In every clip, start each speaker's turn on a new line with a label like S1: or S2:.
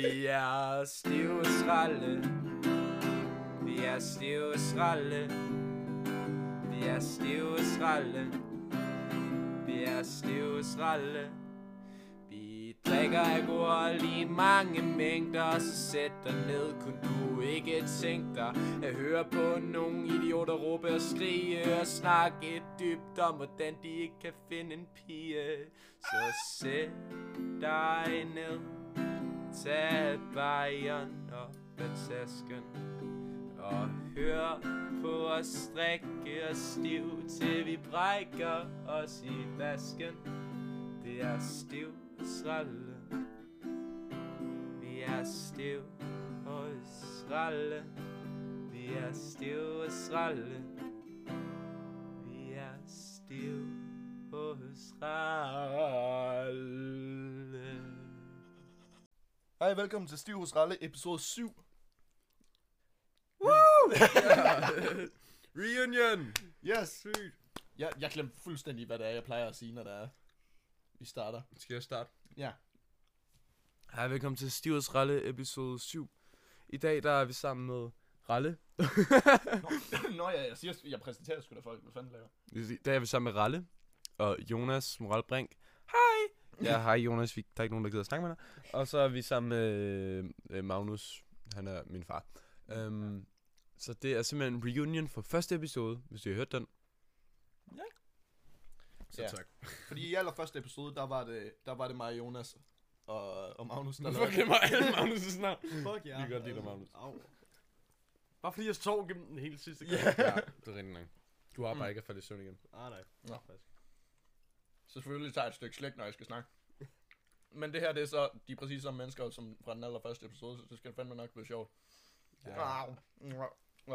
S1: Vi er stive skralde. Vi er stive skralde. Vi er stive skralde. Vi er stive skralde. Vi drikker agurker lige mange mængder Så sæt dig ned, kun du ikke tænke dig At høre på nogle idioter råbe og skrige Og snakke dybt om, hvordan de ikke kan finde en pige Så sæt dig ned Tag bajeren op af tasken Og hør på os strikke og stiv Til vi brækker os i vasken Det er stiv sralle Vi er stiv og sralle Vi er stiv og sralle Vi er stiv og sralle
S2: Hej, velkommen til Stiv hos Ralle, episode 7.
S3: Reunion!
S2: Yes!
S3: Sygt.
S2: Jeg, jeg glemte fuldstændig, hvad det er, jeg plejer at sige, når det er, vi starter.
S3: Skal jeg starte?
S2: Ja.
S3: Hej, velkommen til Stivers Ralle, episode 7. I dag der er vi sammen med Ralle.
S2: Nå ja, jeg, siger, jeg præsenterer sgu da folk, hvad fanden laver.
S3: I dag er vi sammen med Ralle og Jonas Moral Brink. Hej! Ja, hej Jonas, vi, der er ikke nogen, der gider at snakke med dig. Og så er vi sammen med øh, Magnus, han er min far. Øhm, Så det er simpelthen en reunion for første episode, hvis du har hørt den.
S2: Så ja. tak. Fordi i allerførste episode, der var det, der var det mig og Jonas og, og Magnus, der lavede det.
S3: mig alle Magnus' navn.
S4: Fuck ja.
S3: Vi kan godt lide dig, Magnus.
S4: Au. Bare fordi jeg sov gennem den hele sidste gang.
S2: Ja.
S3: Ja, det er rigtig nok. Du har bare ikke faldet i søvn igen.
S4: Ah, nej.
S2: Nå.
S4: Faktisk.
S2: Så selvfølgelig tager jeg et stykke slægt, når jeg skal snakke. Men det her, det er så de præcis samme mennesker, som fra den allerførste episode, så det skal fandme nok blive sjovt. Ja.
S3: Ah.
S2: Au. Nå,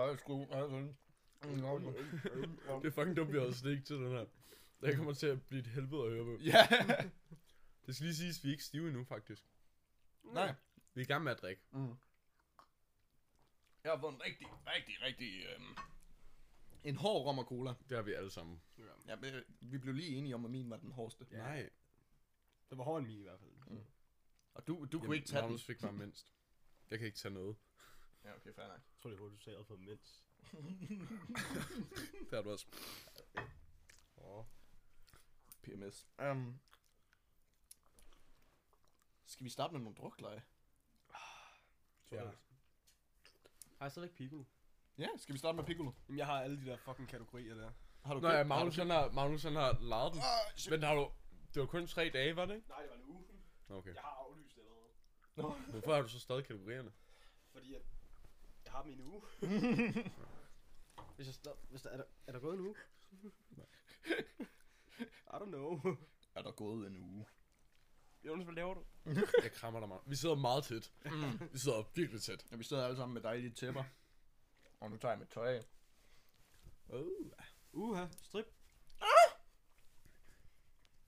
S2: jeg skulle, jeg skulle. Nå, jeg skulle.
S3: Det er fucking dumt, vi havde slik til den her. Det kommer til at blive et helvede at høre på.
S2: Ja.
S3: Det skal lige siges, at vi er ikke stive endnu, faktisk.
S2: Nej.
S3: Vi er i gang med at drikke.
S2: Mm. Jeg har fået en rigtig, rigtig, rigtig... Øhm, en hård rom og cola.
S3: Det har vi alle sammen.
S2: Ja, vi, vi blev lige enige om, at min var den hårdeste.
S4: Ja.
S3: Nej.
S4: Det var hården min i hvert fald.
S2: Og du, du kunne ikke tage den.
S3: Magnus fik bare mindst. Jeg kan ikke tage noget.
S2: Ja, okay, fair nok.
S4: Jeg tror, det var, du sagde jeg havde fået mens.
S3: Det har du også.
S4: Åh.
S2: PMS. Um, skal vi starte med nogle drukleje?
S3: Ja.
S4: Har jeg stadigvæk Piccolo?
S2: Ja, skal vi starte med Piccolo?
S4: Jamen, jeg har alle de der fucking kategorier der.
S2: Har du
S3: Nå
S2: købt-
S3: ja, Magnus
S2: Har
S3: han har, Magnus han har lejet
S2: du...
S3: den.
S2: Ah, shit.
S3: Men har du... Det var kun tre dage, var det ikke?
S4: Nej, det var en uge.
S3: Nå, Okay.
S4: har aflyst det allerede.
S3: Hvorfor har du så stadig kategorierne?
S4: Fordi at jeg har dem i en uge. Hvis jeg stop, hvis der, er, der, er der gået en uge? I don't know.
S2: Er der gået en uge?
S4: Jonas, hvad laver du?
S3: Jeg krammer dig meget. Vi sidder meget tæt. Vi sidder virkelig tæt.
S2: Ja, vi sidder alle sammen med dejlige tæpper. Og nu tager jeg mit tøj af.
S3: Oh.
S4: Uha, strip.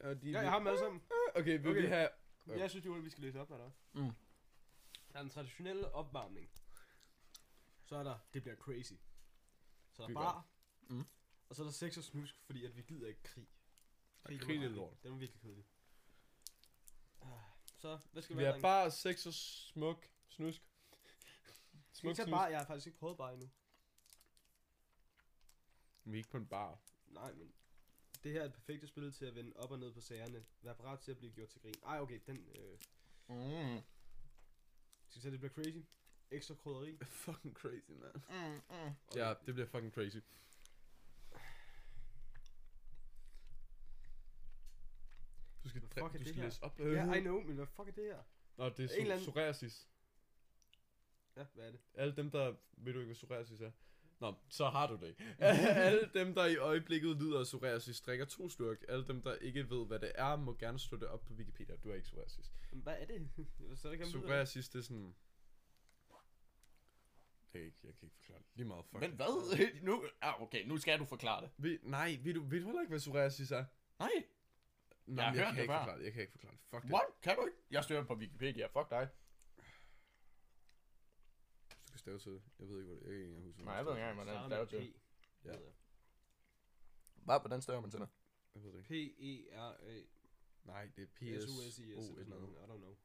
S3: De
S4: Ja, jeg har dem alle sammen.
S3: Okay, vil okay. vi
S4: Okay.
S3: have...
S4: Okay. Jeg synes, Jonas, vi skal læse op, hvad der er.
S2: Mm.
S4: Der er den traditionelle opvarmning. Så er der, det bliver crazy. Så er der
S3: Det er
S4: bar.
S2: Mm.
S4: Og så er der sex og snusk, fordi at vi gider ikke krig.
S3: krig,
S4: er
S3: det er
S4: meget-
S3: lort.
S4: Den er virkelig kedelig. Ah, Så, hvad skal
S3: Skal vi
S4: være,
S3: have
S4: drenge?
S3: bar, sex og smuk snusk?
S4: Skal vi
S3: Smuk
S4: tage
S3: snusk?
S4: bar? Jeg har faktisk ikke prøvet bar endnu.
S3: Vi er ikke på en bar.
S4: Nej, men det her er et perfekt spil til at vende op og ned på sagerne. Vær parat til at blive gjort til grin. Ej, okay, den... Øh,
S2: Mm.
S4: skal vi tage, det bliver crazy? Ekstra krydderi.
S3: fucking crazy, man.
S2: Mm, mm.
S4: Og-
S3: Ja, det bliver fucking crazy. Du skal,
S4: Hvad
S3: dri-
S4: fuck
S3: du
S4: er det
S3: skal
S4: her?
S3: læse op.
S4: Ja, I know, men hvad fuck er det her?
S3: Nå, det er
S4: En eller
S3: so-
S4: anden-
S3: psoriasis.
S4: Ja, hvad er det?
S3: Alle dem, der... Ved du ikke, hvad psoriasis er? Nå, så har du det. Alle dem, der i øjeblikket lider af psoriasis, drikker to slurk. Alle dem, der ikke ved, hvad det er, må gerne slå det op på Wikipedia. Du er ikke psoriasis.
S4: Jamen, hvad er det? Jeg forstår ikke, om du ved det.
S3: Psoriasis, det er sådan... Jeg kan ikke, jeg kan ikke forklare det. Lige meget fuck.
S2: Men hvad? nu, ah, okay, nu skal du forklare det.
S3: Ved, nej, ved du, ved du heller ikke, hvad psoriasis er?
S2: Nej,
S3: Nej,
S2: har
S3: men
S2: hørt
S3: kan
S2: det
S3: ikke
S2: før.
S3: forklare det. Jeg kan ikke forklare det. Fuck det.
S2: what? Kan du ikke? Jeg støver på Wikipedia, fuck dig.
S3: Du kan stave til det. Jeg ved ikke, hvor det er. Jeg kan ikke engang huske,
S2: Nej, jeg ved ikke engang,
S4: Starter
S2: hvordan
S4: med
S2: det er til.
S4: P.
S3: Ja.
S4: ved jeg.
S2: Hvad, hvordan støver man til det?
S3: Jeg ved det ikke.
S4: P-E-R-A
S3: Nej, det er PS...
S4: S-U-S-I-S
S3: O, et
S4: eller
S3: eller
S4: sådan
S3: andet.
S4: noget. I don't know.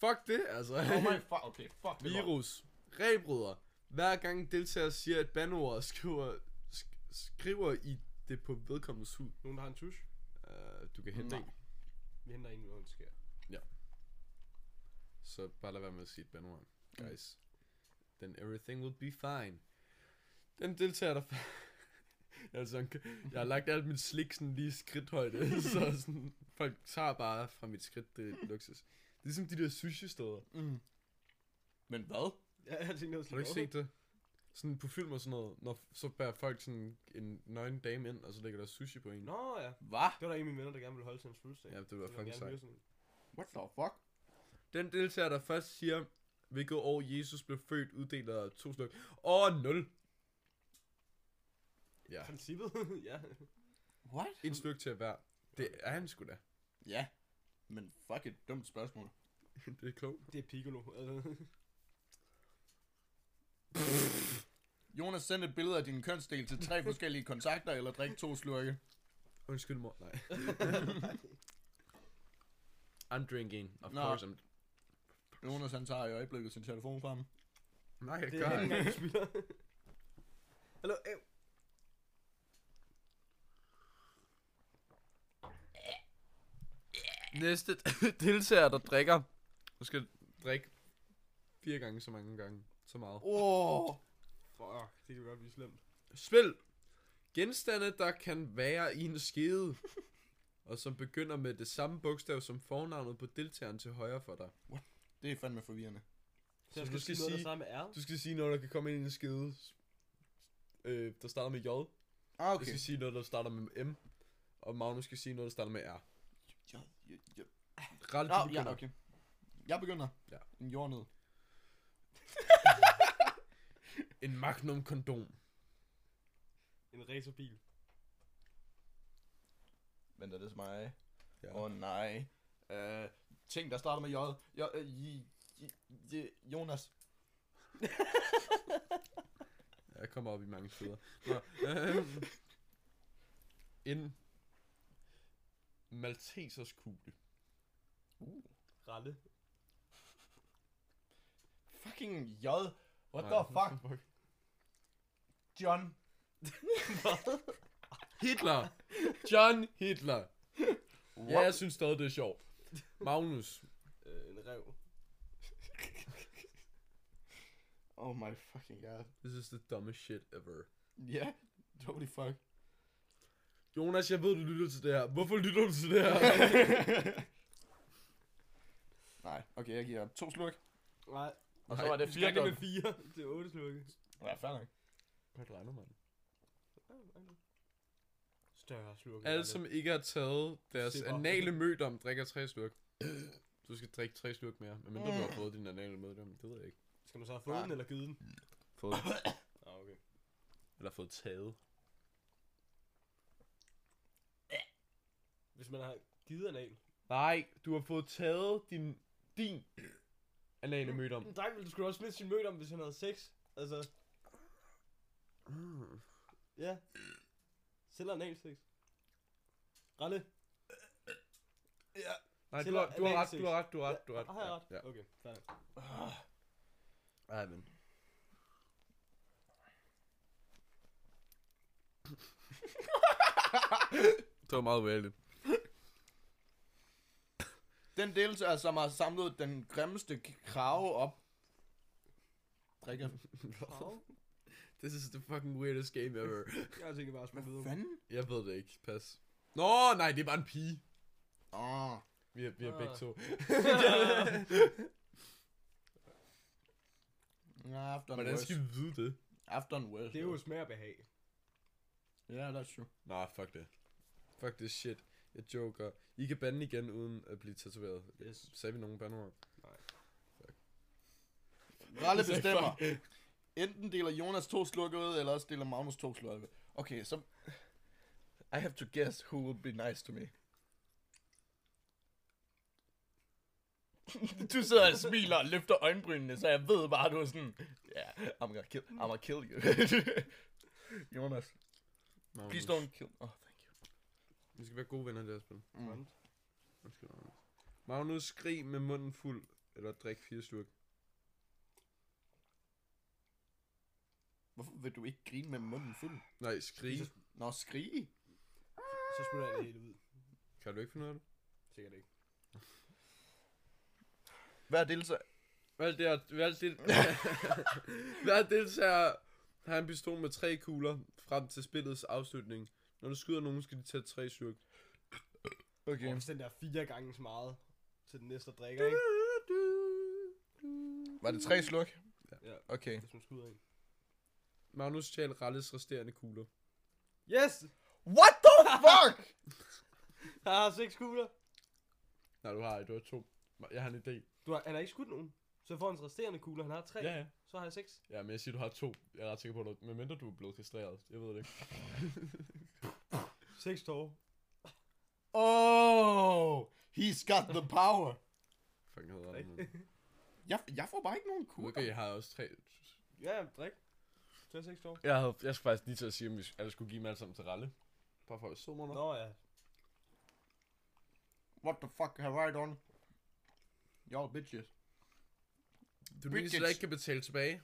S3: Fuck det, altså.
S2: Oh my fuck, okay, fuck det lort.
S3: Virus. Rebryder. Hver gang en deltager siger et bandord, skriver, sk- skriver I det på vedkommendes hud.
S4: Nogen, der har en tusch?
S3: Uh, du kan hente
S2: Nej.
S3: en,
S4: Vi henter en, når det sker.
S3: så bare lad være med at sige et bandord. Guys,
S2: Mm.
S3: then everything will be fine. Den deltager der... jeg, er sådan, jeg har lagt alt mit slik sådan lige i skridthøjde, så sådan, folk tager bare fra mit skridt, det er luksus. Det er ligesom de der sushi-steder.
S2: Mm. Men hvad?
S4: Ja, jeg tænkte noget
S3: Har du ikke set det? Sådan på film og sådan noget, når så bærer folk sådan en nøgen dame ind, og så lægger der sushi på en.
S4: Nå ja.
S2: Hvad?
S4: Det var der en af mine venner, der gerne ville holde til hans fødselsdag.
S3: Ja,
S4: Så
S3: det var
S4: jeg
S3: fucking
S4: gerne hyre
S3: sejt.
S4: sådan en.
S2: What the fuck?
S3: Den deltager, der først siger, hvilket år Jesus blev født, uddeler to stykker. Åh, 0. Ja,
S4: Princippet, ja.
S2: What?
S3: en stykke til hver. Det er han sgu da.
S2: Ja. Men fuck et dumt spørgsmål.
S3: Det er klogt.
S4: Det er Piccolo. altså.
S2: Jonas, send et billede af din kønsdel til tre forskellige kontakter, eller drik to slurke.
S3: Undskyld, mor. Nej. I'm drinking, of
S2: Nå.
S3: course. I'm...
S2: Jonas, han tager i øjeblikket sin telefon frem.
S3: Nej, jeg
S4: det er
S3: gør
S4: anden
S3: ikke.
S4: gang, vi spiller. Hallo, øh, æv.
S5: Næste deltager, der drikker.
S3: Du skal drikke fire gange så mange gange. Så meget.
S2: Åh! Oh.
S4: Fuck, det kan godt blive slemt.
S3: Spil! Genstande, der kan være i en skede, og som begynder med det samme bogstav som fornavnet på deltageren til højre for dig.
S2: Det er fandme forvirrende.
S4: Så jeg
S3: du
S4: skal
S3: skal
S4: sige noget, der
S3: sige-
S4: starter med R.
S3: Du skal sige noget, der kan komme ind i en skede, øh, der starter med J. Okay.
S2: Ah,
S3: Jeg skal sige noget, der starter med M. Og Magnus skal sige noget, der starter med R.
S2: Jo, jo, jo.
S3: Ret,
S2: Nå, ja, okay. Jeg begynder.
S3: Ja.
S2: En jordnød.
S3: En magnum kondom.
S4: En racerbil.
S2: Vent, er det så mig?
S3: Ja.
S2: Åh oh, nej. Uh, ting, der starter med J. J, øh, J, J, J Jonas.
S3: Jeg kommer op i mange steder. Nå, øhm, en Maltesers kugle.
S4: Ralle.
S2: Fucking J. What the fuck? John.
S3: Hitler! John Hitler! Ja, jeg synes stadig, det er sjovt. Magnus.
S4: Øh, en rev.
S2: Oh my fucking god.
S3: This is the dumbest shit ever.
S2: Ja, yeah. holy fuck.
S3: Jonas, jeg ved, du lytter til det her. Hvorfor lytter du til det her?
S2: Nej, okay, jeg giver to sluk.
S4: Nej,
S2: Og så
S3: Nej,
S2: var det
S4: vi
S2: fire
S4: skal ikke
S2: gange.
S4: med fire. Det er otte slukke.
S2: Ja, fair nok.
S3: Hvad regner man?
S4: Større slukke.
S3: Alle, som ikke har taget deres
S4: Sipper.
S3: anale mødom, drikker tre slurk. Du skal drikke tre slurk mere, medmindre du har fået din anale mødom. Det ved jeg ikke.
S4: Skal man så have fået
S2: Nej.
S4: den eller givet den?
S3: Fået,
S4: Ah, okay.
S3: eller fået taget.
S4: Hvis man har givet anal.
S3: Nej, du har fået taget din, din anale mødom.
S4: En dreng ville sgu da også miste sin møde om, hvis han havde sex. Altså. Ja. Selv anal sex. Ralle.
S3: Nej, du
S4: Tæller
S3: har, du har ret,
S4: analsex.
S3: du har ret, du har ret, du har ret.
S4: Har jeg ret?
S3: Ja.
S4: Okay, fair nok.
S2: Ah.
S3: Ej, men. det var meget uærligt.
S2: Den deltager, som har samlet den grimmeste krave op. Drikker.
S3: This is the fucking weirdest game ever.
S4: Jeg tænker bare at spille videre.
S2: Fanden?
S3: Jeg ved det ikke, pas. Nå, nej, det er bare en pige.
S2: Åh. Oh.
S3: Vi er, vi
S4: Ah.
S3: er begge to.
S2: After
S3: Hvordan
S2: West.
S3: skal vi vide det?
S2: After West.
S4: Det er jo smag og behag.
S2: Ja, that's true.
S3: Nå, fuck det. Fuck det shit. Jeg joker. I kan bande igen, uden at blive tatoveret.
S4: Yes.
S3: Sagde vi nogen bandeord?
S2: Ralle bestemmer. Enten deler Jonas to slukke ud, eller også deler Magnus to slukke ud. Okay, så... I have to guess who would be nice to me. du sidder og smiler og løfter øjenbrynene, så jeg ved bare, du er sådan... Ja, yeah, I'm gonna kill, I'm gonna kill you. Jonas,
S3: Magnus.
S2: please don't kill... Oh, thank you.
S3: Vi skal være gode venner i det her spil.
S2: Mm.
S3: Undskyld, Magnus. Magnus, skrig med munden fuld Eller drikke fire slurk.
S2: Hvorfor vil du ikke grine med munden fuld?
S3: Nej, skrige.
S2: Nå, skrige.
S4: Så smutter jeg det helt ud.
S3: Kan du ikke finde ud af det?
S4: Sikkert ikke.
S2: Hver deltager...
S3: Hver der, hver del... hver deltager har en pistol med tre kugler frem til spillets afslutning. Når du skyder nogen, skal de tage tre slurk.
S4: Okay. Hvis den der fire gange så meget til den næste, der drikker, ikke?
S2: Var det tre sluk?
S4: Ja.
S2: Okay.
S4: Hvis man skyder en.
S3: Magnus stjal Ralles resterende kugler.
S4: Yes!
S2: What the fuck?
S4: Han har seks kugler.
S3: Nej, du har ej, du har to. Jeg har en idé.
S4: Du har, han har ikke skudt nogen. Så får hans resterende kugler. Han har tre.
S3: Ja, ja.
S4: Så har jeg seks.
S3: Ja, men jeg siger, du har to. Jeg er ret sikker på, at du, medmindre du er blevet kastreret. Jeg ved det ikke.
S4: Seks tårer.
S2: Oh, he's got the power.
S3: Fucking hedder
S4: Drik.
S3: det.
S2: Jeg, jeg får bare ikke nogen
S3: men-
S2: kugler.
S3: Okay, jeg har også tre.
S4: Ja, drik. Så er seks tårer.
S3: Jeg, havde, jeg skulle faktisk lige til at sige, om vi skulle, skulle give dem alle sammen til Ralle. Bare for at så mig
S4: Nå ja.
S2: What the fuck have I done? Y'all bitches.
S3: Du er den eneste, der ikke kan betale tilbage.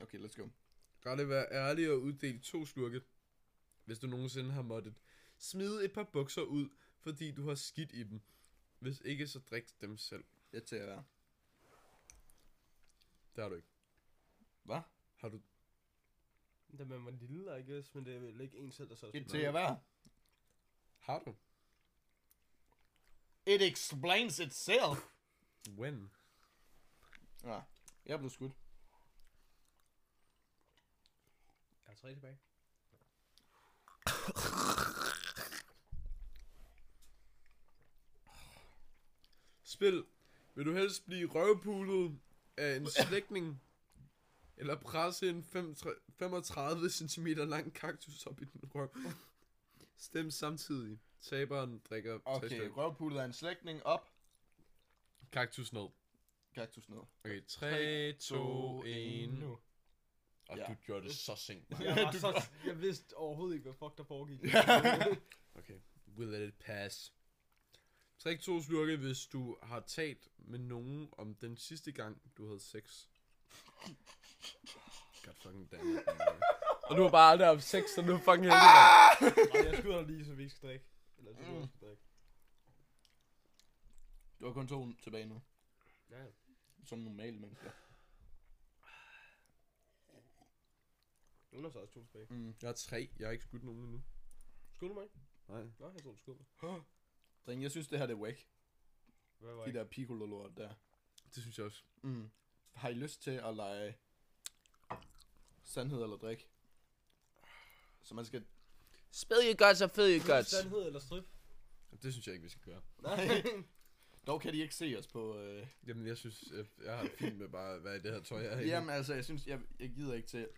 S2: Okay, let's go.
S3: Ralle, vær ærlig og uddel to slurke, hvis du nogensinde har måttet. Smid et par bukser ud, fordi du har skidt i dem. Hvis ikke, så drik dem selv.
S2: Det er til at være.
S3: Det har du ikke.
S2: Hvad?
S3: Har du...
S4: Da man var lille, I guess, men det er vel ikke en selv, der så
S2: Et til at være.
S3: Har du?
S2: It explains itself.
S3: When?
S2: Ja, jeg blev skudt.
S4: Jeg har tre tilbage.
S3: Spil. Vil du helst blive røvpulet af en slægtning? eller presse en 35 cm lang kaktus op i din røv? Stem samtidig. Taberen drikker tre
S2: Okay,
S3: stykker.
S2: røvpullet af en slægtning op.
S3: Kaktus ned.
S2: Kaktus ned.
S3: Okay, 3, 2, 1.
S4: Nu.
S3: Og
S2: Ja.
S3: du gjorde det så sent,
S4: Jeg,
S3: mand.
S4: var så, jeg vidste overhovedet ikke, hvad fuck der foregik.
S3: Okay, we'll let it pass. Træk to slurke, hvis du har talt med nogen om den sidste gang, du havde sex. God fucking damn. it, mand.
S5: Og du har bare aldrig haft sex, så nu er fucking heldig, mand.
S4: Og jeg skyder dig lige, så vi ikke skal drikke. Eller så vi
S2: Mm.
S4: også skal drikke.
S2: Du har kun to tilbage nu.
S4: Ja, ja.
S2: Som normale mennesker.
S4: Hun har så også to tilbage.
S2: Mm.
S3: Jeg har tre. Jeg har ikke skudt nogen endnu.
S4: Skål mig. ikke?
S3: Nej.
S4: Nå, jeg tror, du skål mig.
S2: Dreng, jeg synes, det her det er whack.
S4: Hvad var
S2: De
S4: det?
S2: der piccolo-lort der.
S3: Det synes jeg også.
S2: Mm. Har I lyst til at lege sandhed eller drik? Så man skal...
S5: Spil you guts og fed you guts.
S4: Sandhed eller strip?
S3: Det synes jeg ikke, vi skal gøre.
S4: Nej.
S2: Dog kan de ikke se os på... Øh...
S3: Jamen, jeg synes, jeg, jeg har det fint med bare at være i det her tøj, jeg har.
S2: Jamen altså, jeg synes, jeg, jeg gider ikke til...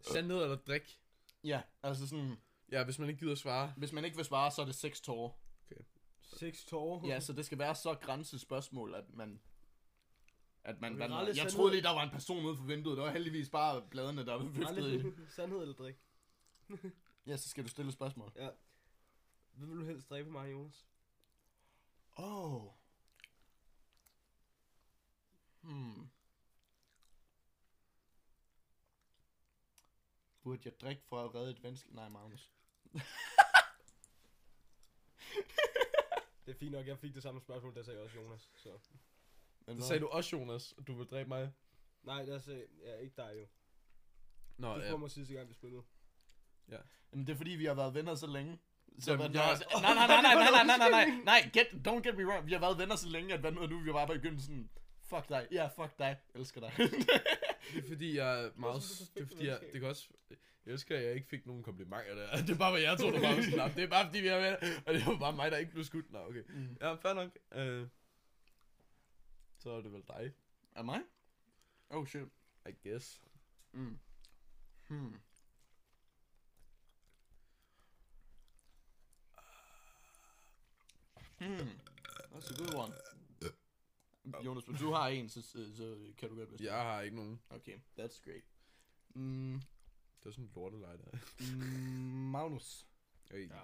S3: Sandhed eller drik?
S2: Ja, altså sådan...
S3: Ja, hvis man ikke gider svare.
S2: Hvis man ikke vil svare, så er det seks tårer.
S4: Seks tårer.
S2: Ja, så det skal være så grænsespørgsmål, at man... At man,
S4: Men
S2: man
S4: Ralle,
S2: jeg
S4: sandhed-
S2: troede lige, der var en person ude for vinduet. Der var heldigvis bare bladene, der var viftet i.
S4: Aldrig. Sandhed eller drik?
S2: Ja, så skal du stille et spørgsmål.
S4: Ja. Hvem vil du helst dræbe mig, Jonas?
S2: Åh. Oh. Hmm. Burde jeg drikke for at redde et venskab? Nej, Magnus.
S4: Det er fint nok, jeg fik det samme spørgsmål, der sagde jeg også Jonas. Så.
S2: Men
S3: Så sagde du også, Jonas, at du vil dræbe mig.
S4: Nej, der sagde ja, ikke dig jo.
S3: Nå,
S4: Du
S2: øh,
S3: ja.
S4: kommer sidste gang, vi spillede.
S2: Jamen, det er fordi, vi har været venner så længe. Så
S3: Jamen,
S2: Jamen,
S3: jeg-
S2: jeg... altså, nej, nej, nej, nej, nej, nej, nej, nej, nej, get, don't get me wrong. Vi har været venner så længe, at hvad nu er nu, vi var bare begyndt sådan, fuck dig, ja, yeah, fuck dig, elsker dig.
S3: Det er fordi, jeg er meget...
S4: synes, du så
S3: Det er
S4: fik
S3: fordi, jeg,
S4: venskab.
S3: det kan også... Jeg elsker, at jeg ikke fik nogen komplimenter der. Det er bare, hvad jeg tror, der var sådan, "Nå, Det er bare, fordi vi har været... Og det var bare mig, der ikke blev skudt. Nå, okay.
S2: Mm.
S3: Ja, fair nok. Øh, så er det vel dig,
S2: er mig? Oh shit.
S3: I guess.
S2: Mm. Hmm. Hmm. That's a good one. Jonas, hvis du har en, så, så, så kan du godt bestemme.
S3: Jeg har ikke nogen.
S2: Okay, that's great. Mm,
S3: Det er sådan en lorteleje der.
S2: mm, Magnus.
S3: Hey.
S4: Ja.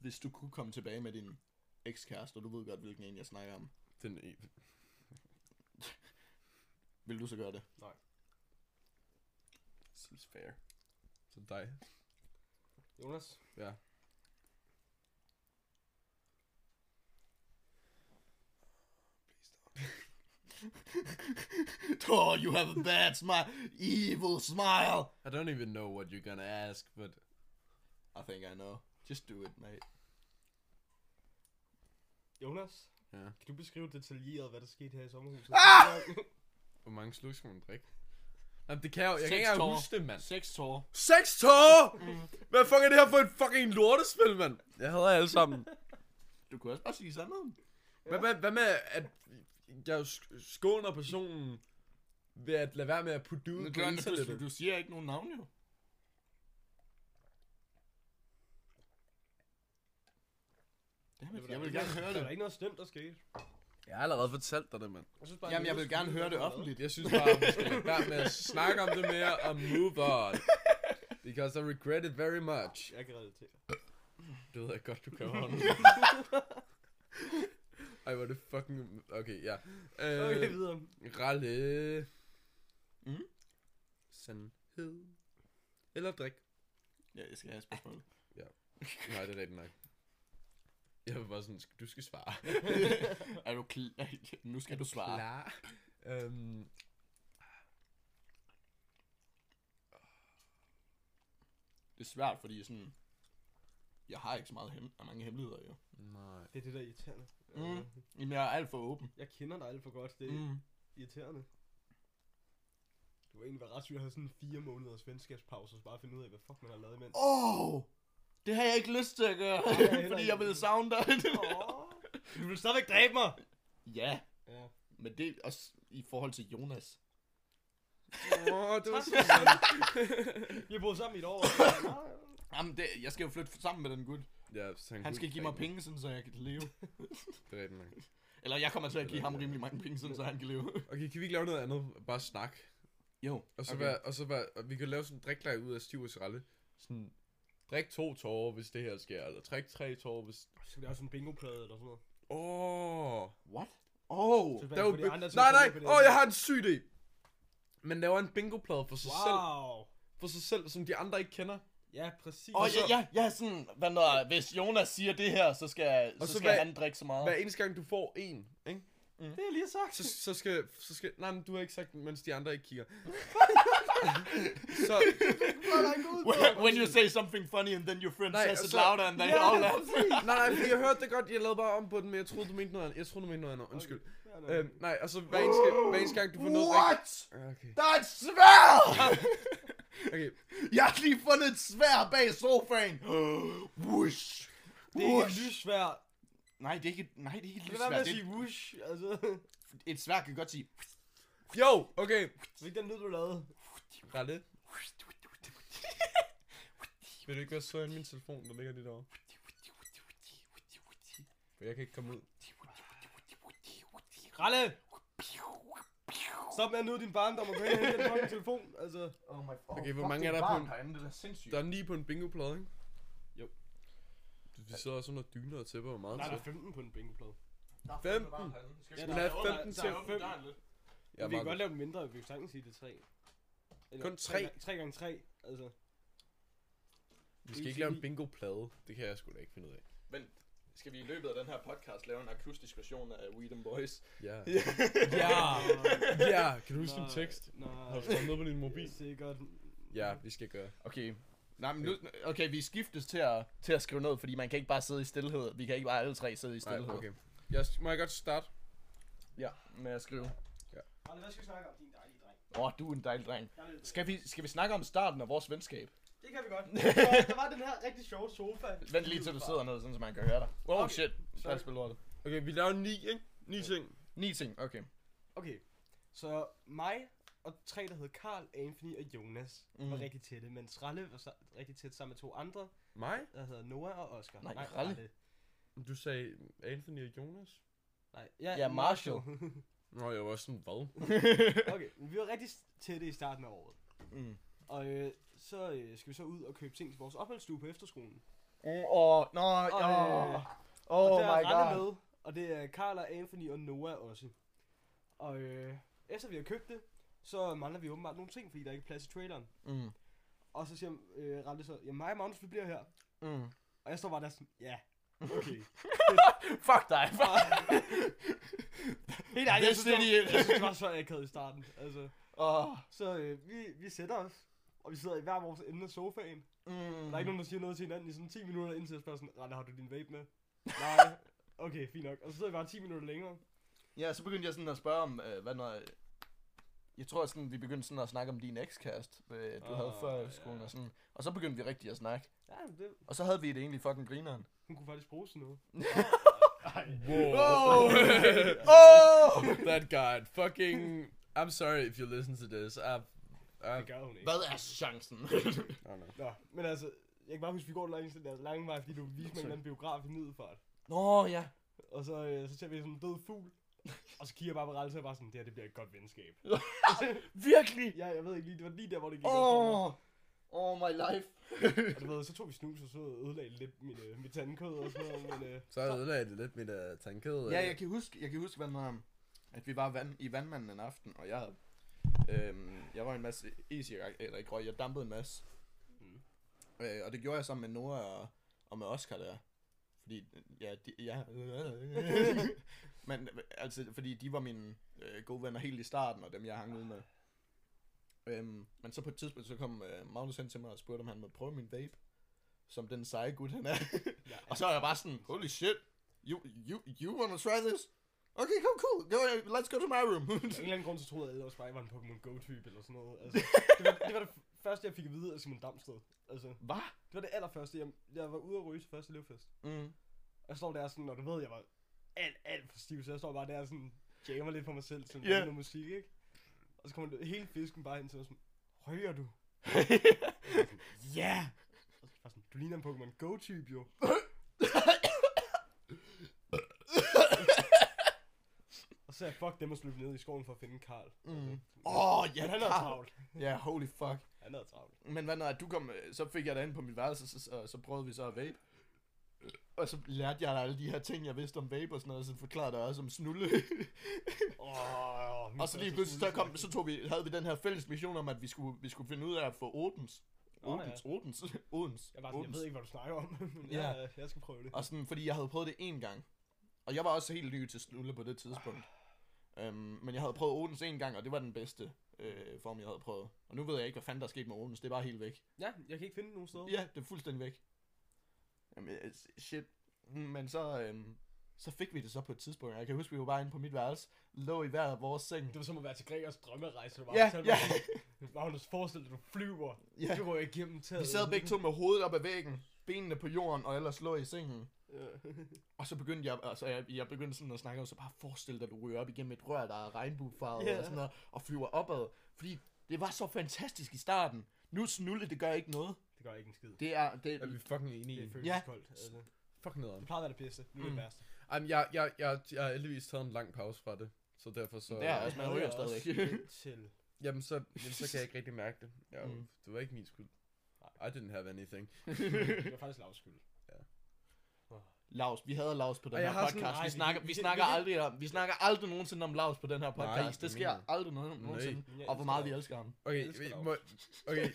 S2: Hvis du kunne komme tilbage med din ekskæreste, og du ved godt, hvilken en jeg snakker om,
S3: Den e-
S2: vil du så gøre det?
S3: seems fair. Så dig.
S4: Jonas?
S3: Ja.
S2: Oh, you have a bad smile, evil smile!
S3: I don't even know what you're gonna ask, but
S2: I think I know. Just do it, mate.
S4: Jonas?
S3: Ja.
S4: Kan du beskrive detaljeret, hvad der skete her i sommerhuset? Ah!
S3: hvor mange slugs skal man drikke? Jamen, det kan jeg jo. Jeg kan
S2: Seks
S3: ikke engang
S2: tårer.
S3: huske det, mand.
S2: Seks tårer.
S3: Seks tårer! Hvad fuck er det her for et fucking lortespil, mand?
S5: Jeg hader jer alle sammen.
S2: Du kunne også bare sige sandheden.
S3: Hvad, hvad, hvad med, at jeg jo sk- skåner personen ved at lade være med at putte det ud på
S2: Mm. Du,
S3: internettet?
S2: du siger ikke nogen navn, jo. Jamen, jeg vil gerne høre
S4: Der er
S2: det.
S4: ikke noget stemt, der skete.
S3: Jeg har allerede fortalt dig det, mand.
S4: Jeg synes bare,
S2: Jamen, jeg
S4: Jonas
S2: vil gerne
S4: skulle
S2: høre
S4: vide,
S2: det
S4: hvad der
S2: offentligt.
S3: Jeg synes bare, at vi skal lade være med at snakke om det mere og move on. Because I regret it very much.
S4: var. Jeg kan relatere.
S3: Det ved jeg godt, du kan holde. Ej, hvor er det fucking... Okay, ja. Øh,
S4: Okay, videre.
S3: Ralle.
S2: Mhm.
S3: Sandhed. Eller drik.
S2: Ja, jeg skal have et spørgsmål.
S3: Nej, det er rigtigt nok. Jeg var bare sådan, "Skal- du skal svare.
S2: er du klar? Nu skal du svare.
S3: Klar. Øhm.
S2: Det er svært, fordi sådan... Jeg har ikke så meget hem- mange hemmeligheder, jo.
S3: Nej.
S4: Det er det, der er irriterende.
S2: Mm.
S4: Øh,
S2: Jamen, jeg er alt for åben.
S4: Jeg kender dig alt for godt. Det er
S2: Mm.
S4: irriterende. Du har egentlig været ret syg at have sådan en fire måneders venskabspause, og så bare finde ud af, hvad fuck man har lavet imens.
S2: Åh! Oh, det har jeg ikke lyst til at gøre,
S4: Nej, jeg heller
S2: fordi
S4: ikke.
S2: jeg ville savne dig.
S4: Du vil stadigvæk dræbe mig!
S2: ja,
S4: Ja.
S2: men det er også i forhold til Jonas.
S3: Åh, det var
S4: Tak.
S3: sådan.
S4: Vi har boet sammen i et år.
S2: Jamen, det, jeg skal jo flytte sammen med den gut.
S3: Ja, så
S2: Han
S3: kunne
S2: skal
S3: ikke
S2: give mig
S3: drikke.
S2: penge, sådan, så jeg kan leve.
S3: Det er rigtigt nok.
S2: Eller jeg kommer til at give ham rimelig mange penge, sådan, så han kan leve.
S3: Okay, kan vi ikke lave noget andet? Bare snak.
S2: Jo,
S3: Og så, okay. være, og så være, og vi kan lave sådan en drikleg ud af Stiv og Sralle. Sådan, drik to tårer, hvis det her sker. Eller drik tre tårer, hvis...
S4: Så skal vi have sådan en bingo-plade eller sådan noget.
S3: Åh. Oh.
S2: What? Åh! Oh,
S4: Så
S3: Der er jo
S4: får de andre
S3: bi-
S4: til at
S3: nej,
S4: komme
S3: nej.
S4: ind på det
S3: Åh, oh,
S4: her.
S3: jeg har en syg idé. Man laver en bingoplade for sig, wow. selv,
S4: Wow!
S3: for sig selv, som de andre ikke kender.
S4: Ja, præcis.
S2: og
S3: Og
S2: ja,
S3: så-
S2: ja, ja, sådan, hvad når, hvis Jonas siger det her, så skal,
S3: Og
S2: så
S3: så
S2: skal
S3: hvad-
S2: han drikke så meget.
S3: Hver eneste gang, du får en, ikke?
S4: Det er lige sagt.
S3: Så, så, skal, så skal... Nej, men du har ikke sagt den, mens de andre ikke kigger. så,
S2: When, when you say something funny, and then your friend
S3: Nej,
S2: says
S3: og
S2: it
S3: så-
S2: louder, and they all laugh.
S3: nej, nej, fordi jeg hørte det godt, jeg lavede bare om på den, men jeg troede, du mente noget andet. Jeg troede, du mente noget andet. Undskyld.
S4: Ja, nej.
S3: Øhm, nej, og så hver eneste, hver eneste gang, du får noget
S2: What?
S3: rigtigt... Okay,
S2: Der er et svær!
S3: okay.
S2: Jeg har lige fundet et svær bag sofaen. Whoosh.
S4: det er ikke lysvær.
S2: Nej, det er ikke, nej, det er ikke et
S4: Lad være
S2: lysvær.
S4: med at
S2: Det
S4: sige whoosh, altså.
S2: er, et svær kan godt sige.
S3: Jo, okay.
S4: Hvilken den lyd, du lavede?
S3: Ralle. Vil du ikke være sød i min telefon, der ligger lige derovre? For jeg kan ikke komme ud.
S4: Ralle! Stop med at nyde din barndom og gå hen og hente den fucking telefon, altså.
S2: Oh my god.
S3: Okay, hvor mange er der på en...
S2: Herinde, det er sindssygt.
S3: Der er ni på en bingoplade, ikke?
S4: Jo.
S3: Vi sidder også under dyner og tæpper og meget
S4: Nej, der
S3: til.
S4: er 15 på den bingo-plade.
S3: fandme 15.
S2: Ja,
S3: der er 15 til
S4: 5.
S3: Ja,
S4: vi kan
S3: meget
S4: godt lave den mindre, vi kan sagtens sige det er 3. Eller,
S3: Kun tre?
S4: 3 gange 3, altså.
S3: Vi skal ikke lave en bingoplade. Det kan jeg sgu da ikke finde ud af.
S2: Vent, skal vi i løbet af den her podcast lave en akustisk version af We Them Boys?
S3: Ja.
S4: Ja!
S3: Ja, kan du huske Ah. din tekst?
S4: Nej,
S3: Har du skrevet noget på din
S4: det
S3: mobil?
S4: er sikkert.
S3: Ja, vi skal gøre.
S2: Okay. Nej, men nu, okay, vi skiftes til at, til at skrive noget, fordi man kan ikke bare sidde i stillhed. Vi kan ikke bare alle tre sidde i
S3: Nej,
S2: stillhed.
S3: okay. Jeg, må jeg godt starte?
S2: Ja, med at skrive.
S4: Ralle, hvad skal vi snakke om, din dejlige dreng?
S2: Åh, oh, du er en dejlig dreng.
S4: Jeg ved det.
S2: Skal vi, skal vi snakke om starten af vores venskab?
S4: Det kan vi godt. Så, der var den her rigtig sjove sofa.
S2: Vent lige til du sidder ned, sådan, så man kan høre dig. Oh okay. shit, der er spillet
S3: Okay, vi laver ni, ikke? Ni ting.
S2: Ni ting, okay.
S4: Okay, så mig og tre, der hed Karl, Anthony og Jonas, mm. var
S2: Mhm.
S4: rigtig tætte. Mens Ralle var så, rigtig tæt sammen med to andre,
S3: Mig?
S4: der hedder Noah og Oscar.
S2: Nej, Ralle.
S3: Du sagde Anthony og Jonas?
S4: Nej, ja,
S2: Ja, Marshall.
S3: Nå, jeg var også sådan, hvad?
S4: okay, men vi var rigtig tætte i starten af året.
S2: Mm.
S4: Og øh, så øh, skal vi så ud og købe ting til vores opholdsstue på efterskolen.
S2: Uh, oh, no,
S4: Og,
S2: oh,
S4: øh,
S2: oh
S4: og der
S2: my
S4: er Rane
S2: god.
S4: med, og det er Karl og Anthony og Noah også. Og øh, efter vi har købt det, så mangler vi åbenbart nogle ting, fordi der ikke er plads i traileren.
S2: Mm,
S4: Og så siger øh, Rane så, ja mig og Magnus, vi bliver her.
S2: mm.
S4: Og jeg står bare der sådan, ja, okay.
S2: Fuck dig.
S4: Og- Helt ærligt, jeg
S2: Hvis det
S4: synes, det
S2: er
S4: var,
S2: de-
S4: jeg synes, det var så akavet i starten. Altså.
S2: Oh,
S4: Så øh, vi, vi sætter os, og vi sidder i hver vores ende af sofaen.
S2: mm.
S4: Der er ikke nogen, der siger noget til hinanden i sådan 10 minutter, indtil jeg spørger sådan, Rane, har du din vape med? Nej. Okay, fint nok. Og så sidder vi bare 10 minutter længere.
S2: Ja, så begyndte jeg sådan at spørge om, øh, hvad noget... Jeg tror, sådan, vi begyndte sådan at snakke om din ekskæreste, øh, du oh, havde
S4: Åh,
S2: før i
S4: ja.
S2: skolen og sådan. Og så begyndte vi rigtig at snakke.
S4: Ja, men det,
S2: Og så havde vi det egentlig fucking grineren.
S4: hun kunne faktisk bruge sådan noget.
S3: Wow.
S2: oh!
S3: That guy. Fucking. I'm sorry if you listen to this. Ah, I've.
S4: Det
S3: I've
S4: gør hun ikke.
S2: Hvad er chancen?
S3: oh, no.
S4: Nå, men altså, jeg kan bare huske, vi går langs den der lange vej, fordi du viste mig en eller anden biograf i Middelfart.
S2: Nå, ja.
S4: Og så, øh, så ser vi sådan en død fugl. Og så kigger jeg bare på Ralse og bare sådan, det her, det bliver et godt venskab.
S2: Virkelig?
S4: ja, jeg ved ikke lige, det var lige der, hvor det gik op for
S2: Oh,
S4: mig.
S2: oh my life.
S4: Og du ved, så tog vi snus, og så ødelagde lidt mit, øh, mit tandkød og sådan noget, men øh,
S3: Så ødelagde det lidt mit uh, tankede.
S2: Ja, jeg kan huske, jeg kan huske hvad den var, at vi var vand, i vandmanden en aften, og jeg havde, øhm, jeg var en masse easy, eller ikke røg, jeg dampede en masse.
S4: Mm.
S2: Øh, og det gjorde jeg sammen med Nora og, og med Oscar der. Fordi, øh, ja, de, ja. Men, øh, altså, fordi de var mine øh, gode venner helt i starten, og dem jeg hang ud med. Øhm, men så på et tidspunkt, så kom øh, Magnus hen til mig og spurgte, om han måtte prøve min vape. Som den seje gut, han er.
S4: ja,
S2: Og så er jeg bare sådan, holy shit, you, you, you wanna try this? Okay, cool, cool, go, let's go to my room.
S4: af en eller anden grund, så troede jeg, at jeg også bare var en Pokémon Go-type eller sådan noget. Altså, det, var, det var det første, jeg fik at vide af Simon Damsted. Altså,
S2: Hvad?
S4: det var det allerførste. Jeg, jeg var ude at ryge til første elevfest.
S2: Mm.
S4: Og jeg står der sådan, og du ved, jeg var alt, alt for stiv, så jeg står bare der sådan, jammer lidt for mig selv, sådan
S2: Ja.
S4: yeah. noget musik, ikke? Og så kommer det- hele fisken bare hen til mig sådan, røger du?
S2: yeah.
S4: Og så bare sådan, du ligner en Pokémon Go-type jo. og så er jeg, fuck dem og slutte ned i skoven for at finde Karl.
S2: Mm. Åh, ja,
S4: Ja, han havde
S2: Carl.
S4: travlt.
S2: Ja, holy fuck.
S4: Han havde travlt.
S2: Men hvad når at du kom, øh, så fik jeg dig ind på mit værelse, så, så, så prøvede vi så at vape. Og så lærte jeg dig alle de her ting, jeg vidste om vape og sådan noget, og så forklarede jeg også om snulle.
S4: Åh, min
S2: og så lige
S4: første
S2: pludselig, så, kom, så
S4: skolesnak.
S2: tog vi, havde vi den her fælles mission om, at vi skulle, vi skulle finde ud af at få Odens.
S4: Nå, ja.
S2: Odens, Odens, Odens.
S4: Jeg, var sådan, jeg ved ikke, hvad du snakker om, men
S2: Ja.
S4: ja. jeg, jeg skal prøve det.
S2: Og sådan, fordi jeg havde prøvet det en gang. Og jeg var også helt ny til snulle på det tidspunkt. Øhm, men jeg havde prøvet Odens en gang, og det var den bedste øh, form, jeg havde prøvet. Og nu ved jeg ikke, hvad fanden der er sket med Odens. Det er bare helt væk.
S4: Ja, jeg kan ikke finde det nogen steder.
S2: Ja, det er fuldstændig væk. Jamen, øh, shit. Men så, øhm, så fik vi det så på et tidspunkt. Jeg kan huske, vi var bare inde på mit værelse. Lå i hver vores seng.
S4: Det var som at være til Gregers drømmerejse. Du bare
S2: Ja,
S4: fortalte
S2: ja.
S4: mig, Magnus, forestil dig, du flyver.
S2: Ja.
S4: Ja. Du går igennem taget.
S2: Vi sad begge to med hovedet op ad væggen. Benene på jorden, og ellers lå i sengen.
S4: Ja.
S2: Og så begyndte jeg, altså jeg, jeg begyndte sådan at snakke, og så bare forestil dig, at du ryger op igennem et rør, der er regnbuefarvet yeah.
S4: Ja.
S2: og sådan noget, og flyver opad. Fordi det var så fantastisk i starten. Nu snulle, det gør ikke noget.
S4: Det gør ikke en skid. Det,
S2: Det er, det,
S3: Er vi fucking enige
S4: det
S3: i?
S4: føles
S2: Ja.
S4: ja. koldt. Altså.
S3: Fuck nederen.
S4: Det plejer at være det bedste. Nu er det
S2: Mm.
S4: værste.
S3: Ej, men jeg, jeg, jeg, jeg har heldigvis taget en lang pause fra det. Så derfor så...
S2: det er også, altså, man
S4: Jeg
S2: ryger
S4: havde også
S2: stadigvæk.
S4: lidt Til.
S3: Jamen så, jamen, så kan jeg ikke rigtig mærke det. Jeg,
S2: Mm.
S3: mm. Det var ikke min skyld. I didn't have anything.
S4: Det var faktisk lavs skyld.
S2: Lars, vi hader Lars på den
S3: Og jeg
S2: her
S3: har sådan-
S2: podcast.
S4: nej,
S2: vi
S4: vi-
S2: snakker, vi,
S4: vi-
S2: snakker
S4: vi-
S2: aldrig om, vi snakker aldrig nogensinde om Lars på den her podcast.
S3: Nej,
S2: det
S3: det
S2: sker
S3: mener jeg.
S2: aldrig nogen- nogensinde.
S4: Jeg
S2: Og hvor meget vi
S4: elsker
S2: elsker ham.
S3: Okay,
S4: elsker
S3: vi,
S4: dig
S3: må, okay,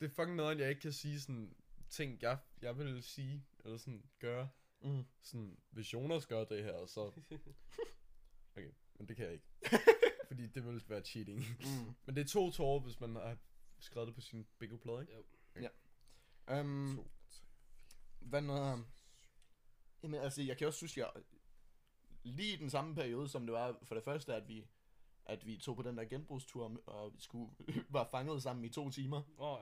S3: det er fucking noget, jeg ikke kan sige sådan ting, jeg, jeg vil sige, eller sådan gøre.
S2: Mm.
S3: Sådan, hvis Jonas gør det her, så... Okay, men det kan jeg ikke. Fordi det ville være cheating.
S2: Mm.
S3: Men det er to tårer, hvis man har skrevet det på sin bingo plade, ikke?
S2: Øhm,
S3: To.
S2: Hvad noget... Jamen, altså, jeg kan også synes, jeg... Lige i den samme periode, som det var for det første, at vi at vi tog på den der genbrugstur og- og vi skulle, var fanget sammen i to timer.
S4: det. Åh,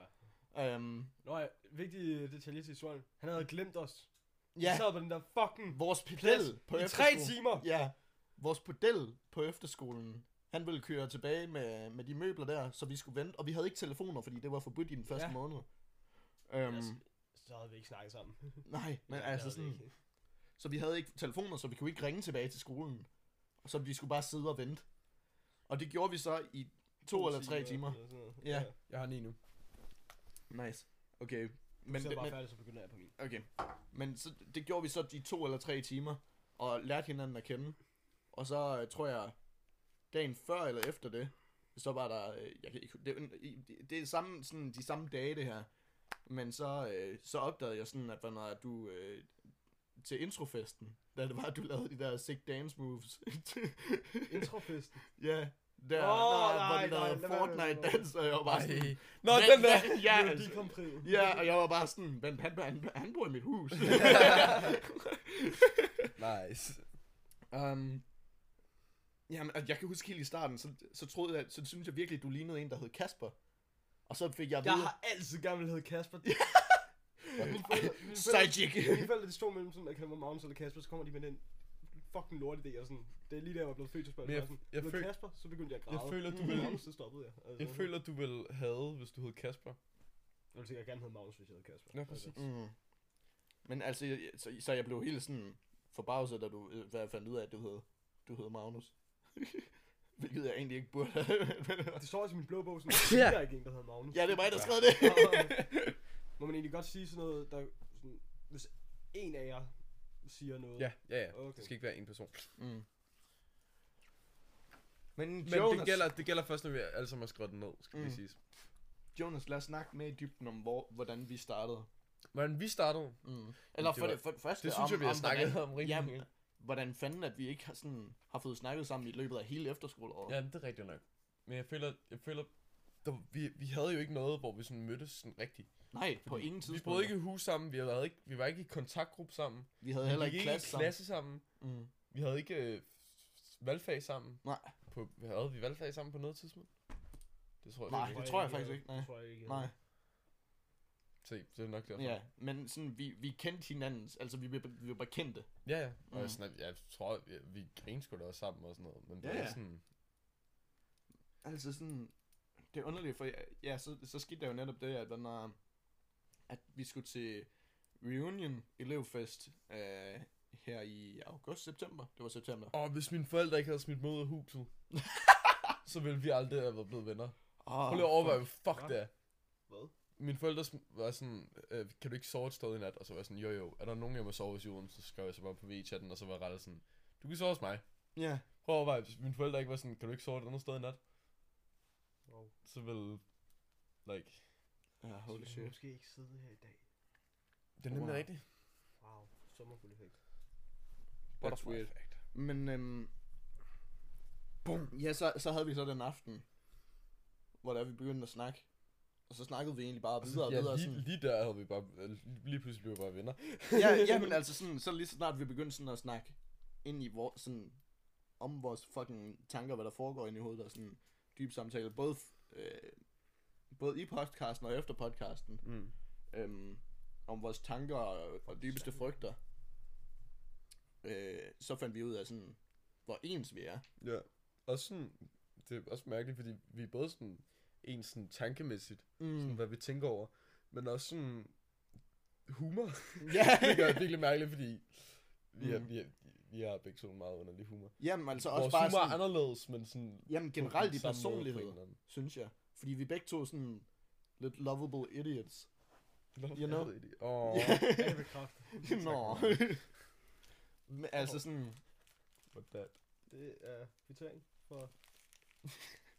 S4: ja.
S2: Um,
S4: Nå ja, vigtig øh, detalje til historien. Han havde glemt os. Vi
S2: ja,
S4: sad på den der fucking
S2: vores
S4: plads
S2: pedel på
S4: i tre
S2: efterskolen-
S4: timer.
S2: Ja, vores pedel på efterskolen, han ville køre tilbage med, med de møbler der, så vi skulle vente. Og vi havde ikke telefoner, fordi det var forbudt i den første
S4: Ja.
S2: måned. Um,
S4: Yes. Så havde vi ikke snakket sammen.
S2: Nej, men
S4: Ja, det
S2: altså
S4: havde vi
S2: sådan...
S4: ikke.
S2: Så vi havde ikke telefoner, så vi kunne ikke ringe tilbage til skolen. Og så vi skulle bare sidde og vente. Og det gjorde vi så i to, eller tre timer.
S4: sådan noget.
S2: Ja.
S3: Jeg har ni nu.
S2: Nice. Okay, Men,
S4: så
S2: det,
S4: er jeg bare
S2: men,
S4: færdig, så begynder jeg på min.
S2: okay. men så, det gjorde vi så de to eller tre timer, og lærte hinanden at kende. Og så øh, tror jeg, dagen før eller efter det, så var der, øh, jeg kan ikke, det, er jo en- i- det, det er samme, sådan, de samme dage det her, men så, øh, så opdagede jeg sådan, at hvad når du øh, til introfesten, da det var, at du lavede de der sick dance moves.
S4: Introfest.
S2: ja, der,
S4: Åh,
S2: oh, der,
S4: nej,
S2: hvor de
S4: nej,
S2: lavede
S4: lad være med det.
S2: Fortnite dans, og jeg var bare sådan,
S3: Nå,
S2: Hvad-
S3: den der.
S2: hvad- Ja,
S4: Ja, de
S2: altså.
S4: kom privet.
S2: Ja, og jeg var bare sådan, men han, han, han bor i mit hus.
S3: Nice.
S2: um, jamen, og jeg kan huske helt i starten, så, så troede jeg, så syntes jeg virkelig, du lignede en, der hed Kasper. Og så fik jeg at
S4: Jeg
S2: vide,
S4: har altid gerne vil hedde Kasper.
S2: Øh,
S4: Mine forældre- mine forældre-
S2: Sajik.
S4: Mine forældre, de stod mellem sådan, at kalde mig Magnus eller Kasper, så kommer de med den fucking lort idé, og sådan, det er lige der, jeg var blevet født, så spørger
S3: Men
S4: jeg,
S3: jeg-
S4: sådan,
S3: jeg
S4: jeg
S3: føl-
S4: følte, Kasper, så begyndte jeg at
S3: jeg
S4: græde.
S3: føler, du
S4: Mm.
S3: vil-
S4: Magnus, så stoppede jeg. Altså,
S3: Jeg føler, du vil have, hvis du hed Kasper.
S4: Jeg ville sikkert gerne hedde Magnus, hvis jeg hed Kasper. Altså,
S3: Ja, præcis.
S2: Mm. Men altså, jeg, jeg- så, så jeg blev helt sådan forbavset, da du øh, hvad jeg fandt ud af, at du hed, du hed Magnus. Hvilket jeg egentlig ikke burde have.
S4: Det står også i min blå bog, sådan, at jeg er ikke en, der hedder Magnus.
S2: ja, det var mig, der skrev det.
S4: Og- Må man egentlig godt sige sådan noget, der, sådan, hvis en af jer siger noget.
S3: Ja, ja, ja. Okay.
S4: Okay.
S3: Det skal ikke være en person.
S2: Mm. Men,
S3: Men det gælder, det gælder først, når vi alle sammen har skrevet den ned, skal mm.
S2: Mm.
S3: lige siges.
S2: Jonas, lad os snakke mere i dybden om, hvor, hvordan vi startede.
S3: Hvordan vi startede,
S2: Mm. Eller
S3: det
S2: for
S3: var-
S2: det, for det første,
S3: det synes jeg, vi har snakket
S2: hvordan,
S3: om rigtig
S2: jamen,
S3: meget.
S2: hvordan fanden, at vi ikke har, sådan, har fået snakket sammen i løbet af hele efterskoleåret.
S3: Ja, det er rigtigt nok. Men jeg føler, jeg føler der, vi, vi havde jo ikke noget, hvor vi sådan mødtes sådan rigtigt.
S2: Nej, på ingen
S3: Vi
S2: tidspunkt.
S3: boede ikke i hus sammen, vi, havde ikke, vi var ikke i kontaktgruppe sammen.
S2: vi havde
S3: Vi
S2: heller
S3: gik
S2: ikke klasse
S3: i klasse sammen.
S2: sammen. Mm.
S3: Vi havde ikke øh, valgfag sammen.
S2: Nej.
S3: På, havde vi valgfag sammen på noget tidspunkt? Det tror jeg
S2: Nej.
S3: ikke.
S2: det tror jeg
S4: ikke,
S2: faktisk ikke, nej.
S4: Det tror jeg ikke.
S2: Nej,
S3: Se, det er nok derfor.
S2: ja. Men sådan, vi, vi kendte hinandens, altså vi, blev- vi var bare kendte.
S3: Ja, ja. Og
S2: Mm.
S3: mm. sådan, at jeg tror, at vi, vi grinede sgu da også sammen og sådan noget. Men det
S2: Ja,
S3: ja, ja.
S2: ja.
S3: er sådan...
S2: Altså sådan, det er underligt, for ja, så, så skete der jo netop det, at, når, at vi skulle til reunion elevfest øh, her i august-september. Det var september.
S3: Åh, hvis mine forældre ikke havde smidt mig ud af huset, så ville vi aldrig have været blevet venner.
S2: Oh,
S3: Prøv lige at overveje, hvor fuck
S4: Nå.
S3: det er.
S4: Hvad?
S3: Mine forældre sm- var sådan, øh, kan du ikke sove et sted i nat? Og så var jeg sådan, jo jo, er der nogen, jeg må sove hos i Odense? Så skrev jeg så bare på V-chatten, og så var Rette sådan, du kan sove hos mig.
S2: Ja,
S3: Prøv at overveje, hvis mine forældre ikke var sådan, kan du ikke sove et andet sted i nat?
S4: Wow.
S3: Så ville, like,
S2: ja holy
S4: Så jeg
S2: shit.
S4: måske ikke sidde her i dag.
S3: det er nemlig
S2: Wow.
S3: wow. rigtigt.
S4: Wow, sommerfugleffekt.
S2: That's weird. Men øhm, boom. Ja, så, så havde vi så den aften, hvor der vi begyndte at snakke. Og så snakkede vi egentlig bare videre og
S3: ja,
S2: videre.
S3: lige,
S2: Sådan,
S3: lige der havde vi bare, øh, lige pludselig blev vi bare venner.
S2: ja, ja, men altså sådan, så lige så snart vi begyndte sådan at snakke ind i vores, sådan, om vores fucking tanker, hvad der foregår inde i hovedet, og sådan dyb samtale, både, f- øh, både i podcasten og efter podcasten,
S3: Mm.
S2: øhm, om vores tanker og, og dybeste frygter, øh, så fandt vi ud af sådan, hvor ens vi er.
S3: Ja. Også sådan, det er også mærkeligt, fordi vi er både sådan, en sådan tankemæssigt, mm. sådan, hvad vi tænker over, men også sådan humor.
S2: Ja.
S3: det gør det virkelig mærkeligt, fordi vi, er,
S2: Mm.
S3: vi, er, vi har begge to en meget underlig humor.
S2: Jamen altså også
S3: Vores
S2: bare
S3: humor er
S2: sådan,
S3: anderledes, men sådan... på
S2: jamen
S3: den
S2: generelt i
S3: samme måde på en
S2: personlighed,
S3: eller anden.
S2: synes jeg. Fordi vi er begge to sådan lidt lovable idiots.
S3: Nå,
S2: You know?
S3: jeg ved det ikke. Åh,
S4: Jeg kan bekræfte.
S2: Nå. Men altså sådan,
S3: what that.
S4: Det er kvittering for...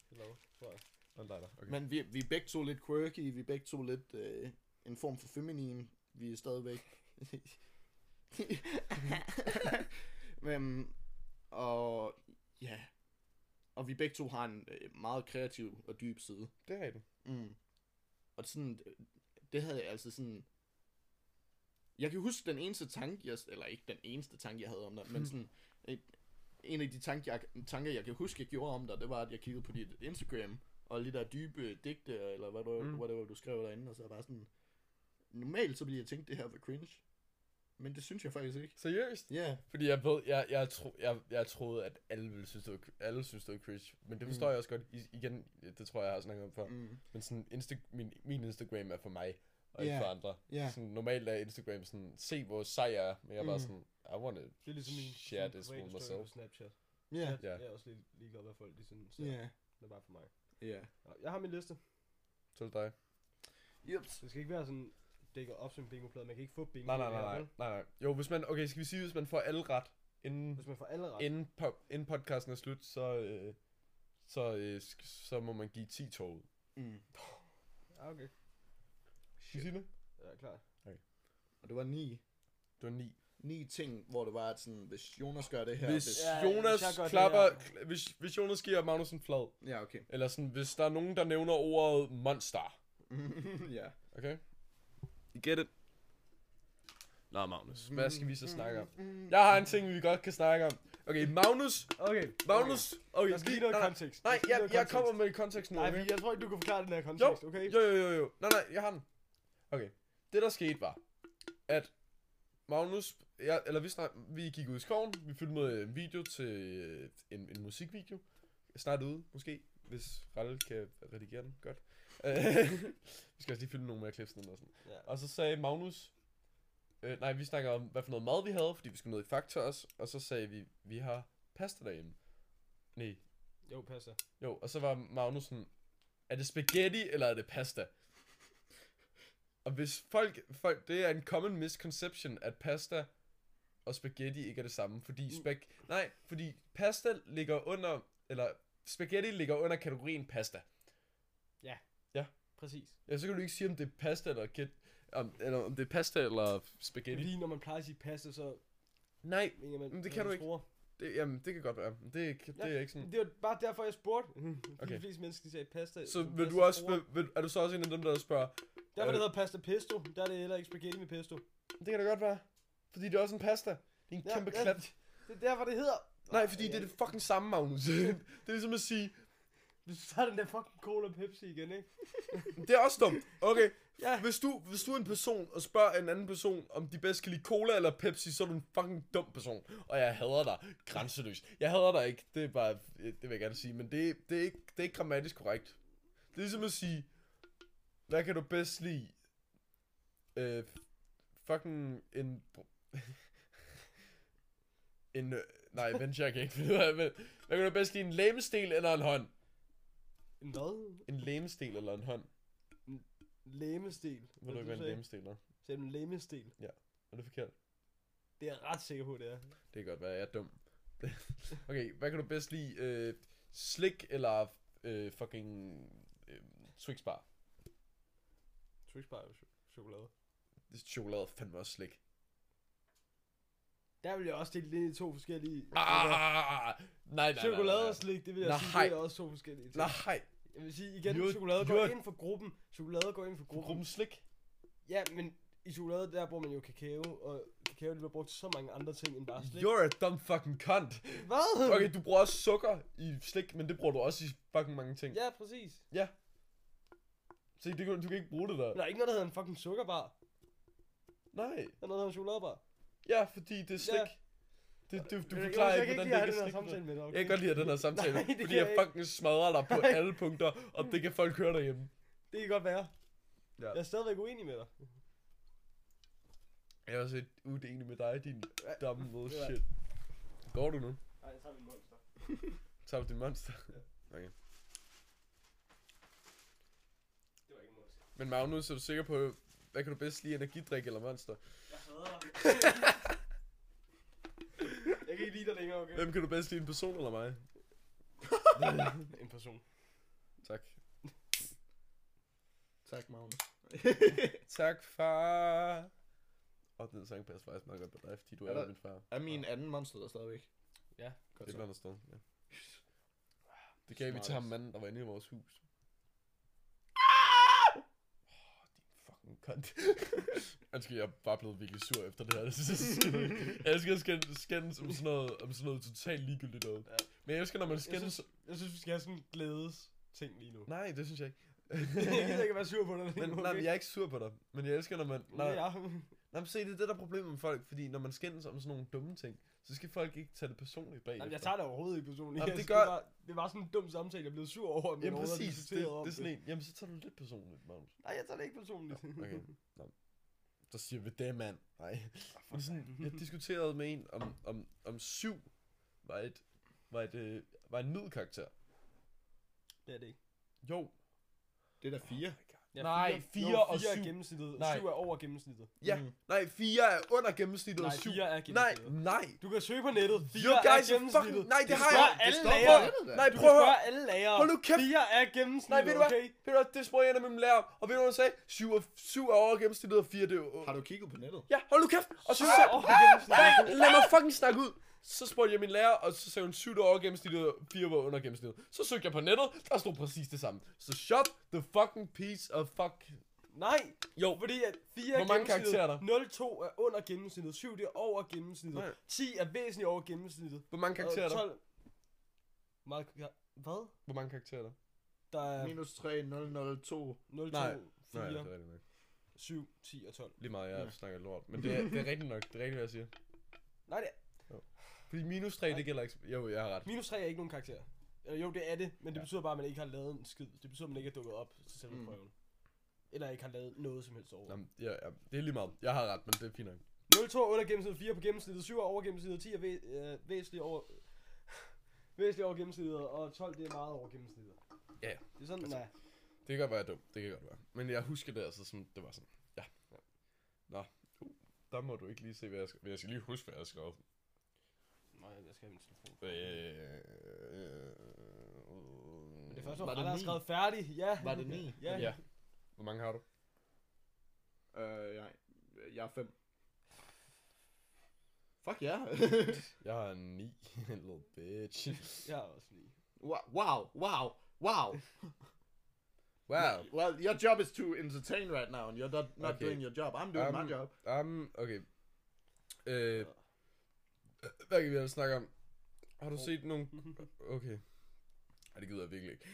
S4: Hello, tror jeg.
S3: Og dig der. Okay.
S2: men vi, vi er begge to lidt quirky, vi er begge to lidt øh, en form for feminine. Vi er stadigvæk. Men, og ja, og vi begge to har en øh, meget kreativ og dyb side.
S3: det er rigtigt.
S2: Mm. Og sådan, det- det havde jeg altså sådan... Jeg kan huske den eneste tanke, jeg, eller ikke den eneste tanke, jeg havde om dig, men sådan, et, en af de tanker jeg, tanker, jeg kan huske, jeg gjorde om dig, det var, at jeg kiggede på dit Instagram, og lige der dybe digte, eller hvad, du, mm.
S3: Mm.
S2: hvad det var, du skrev derinde, og så var jeg sådan, normalt så ville jeg tænke, det her var cringe, men det synes jeg faktisk ikke.
S3: Seriøst?
S2: Ja, yeah.
S3: Fordi jeg ved, jeg, jeg, tro, jeg, jeg troede, at alle ville synes, det var, alle synes, det var cringe. Men det forstår
S2: Mm.
S3: jeg også godt. I, igen, det tror jeg, jeg har snakket om før.
S2: mm.
S3: Men sådan, Insta- min, min Instagram er for mig, og ikke
S2: Ja,
S3: for andre.
S2: ja.
S3: Sådan, normalt er Instagram sådan, se hvor sej jeg er, men jeg er bare
S2: Mm.
S3: sådan, I want it.
S4: Det er ligesom min
S3: Share
S4: sådan
S3: this
S4: private
S3: with
S4: story på
S3: myself.
S4: Snapchat.
S2: ja,
S3: Ja.
S4: Jeg er også lige, lige godt, hvad folk de synes. Ja.
S2: ja,
S4: Det er bare for mig.
S2: ja.
S4: Nå, Jeg har min liste.
S3: Så er det dig.
S2: Jups.
S4: Det skal ikke være sådan dækker op som en bingoplade. Man kan ikke få bingo
S3: Nej, nej, nej,
S4: her,
S3: nej,
S4: vel?
S3: nej, nej. Jo, hvis man, okay, skal vi sige, hvis man får alle ret, inden,
S4: Hvis man får alle ret.
S3: inden, po- inden podcasten er slut, så, øh, så, øh, sk- så må man give 10 tog ud.
S2: Mm.
S4: Ja, Ah, okay.
S3: Skal vi sige det?
S4: Ja, klart.
S6: Og det var ni,
S3: Det var 9.
S6: ni ting, hvor det var, at sådan, hvis Jonas gør det her...
S3: Hvis
S6: det,
S4: Ja,
S3: Jonas
S4: hvis jeg gør det
S3: klapper,
S4: her.
S3: kl- hvis, hvis Jonas giver Magnus en flad,
S6: ja, okay.
S3: eller sådan, hvis der er nogen, der nævner ordet monster,
S6: ja.
S3: okay?
S5: You get it? Nå, Magnus.
S3: Hvad skal vi så snakke om? Jeg har en ting, vi godt kan snakke om. Okay, Magnus,
S4: Okay.
S3: Magnus, okay,
S4: Der skal lige
S3: lige-
S4: noget
S3: nej, nej,
S4: kontekst. Der
S3: nej,
S4: skal lige
S3: jeg,
S4: noget
S3: jeg
S4: kontekst.
S3: kommer med kontekst nu,
S4: Nej,
S3: okay?
S4: fordi jeg tror ikke, du kan forklare den her kontekst, okay?
S3: Jo, jo, jo, jo. Nej, nej, jeg har den. Okay. Det, der skete, var, at Magnus... Jeg, eller vi, snak, vi gik ud i skoven. Vi filmede en video til øh, en, en musikvideo. Snart ude, måske. Hvis Ralle kan redigere den. Godt. Øh, vi skal også lige filme nogle mere klips ned og sådan.
S4: Ja.
S3: Og så sagde Magnus... Øh, nej, vi snakker om, hvad for noget mad vi havde, fordi vi skulle ned i Factors. Og så sagde vi, vi har pasta derhjemme. Nej,
S4: Jo, passer.
S3: jo, og så var Magnusen, er det spaghetti, eller er det pasta? Og hvis folk, folk, det er en common misconception, at pasta og spaghetti ikke er det samme, fordi spag... Nej, fordi pasta ligger under, eller spaghetti ligger under kategorien pasta.
S4: Præcis.
S3: Ja, så kan du ikke sige, om det er pasta eller kæt, om, eller om det er pasta eller spaghetti.
S4: Fordi når man plejer at sige pasta, så
S3: Nej,
S4: mener man... øh,
S3: Men det
S4: man
S3: kan du ikke.
S4: tror.
S3: det, jamen, det kan godt være. men Det, er- det er ikke sådan.
S4: Det var bare derfor, jeg spurgte. Okay.
S3: Okay.
S4: De fleste mennesker de sagde pasta.
S3: Så
S4: som
S3: vil du
S4: pasta
S3: også,
S4: bruger.
S3: vil, vil, er du så også en af dem, der spørger,
S4: Derfor
S3: Øh.
S4: det hedder pasta pesto. Der er det heller ikke spaghetti med pesto.
S3: det kan da godt være, fordi det er også en pasta. Det er en
S4: Ja,
S3: kæmpe
S4: ja.
S3: klat.
S4: Det er derfor, det hedder.
S3: Nej, fordi det er det fucking samme, Magnus. det er ligesom at sige,
S4: Så er den der fucking cola og Pepsi igen, ikke?
S3: det er også dumt. Okay,
S4: Ja.
S3: hvis du, hvis du er en person og spørger en anden person, om de bedst kan lide cola eller Pepsi, så er du en fucking dum person. Og jeg hader dig grænseløst. Jeg hader dig ikke, det er bare, det vil jeg gerne sige, men det, det, er, ikke, det er ikke grammatisk korrekt. Det er ligesom at sige, hvad kan du bedst lide? Øh, fucking en... br- en... øh, Nej, vent, jeg kan ikke finde ud af, men... Hvad kan du bedst lide, en læmestel eller en hånd?
S4: En hvad?
S3: En læmestel eller en hånd?
S4: En Læmestil.
S3: Ved du ikke, hvad en læmestel er?
S4: Sagde du en læmestil?
S3: Er det forkert?
S4: Det er jeg ret sikker på, det er.
S3: Det kan godt være, jeg er dum. okay, hvad kan du bedst lide? Øh, slik eller øh, fucking øh, Twix bar?
S4: Twix bar er jo cho- chokolade.
S3: Chokolade er fandme også slik.
S4: Der vil jeg også dele det ind i to forskellige...
S3: Ah, nej, nej, nej,
S4: Chokolade
S3: nej,
S4: og slik, det vil jeg
S3: Nej.
S4: sige, det er også to forskellige ting.
S3: nej. Nej,
S4: Jeg vil sige igen,
S3: Jo,
S4: chokolade
S3: jo.
S4: går ind for gruppen. Chokolade går ind for gruppen.
S3: gruppen slik.
S4: Ja, men i chokolade, der bruger man jo kakao, og kakao, det bliver brugt til så mange andre ting end bare Ah, slik.
S3: You're a dumb fucking cunt.
S4: Hvad?
S3: Okay, du bruger også sukker i slik, men det bruger du også i fucking mange ting.
S4: Ja, præcis.
S3: Se, det, kan- du kan ikke bruge det der.
S4: Men der er ikke noget, der hedder en fucking sukkerbar.
S3: Nej.
S4: Der er noget, der hedder en chokoladebar.
S3: Ja, fordi det er slik.
S4: Ja.
S3: Det, du, du
S4: Jeg-
S3: forklarer
S4: jeg
S3: ikke,
S4: kan
S3: hvordan
S4: lide at
S3: det ikke
S4: have
S3: er
S4: den
S3: slik.
S4: her
S3: med.
S4: samtale med dig, okay?
S3: Jeg kan godt lide at den her samtale,
S4: Nej, det
S3: fordi
S4: kan
S3: jeg
S4: jeg ikke.
S3: fucking smadrer dig på alle punkter, og det kan folk høre derhjemme.
S4: Det kan godt være.
S3: Ja.
S4: Jeg er stadigvæk uenig med dig.
S3: Jeg er også lidt uenig med dig, din dumme måde
S4: Ja.
S3: shit. Går du nu?
S4: Nej, jeg tager min monster.
S3: Tager du din monster? Okay.
S4: Det var ikke en monster.
S3: Men Magnus, er du sikker på, hvad kan du bedst lide, energidrik eller monster?
S4: Jeg hader dig. jeg kan ikke lide dig længere, okay?
S3: Hvem kan du bedst lide, en person eller mig?
S4: En person.
S3: Tak.
S6: Tak, Magnus.
S3: Tak, far. Og den sang passer faktisk meget godt på dig, fordi du
S6: Er
S3: er,
S6: der-
S3: min far.
S6: Er min anden monster der stadigvæk?
S4: Ja,
S6: godt
S3: Det
S6: så.
S3: er andet sted, ja. Det gav vi til ham manden, der var inde i vores hus. Åh, din fucking cunt. Undskyld, jeg er bare blevet virkelig sur efter det her. Det synes jeg er skændende. Jeg elsker at skændes, skændes om sådan noget, om sådan noget totalt ligegyldigt noget.
S4: Ja.
S3: Men jeg elsker, når man
S4: Jeg
S3: skændes...
S4: synes, jeg synes, vi skal have sådan en glædes ting lige nu.
S3: Nej, det synes jeg ikke.
S4: jeg gider ikke være sur på dig lige
S3: men,
S4: nu, okay?
S3: nej, men jeg er ikke sur på dig. Men jeg elsker, når man...
S4: Nej.
S3: Nej,
S4: Ja.
S3: nej men se, det er det, der er problemet med folk. Fordi når man skændes om sådan nogle dumme ting, så skal folk ikke tage det personligt bag.
S4: Jamen, jeg tager det overhovedet ikke personligt.
S3: Jamen,
S4: Jeg
S3: det
S4: synes,
S3: gør-
S4: Det var, det var sådan en dum samtale, jeg blev sur over, at man
S3: Jamen
S4: overhovedet
S3: præcis, det,
S4: diskuterede om
S3: det er sådan en. Jamen så tager du det lidt personligt, Magnus.
S4: Nej, jeg tager det ikke personligt.
S3: Okay. Nå. Så siger vi det, mand. Nej.
S4: Ah,
S3: Men sådan, jeg diskuterede med en om, om, om syv var et, var et, øh, var en middelkarakter.
S4: det er det ikke.
S3: Jo.
S6: Det er da fire.
S3: Oh my God.
S4: Ja,
S2: Nej,
S4: fire-
S2: fire
S4: jo,
S2: og
S4: fire er
S2: syv.
S4: gennemsnittet, og
S2: Nej.
S4: syv er over gennemsnittet.
S2: Ja.
S3: Nej, 4 er under gennemsnittet. og
S4: Mm. Nej,
S3: syv-
S4: fire er
S3: Nej,
S4: gennemsnittet.
S3: nej.
S4: Du kan søge på nettet. Fire
S3: You guys
S4: er
S3: are
S4: gennemsnittet.
S3: fucking... Nej, det, har
S4: står
S3: jeg.
S4: alle
S3: står på
S4: lærere.
S3: nettet, da. Nej,
S4: Du
S3: prøv at
S4: kan
S3: høre.
S4: spørge alle lærere.
S3: Hold nu kæft.
S4: Fire er gennemsnittet,
S3: Nej, ved du hvad?
S4: okay?
S3: Ved du hvad, det spurgte jeg en af mine lærere. Og ved du hvad, hun sagde? 7 er, 7 er over gennemsnittet, og 4 det er...
S6: Har du kigget på nettet?
S3: Ja, hold nu kæft. Og så,
S4: Syv er
S3: så,
S4: over gennemsnittet.
S3: lad mig fucking snakke ud. Så spurgte jeg min lærer, og så sagde hun 7 over gennemsnittet, og 4 var under gennemsnittet. Så søgte jeg på nettet, der stod præcis det samme. Så shut the fucking piece of fuck.
S4: Nej,
S3: Jo,
S4: fordi at fire er
S3: Hvor mange
S4: gennemsnittet.
S3: karakterer er der?
S4: 0,2 er under gennemsnittet. 7 det er over gennemsnittet.
S3: Nej.
S4: 10 er væsentligt over gennemsnittet.
S3: hvor mange karakterer er
S4: Øh,
S3: der?
S4: Meget, ja, hvad?
S3: Hvor mange karakterer er der?
S4: Der er
S6: Minus 3, 0, 0, 2.
S4: 0, 2,
S3: Nej.
S4: 4,
S3: er rigtigt nok.
S4: 7, 10 og 12.
S3: Lige meget, jeg
S6: Ja.
S3: snakker lort. Men det er, det er rigtigt nok. Det er rigtigt, hvad jeg siger.
S4: Nej, det er,
S3: Fordi minus 3, det gælder ikke. Jo, jeg har ret.
S4: minus 3 er ikke nogen karakter. Eller jo, det er det, men det betyder bare, at man ikke har lavet en skid. Det betyder, at man ikke er dukket op til selve
S6: Mm.
S4: prøven. Eller ikke har lavet noget som helst over.
S3: Jamen, ja, ja, det er lige meget. Jeg har ret, men det er fint nok.
S4: 0,2 under gennemsnittet, 4 på gennemsnittet, 7 er over gennemsnittet, 10 er væ- øh, væsentligt over... væsentligt over gennemsnittet, og 12 det er meget over gennemsnittet.
S3: Ja, ja.
S4: Det er sådan, nej.
S3: Det kan godt være, jeg er dum. Det kan godt være. Men jeg husker det altså, som det var sådan. Ja. Nå. Uh, der må du ikke lige se, hvad jeg skal... Men jeg skal lige huske, hvad jeg skrev.
S4: Nej, jeg skal have min telefon.
S3: Øh,
S4: Men
S3: øh,
S4: det første
S6: Var
S4: var,
S6: det
S4: der er
S6: ni?
S4: skrevet færdig, ja.
S6: Var det ni?
S4: Ja.
S3: Ja. Hvor mange har du?
S6: Øh, jeg, jeg er 5. Fuck ja.
S3: Jeg har ni. Little bitch.
S4: Jeg er også lige.
S6: Wow, wow, wow, wow.
S3: Wow.
S6: Well, your job is to entertain right now, and you're not, not
S3: Okay.
S6: doing your job. I'm doing
S3: Um,
S6: my job.
S3: Um, okay. Øh, hvad kan vi ellers snakke om? Har du set nogle... Okay. Ej, det gider jeg virkelig ikke.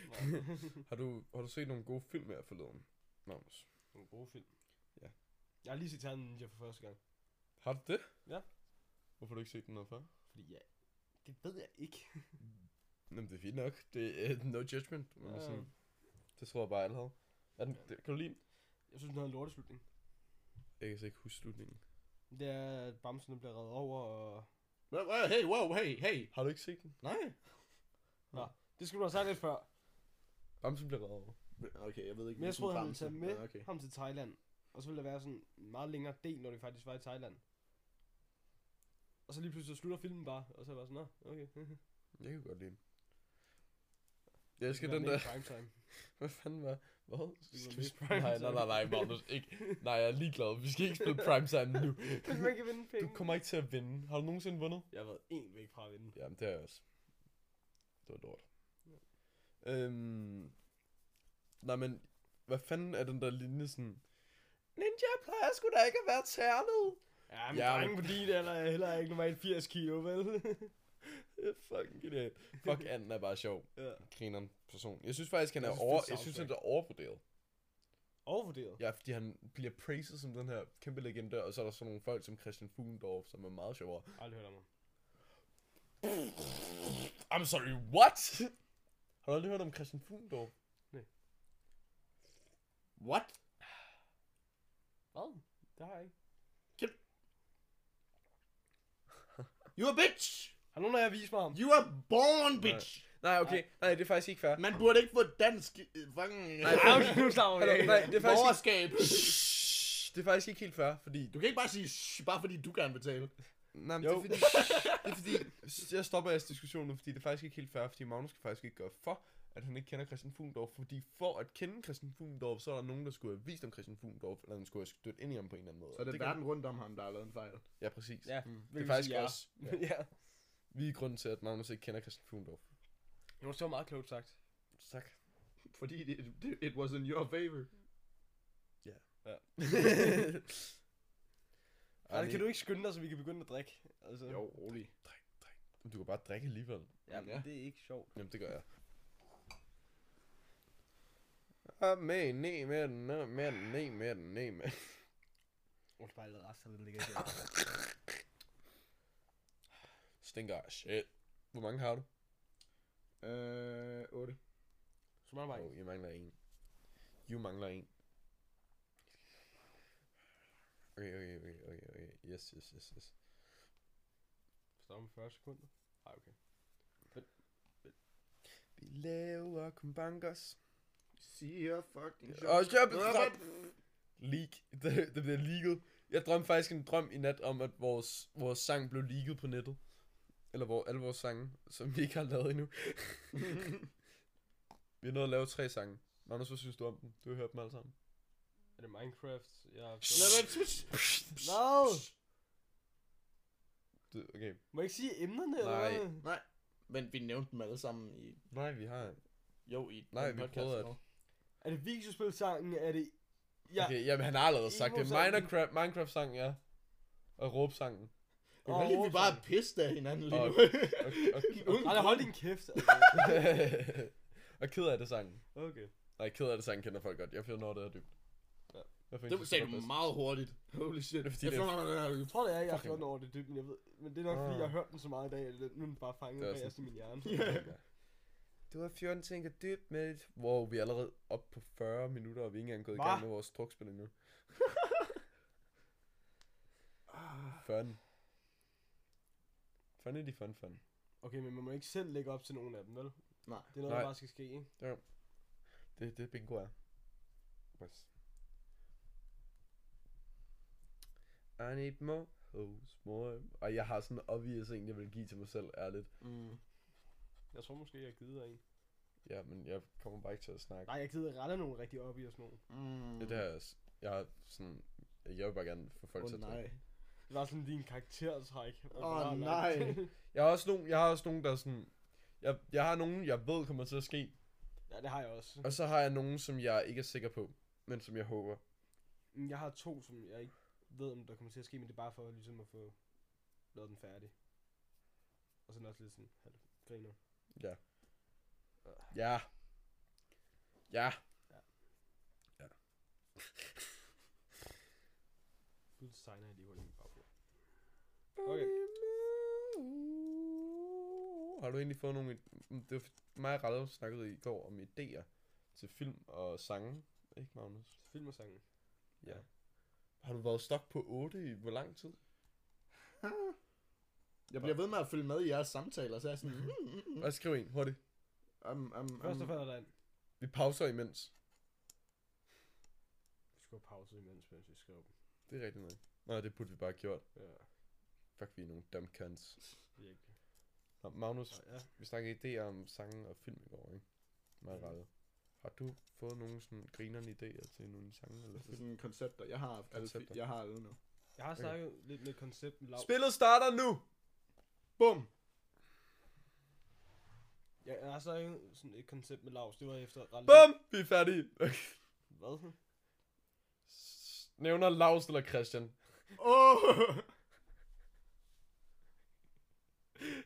S3: har, du, har du set nogle gode film her forleden, Magnus?
S4: Nogle gode film.
S3: Ja.
S4: Jeg har lige set Ternen Ninja for første gang.
S3: Har du det?
S4: Ja.
S3: Hvorfor har du ikke set den noget før?
S4: Fordi jeg... Det ved jeg ikke.
S3: Jamen, det er fint nok. Det er uh, no judgment. Men
S4: Ja.
S3: ja. sådan, det tror jeg bare, alle havde. Er den, det, kan du lide den?
S4: Jeg synes, den havde en lorteslutning.
S3: Jeg kan så ikke huske slutningen.
S4: Det er, at Bamsen den bliver reddet over, og...
S6: Well, well, hey, whoa, hey, hey.
S3: Har du ikke set den?
S6: Nej.
S4: Det skulle du have sagt lidt før.
S3: Bamsen bliver reddet over.
S6: Okay, jeg ved ikke,
S4: Men jeg
S3: Ligesom
S6: hvilken
S4: troede, han ville
S6: bamse.
S4: tage med
S6: Ja, okay.
S4: ham til Thailand. Og så ville der være sådan en meget længere del, når de faktisk var i Thailand. Og så lige pludselig så slutter filmen bare, og så er jeg bare sådan, nå, okay.
S3: Jeg kan godt lide den. Jeg elsker
S4: Det var
S3: den
S4: med
S3: der...
S4: i prime time.
S3: Hvad fanden var... Hvad?
S4: Det var
S3: Skal vi
S4: lidt
S3: spille- Nej, nej, nej, nej, Magnus. Ikke. Nej, jeg er ligeglad. Vi skal ikke spille primetime nu.
S4: Du kan ikke vinde penge.
S3: Du kommer ikke til at vinde. Har du nogensinde vundet?
S4: Jeg har været en væk fra at vinde.
S3: Jamen, det har jeg også. Det var dårligt. Øhm... Nej, men... Hvad fanden er den der linje sådan... Ninja plejer sgu da ikke at være ternet.
S4: Ja, men
S3: Ja,
S4: ja,
S3: men-
S4: drenge på din alder er heller ikke normalt 80 kilo, vel?
S3: Det er fucking genialt. Fuck, anden er bare sjov.
S4: ja.
S3: Grineren person. Jeg synes faktisk, han
S6: Jeg
S3: er,
S6: synes, det
S3: over...
S6: er
S3: Jeg synes, han
S6: soundtrack.
S3: er overvurderet.
S4: Overvurderet.
S3: Ja, fordi han bliver praised som den her kæmpe legende, og så er der sådan nogle folk som Christian Fugendorf, som er meget sjovere.
S4: Aldrig hørt om ham.
S3: I'm sorry, what? Har du aldrig hørt om Christian Fugendorf?
S6: What?
S4: Hvad? Det har jeg ikke.
S6: You a bitch!
S4: Har nogen af jer vist mig ham?
S6: You are born bitch!
S3: Nej, okay. Nej, det er faktisk ikke fair.
S6: Man burde ikke få dansk øh, fucking
S3: Nej,
S4: Ja, okay, nu slapper vi
S3: Hallo,
S4: af.
S3: nej, det er faktisk
S6: borgerskab.
S3: ikke, Shh, det er faktisk ikke helt fair, fordi...
S6: Du kan ikke bare sige shh, bare fordi du gerne vil tale.
S3: Nej, men det er
S6: Jo.
S3: fordi, det er fordi... Jeg stopper jeres diskussion nu, fordi det er faktisk ikke helt fair, fordi Magnus kan faktisk ikke gøre for, at han ikke kender Christian Fugendorf, fordi for at kende Christian Fugendorf, så er der nogen, der skulle have vist om Christian Fugendorf, eller han skulle have stødt ind i ham på en eller anden måde.
S6: Så er det,
S3: det
S6: det
S3: kan-
S6: verden rundt om ham, der har lavet en fejl.
S3: Ja, præcis.
S4: Ja,
S3: Det er faktisk
S4: ja.
S3: os. Ja.
S4: ja.
S3: Vi er grunden til, at Magnus ikke kender Christian Fugendorf.
S4: Jo, det var meget klogt sagt.
S3: Tak.
S6: Fordi det, det, it was in your favor.
S4: Ej, det Altså, kan du ikke skynde dig, så vi kan begynde at drikke? Altså,
S6: Jo, rolig.
S3: Du kan bare drikke alligevel.
S4: Ja, men
S6: Ja.
S4: det er ikke sjovt.
S3: Jamen, det gør jeg. Ah, med, nej, med den, nej, med den, nej, med den, nej, med den.
S4: Jeg skal bare lade resten af det ligge
S3: Stinker af shit. Hvor mange har du?
S6: Øh, 8.
S4: Så meget bare
S3: Oh, jeg mangler en. You mangler en. Okay, okay, okay, okay, okay. Yes, yes, yes, yes.
S4: Stop om 40 sekunder. Ej, okay.
S3: Vi laver kumbankers.
S6: See her fucking shit.
S3: Og så Leak. Det, det bliver leaget. Jeg drømte faktisk en drøm i nat om, at vores, vores sang blev leaget på nettet. Eller hvor alle vores sange, som vi ikke har lavet endnu. vi er nået at lave tre sange. Magnus, hvad synes du om dem? Du har hørt dem alle sammen.
S4: Er det Minecraft? Jeg har...
S3: No.
S4: Hvad?
S3: Okay.
S4: Må jeg ikke sige emnerne?
S2: Nej.
S4: Eller? hvad?
S2: Men vi nævnte dem alle sammen i...
S3: Nej, vi har...
S2: Jo, i
S3: Nej,
S2: den
S3: vi
S2: podcast
S3: prøvede at-
S2: og-
S4: Er det videospilsangen? Er det... Ja.
S3: Ja. Okay, jamen han har allerede sagt det.
S4: Emo-sangen.
S3: Minecraft, Minecraft-sangen, ja. Og råbsangen.
S2: Det er lige, vi bare er pisse af hinanden lige nu.
S3: Og- Og, og,
S4: Nej, hold din kæft. altså.
S3: og ked af det sangen.
S4: Okay.
S3: Nej, ked af det sangen kender folk godt. Jeg finder noget, det er dybt.
S4: Ja.
S3: Jeg finder,
S2: Det sagde du meget hurtigt. Holy shit.
S3: Det er fordi,
S2: Jeg
S3: det er-
S2: tror, det er...
S4: Jeg tror, det er, jeg har
S3: Fucking-
S4: flot over det dybt, men jeg ved... Men det er nok, fordi
S3: Ah.
S4: jeg har hørt den så meget i dag, at det- nu er den bare fanget
S3: Det er også
S4: bagerst i min hjerne.
S3: Du har 14 ting at dybt med et... Wow, vi er allerede oppe på 40 minutter, og vi er ikke engang gået i
S4: Hva?
S3: gang med vores drukspil endnu.
S4: Ah.
S3: fun. Fun er de fun fun.
S4: Okay, men man må ikke selv lægge op til nogen af dem, vel?
S2: Nej.
S4: Det er noget, der
S3: Nej.
S4: bare skal ske, ikke?
S3: Det er det, bingo er. Yes. I need more hoes, more... Og jeg har sådan en obvious en, jeg vil give til mig selv, ærligt.
S2: Mm.
S4: Jeg tror måske, jeg gider en.
S3: Ja, men jeg kommer bare ikke til at snakke.
S4: Nej, jeg gider rette nogen rigtig op i og sådan noget.
S2: Mm.
S3: Ja, det har jeg også. Jeg har sådan... Jeg vil bare gerne få folk
S2: Åh
S3: til at
S2: nej.
S3: drikke.
S4: Det var sådan din karaktertræk.
S2: Åh, nej.
S3: Jeg har også nogen, jeg har også nogen der er sådan... Jeg, jeg har nogen, jeg ved kommer til at ske.
S4: ja, det har jeg også.
S3: Og så har jeg nogen, som jeg ikke er sikker på. Men som jeg håber.
S4: Mm, Jeg har to, som jeg ikke ved, om der kommer til at ske, men det er bare for ligesom at få lavet den færdig. Og sådan også lidt sådan, halv griner.
S3: Ja. Ja. Ja.
S4: Du designer jeg lige hurtigt min baggrund. Okay.
S3: Har du egentlig fået nogle... id- Det var mig og Rallo snakkede i går om idéer til film og sange. Ikke, Magnus?
S4: Film og sangen.
S3: Ja. Har du været stok på 8 i hvor lang tid?
S2: Jeg bliver ved med at følge med i jeres samtaler, så jeg er sådan... Mm, mm, mm.
S3: Hvad skriv en hurtigt?
S6: Um, um,
S4: Mm. Først og
S6: um,
S4: fremmest er der en.
S3: Vi pauser imens.
S4: Vi skulle have pause imens, mens vi skrev dem.
S3: Det er rigtigt nok. Nej, det burde vi bare have gjort.
S4: Ja,
S3: Fuck, vi er nogle dumb cunts.
S4: virkelig.
S3: Nå,
S4: Så,
S3: Magnus,
S4: ja.
S3: vi snakkede idéer om sange og film i går, ikke? Meget
S4: Mhm.
S3: rettet. Har du fået nogle sådan grinerende idéer til nogle sange eller
S2: altså
S3: film?
S6: sådan koncepter. Jeg har alle,
S3: Koncepter.
S6: jeg har alle nu.
S4: Jeg har snakket lidt med koncepten lav. Altså-
S3: Spillet starter nu! Bum!
S4: Ja, jeg har snakket sådan et koncept med Lars. Det var efter ret
S3: Bum! Vi er færdige.
S4: Hvad?
S3: S- Nævner Lars eller Christian.
S6: Åh!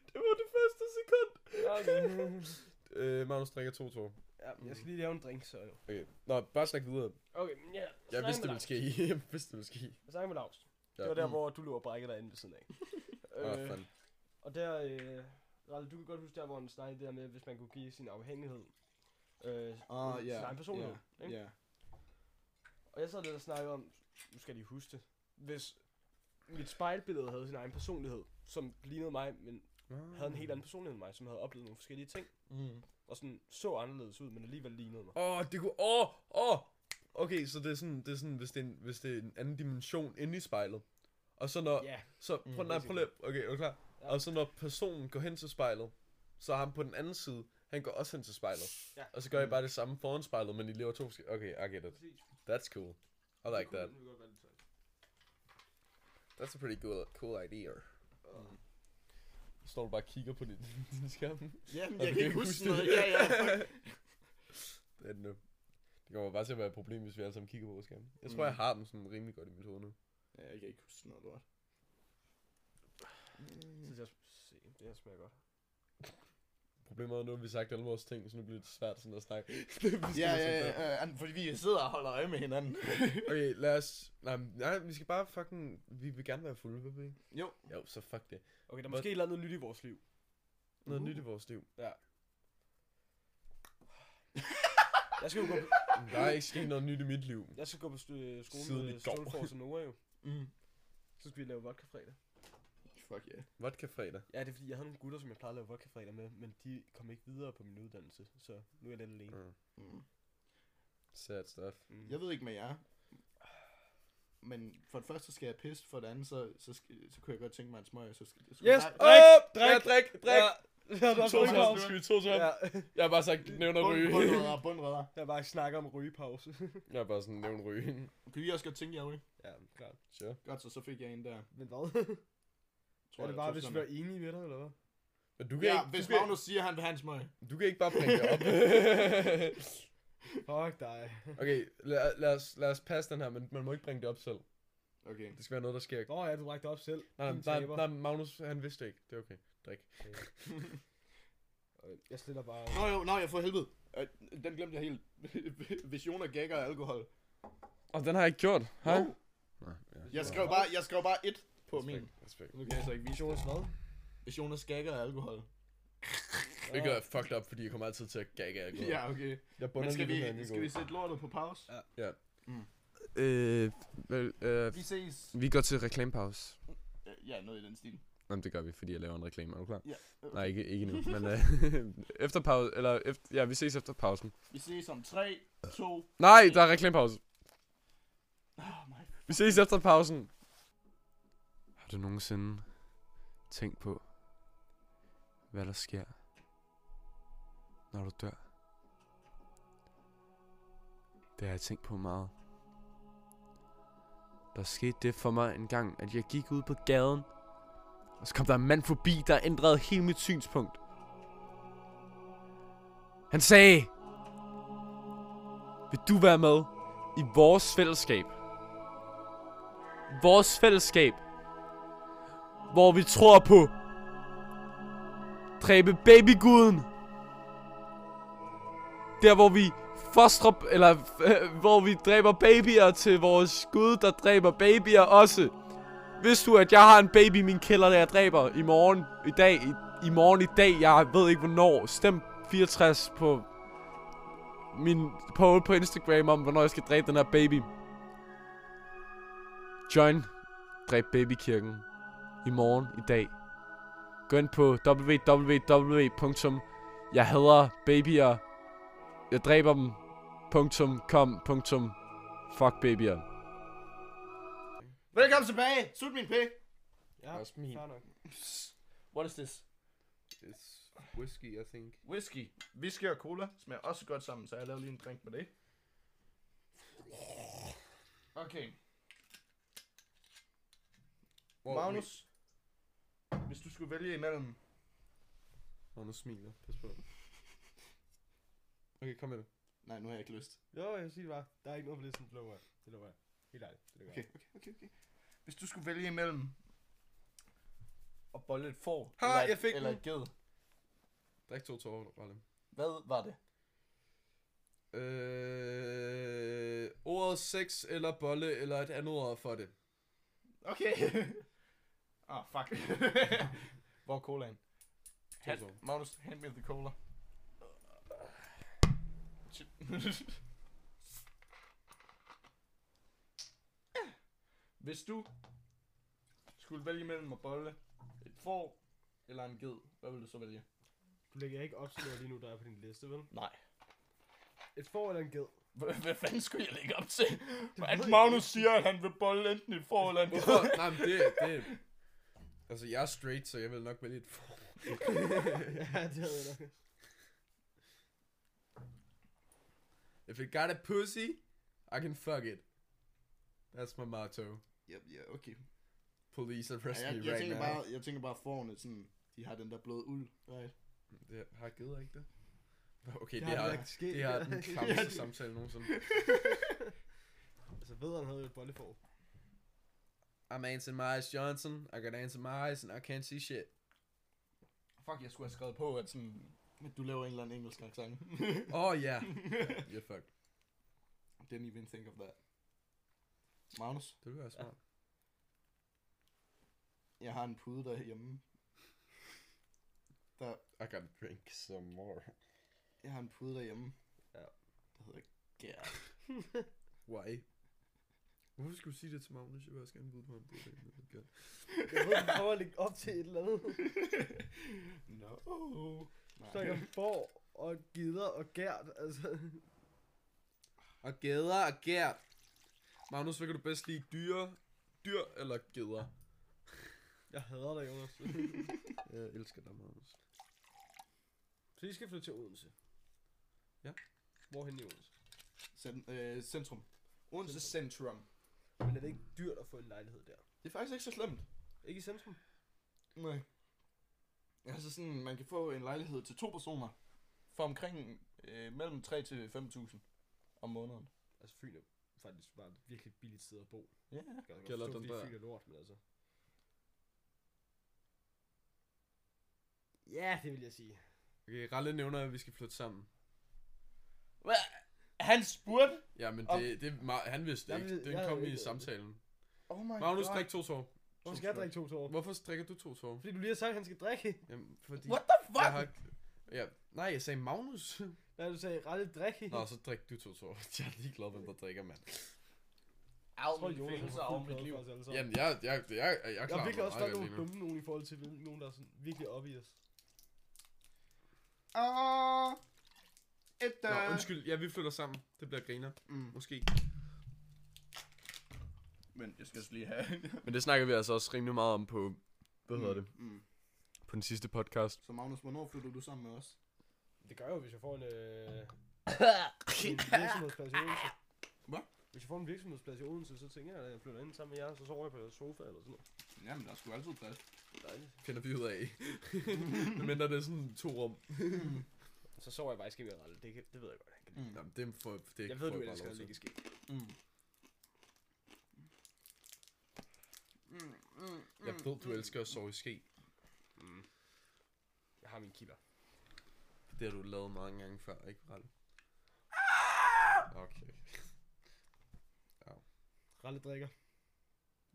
S3: Det var det første sekund.
S4: Okay.
S3: Øh, Magnus drikker 2-2.
S4: ja, men jeg skal lige lave en drink, så jo.
S3: Okay. Nå, bare snak videre.
S4: Okay, men ja.
S3: Jeg
S4: snak
S3: vidste,
S4: med
S3: det ville
S4: Laust.
S3: ske. Jeg vidste, det ville ske.
S4: Jeg snakkede med Lars.
S3: Ja.
S4: Det var der, hvor øh, du lå og brækkede dig inde ved siden af.
S3: Ah, fanden.
S4: Og der, øh, Ralle, du kan godt huske der, hvor han snakkede det der med, hvis man kunne give sin afhængighed øh,
S6: Åh,
S4: sin
S6: ja,
S4: egen personlighed.
S6: ja,
S4: ikke?
S6: Ja.
S4: Og jeg sad lidt og snakkede om, nu skal jeg lige huske det, hvis mit spejlbillede havde sin egen personlighed, som lignede mig, men havde en helt anden personlighed end mig, som havde oplevet nogle forskellige ting,
S3: Mm.
S4: og sådan så anderledes ud, men alligevel lignede mig.
S3: Åh, oh, det kunne... Åh, oh, åh! Oh. Okay, så det er sådan, det er sådan hvis, det er en, hvis det er en anden dimension inde i spejlet. Og så når...
S4: Ja, Mm,
S3: Så, prøv, nej, prøv lige... Okay, er du klar?
S4: Ja.
S3: Og så når personen går hen til spejlet, så er han på den anden side, han går også hen til spejlet.
S4: Ja.
S3: Og så gør jeg bare det samme foran spejlet, men I lever to forskellige... Okay, I get it.
S4: præcis.
S3: That's cool. I like that.
S4: Det kunne godt være lidt sejt.
S3: That's a pretty cool, cool idea. Mm. Står du bare og kigger på din, din skærm?
S2: Jamen,
S3: Og
S2: jeg
S3: du
S2: kan ikke huske
S3: det.
S2: noget. Ja, ja.
S3: Det er det nu. Det kommer bare til at være et problem, hvis vi alle sammen kigger på vores skærm. Jeg tror,
S6: Mm.
S3: jeg har dem sådan rimelig godt i mit hoved nu.
S6: ja. Jeg kan ikke huske noget lort.
S3: Mm.
S4: Så jeg se, det her smager godt.
S3: Problemet er, at nu har vi sagt alle vores ting, så nu bliver det svært sådan at snakke.
S2: Ja, ja, ja, øh, fordi vi sidder og holder øje med hinanden.
S3: Okay, lad os... Nej, nej, vi skal bare fucking... Vi vil gerne være fulde, vil vi ikke?
S4: Jo.
S3: Jo, så fuck det.
S4: Okay, der
S3: Hvad-
S4: er måske et eller andet nyt i vores liv.
S3: Noget
S2: Uh-huh.
S3: nyt i vores liv.
S4: Jeg skal jo gå på,
S3: Der er ikke sket noget nyt i mit liv.
S4: jeg skal gå på st-
S3: Siden
S4: øh, skole
S3: i
S4: med
S3: går.
S4: Stolfors og Nora jo.
S6: Mm.
S4: Så skal vi lave vodka fredag.
S6: Fuck yeah.
S3: Vodka fredag.
S4: Ja, det er fordi, jeg havde nogle gutter, som jeg plejede at
S2: Mm.
S4: lave vodkafredag med, men de kom ikke videre på min uddannelse, så nu er jeg lidt alene. Mm.
S3: Mm.
S6: Mm.
S7: Sad stuff.
S2: Jeg ved ikke med jer. Men for det første skal jeg pisse, for det andet, så, så, sk- så kunne jeg godt tænke mig en smøg. Så skal, så skulle
S4: Yes!
S2: jeg-
S4: Drik, drik,
S7: ja, drik, drik.
S4: Ja. Jeg har bare
S7: To til ham.
S4: rygepause.
S7: Skal vi to til ham?
S4: Ja.
S7: Jeg har bare sagt, nævn at ryge.
S2: Bund- Bundrødder, bundrødder.
S4: Jeg har bare snakket om rygepause.
S7: Jeg har bare sådan, nævn ryge.
S2: Kan I også godt tænke jer, ryge?
S4: ja, klart.
S7: Sure.
S2: Godt, så, så fik jeg en der.
S4: Men hvad?
S2: Tror
S4: er det
S2: jeg,
S4: bare,
S2: to
S4: hvis vi
S2: sekunder.
S4: er enige med dig, eller hvad?
S7: Men du kan,
S2: Ja,
S7: ikke,
S2: hvis
S7: du, kan,
S2: Magnus siger, at han vil have en smøg.
S7: du kan ikke bare bringe det op.
S4: Fuck dig.
S7: okay, lad, lad, os, lad os passe den her, men man må ikke bringe det op selv.
S2: Okay.
S7: Det skal være noget, der sker.
S4: Nå ja, du rakte op selv.
S7: Nej,
S4: Din
S7: nej,
S4: taber.
S7: nej, nej, Magnus, han vidste ikke. Det er okay. Drik.
S4: Jeg sletter bare.
S2: Nå jo, nå, jeg får helvede. Øh, Den glemte jeg helt. Visioner, gækker og alkohol.
S7: Og den har jeg ikke gjort. Hej.
S2: Jo. Jeg skrev bare, jeg skrev bare et på min.
S7: Respekt.
S2: Nu kan jeg så ikke vise.
S4: Jonas hvad?
S2: Visioner, skækker og alkohol.
S7: Hvilket er fucked up, fordi jeg kommer altid til at gagge af.
S2: Ja, okay.
S7: Jeg bunder
S2: Men skal
S7: lige den her,
S2: vi,
S7: Nico.
S2: skal vi sætte lortet på pause?
S3: Øh, vel, øh,
S2: Vi ses.
S3: vi går til reklamepause.
S2: Ja, noget i den stil.
S3: Jamen, det gør vi, fordi jeg laver en reklame. Er du klar?
S2: Ja.
S3: Nej, ikke, ikke nu. men øh, efter pause, eller efter, ja, vi ses efter pausen.
S2: Vi ses om 3, 2...
S3: Nej, der er reklamepause.
S2: Oh my
S3: Vi ses efter pausen. Har du nogensinde tænkt på, hvad der sker, når du dør? Det har jeg tænkt på meget. Der skete det for mig en gang, at jeg gik ud på gaden, og så kom der en mand forbi, der ændrede hele mit synspunkt. Han sagde, vil du være med i vores fællesskab? vores fællesskab, hvor vi tror på dræbe babyguden. Der hvor vi fostre, eller øh, hvor vi dræber babyer til vores gud, der dræber babyer også. Vidste du, at jeg har en baby i min kælder, der jeg dræber i morgen, i dag, i, i morgen, i dag, jeg ved ikke hvornår. Stem 64 på min poll på Instagram om, hvornår jeg skal dræbe den her baby. Join Dræb Babykirken i morgen i dag. Gå ind på www.jeghaderbabyer jeg dræber dem. Punktum, kom, punktum, fuck babyer.
S2: Velkommen tilbage! Sut min pæk!
S4: Ja,
S7: Også min.
S4: fair nok.
S2: What is this?
S7: It's whiskey, I think.
S2: Whisky. Whisky og cola smager også godt sammen, så jeg laver lige en drink med det. Okay,
S7: Wow,
S2: Magnus. Hvis du skulle vælge imellem...
S7: mi- Magnus smiler. Pas på. Okay, kom med det.
S2: Nej, nu har jeg ikke lyst.
S4: Jo, jeg siger bare. Der er ikke noget på listen, det lover jeg. Det lover jeg. Helt ærligt. Det lover
S2: Okay,
S4: jeg.
S2: okay, okay, okay. Hvis du skulle vælge imellem... At bolle et får,
S7: Ha,
S2: eller, et-
S7: jeg fik
S2: eller
S7: den.
S2: et ged.
S7: Drik to tårer, Ralle.
S2: Hvad var det?
S7: Øh, ordet sex eller bolle eller et andet ord for det.
S2: Okay. Ah, oh, fuck. Hvor er colaen? Hand,
S7: Tusind.
S2: Magnus, hand me the cola. Shit. Hvis du skulle vælge mellem at bolle et får eller en ged, hvad vil du så vælge?
S4: Du lægger ikke op til noget lige nu, der er på din liste, vel?
S2: Nej.
S4: Et får eller en ged?
S2: Hvad, hvad fanden skulle jeg lægge op til?
S4: ved jeg
S2: At Magnus siger, at han vil bolle enten et får eller en ged.
S7: Hvorfor? Nej, men det, det... er- Altså, jeg er straight, så jeg vil nok vælge et for.
S4: ja, det havde jeg nok.
S7: If it got a pussy, I can fuck it. That's my motto.
S2: Ja, ja, okay.
S7: Police arrest
S2: Ja, jeg,
S7: me
S2: jeg,
S7: right
S2: tænker
S7: now.
S2: bare, jeg tænker bare, forne sådan, de har den der bløde uld. Right.
S7: Det er- har gider ikke det. Okay,
S4: Det
S7: det,
S4: har
S7: har,
S4: vi lagt ske.
S7: det har den
S2: Ja,
S7: klammeste
S2: det-
S7: samtale nogensinde.
S4: Altså, vederen havde jo et bollefor.
S7: I'm Anson Myers Johnson. I got Anson Myers, and I can't see shit.
S2: Fuck, jeg skulle have skrevet på, at sådan... At du laver en eller anden engelsk accent.
S7: Oh yeah. You're fucked.
S2: Didn't even think of that. Magnus,
S7: Det ville være smart.
S2: jeg har en pude derhjemme. Der,
S7: I gotta drink some more.
S2: jeg har en pude derhjemme.
S4: Ja.
S2: Der hedder Gær.
S7: Why? Hvorfor skulle du sige det til Magnus? Jeg vil også gerne vide, hvor han bor. Det er godt.
S4: Jeg ved, du prøver at lægge op til et eller andet.
S2: no.
S4: Så jeg får og gider og gært, altså.
S3: og gæder og gært. Magnus, hvad kan du bedst lide? Dyre, dyr eller gæder?
S2: Jeg hader dig, Jonas.
S3: Jeg elsker dig, Magnus.
S4: Så I skal flytte til Odense.
S3: Ja.
S4: Hvorhen i Odense?
S2: Cent, øh, centrum. Odense Centrum.
S4: Men er det ikke dyrt at få en lejlighed der?
S2: Det er faktisk ikke så slemt.
S4: Ikke i centrum?
S2: Nej. Altså sådan, man kan få en lejlighed til to personer. For omkring øh, mellem 3 til 5.000 om måneden.
S4: Altså Fyn er faktisk bare et virkelig billigt sted at bo.
S2: Ja.
S4: Jeg kan godt
S3: Gælder
S4: forstå,
S3: den
S4: fordi
S3: der-
S4: Fyn er lort, men altså. Ja, det vil jeg sige.
S3: Okay, Ralle nævner, at vi skal flytte sammen.
S2: Han spurgte!
S3: Ja, men
S2: Om-
S3: det, det, ma- han vidste det
S4: Jeg
S3: ikke.
S4: ved-
S3: Den
S4: jeg
S3: kom
S4: ved
S3: i
S2: øh,
S4: ikke.
S3: samtalen.
S2: Oh my
S3: Magnus,
S2: god.
S3: drik to tår.
S4: Hvorfor skal jeg drikke to tårer?
S3: Hvorfor drikker du to tår?
S4: Fordi du lige har sagt, at han skal drikke.
S3: Jamen, fordi...
S2: What the fuck?
S3: Jeg har... Ja, nej, jeg sagde Magnus.
S4: Nej, du sagde rette drikke.
S3: Nå, så drik du to tår. Jeg er ligeglad, hvem der drikker, mand.
S4: jeg tror, Jonas er
S2: Au,
S4: fuldt
S2: mit
S4: glad
S2: liv.
S4: for os alle sammen.
S3: Jamen, jeg, jeg, jeg, jeg, jeg, jeg
S4: Jeg
S3: klarer
S4: er virkelig
S3: mig
S4: også
S3: meget
S4: stolt
S3: godt lige nu.
S4: over dumme nogen i forhold til hvem- nogen, der er sådan virkelig op i os.
S2: Ah, et,
S3: Nå,
S2: øh,
S3: undskyld. Ja, vi flytter sammen. Det bliver griner.
S2: Mm.
S3: Måske.
S2: Men jeg skal også lige have
S8: Men det snakker vi altså også rimelig meget om på, hvad hedder det,
S2: Mm.
S8: på den sidste podcast.
S2: Så Magnus, hvornår flytter du sammen med os?
S4: Det gør jeg jo, hvis jeg får en, øh, en virksomhedsplads i Odense.
S2: Hvad?
S4: Hvis jeg får en virksomhedsplads i Odense, så tænker jeg, at jeg flytter ind sammen med jer, så sover jeg på jeres sofa eller sådan noget.
S2: Jamen, der er sgu altid plads.
S4: Dejligt.
S3: Finder vi ud af. Men der er sådan to rum.
S4: Så sover jeg bare i skidt med Ralle. Det, kan- det ved jeg godt. Jeg, kan lide.
S3: Jamen, det får, det
S4: jeg ved,
S3: får
S4: du
S3: bare
S4: elsker
S3: lov
S4: at
S3: til.
S4: ligge i skidt.
S2: Mm. Mm, mm,
S3: Jeg ved, du elsker at sove i ske.
S4: Mm. Jeg har min kilder.
S3: Det har du lavet mange gange før, ikke Ralle? Okay.
S4: Ralle drikker.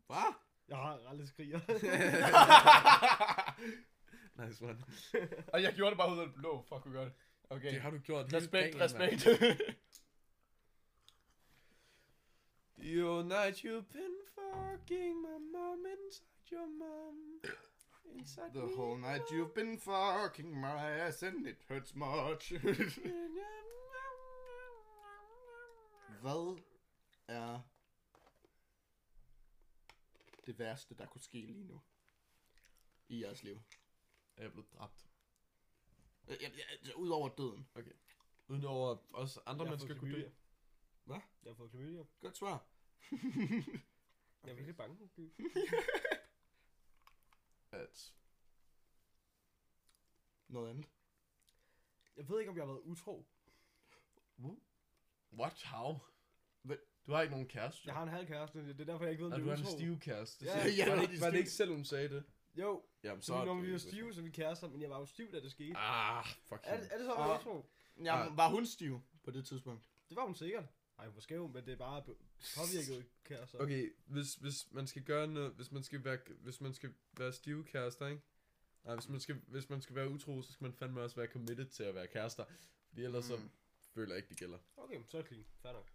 S3: Hvad?
S4: Jeg har Ralle skriger.
S3: Nice one.
S2: Og jeg gjorde det bare ud af det blå, for at kunne gøre det. Okay.
S3: Det har du gjort
S2: Respekt,
S3: hele dagen, mand.
S2: respekt.
S3: The whole night you've been fucking my mom inside your mom. Inside
S2: The
S3: me.
S2: whole night you've been fucking my ass and it hurts much. Hvad er det værste, der kunne ske lige nu i jeres liv?
S3: Jeg er blevet dræbt.
S2: Øh, ja, ja, altså, Udover døden.
S3: Udover også andre
S4: jeg har
S3: mennesker
S4: fået
S3: kunne dø.
S4: klamydia.
S3: Hvad?
S4: Jeg har fået klamydia.
S2: Godt svar.
S4: Jeg er virkelig bange. for at dø.
S3: At
S2: Noget andet.
S4: Jeg ved ikke, om jeg har været utro.
S3: What? How?
S2: Hvad?
S3: Du har ikke nogen kæreste.
S4: Jeg har en halv kæreste. Det er derfor, jeg ikke ved,
S3: Nå,
S4: om det
S3: du
S4: er
S3: har
S4: utro.
S3: en stiv kæreste.
S4: Ja,
S2: ja,
S3: Så- var,
S2: jeg
S3: det
S2: har
S3: ikke,
S2: en
S3: var det
S2: stiv-
S3: ikke selv, hun sagde det?
S4: Jo,
S3: Jamen,
S4: så
S3: så... er
S4: når
S3: det-
S4: vi var stive, så vi kærester, men jeg var jo stiv, da det skete.
S3: Ah, fuck
S4: Er,
S3: hende.
S4: er det så, at jeg
S2: Ah.
S4: ah. utro?
S2: Ja, var hun stiv på det tidspunkt?
S4: Det var hun sikkert. Nej, hun var skæv, men det er bare be- påvirket kærester.
S3: Okay, hvis, hvis man skal gøre noget, hvis man skal være, hvis man skal være stive kærester, ikke? Nej, hvis man, skal, hvis man skal være utro, så skal man fandme også være committed til at være kærester. Fordi ellers mm. så
S2: Mm.
S3: føler jeg ikke, det gælder.
S4: okay så er det clean. Fair nok.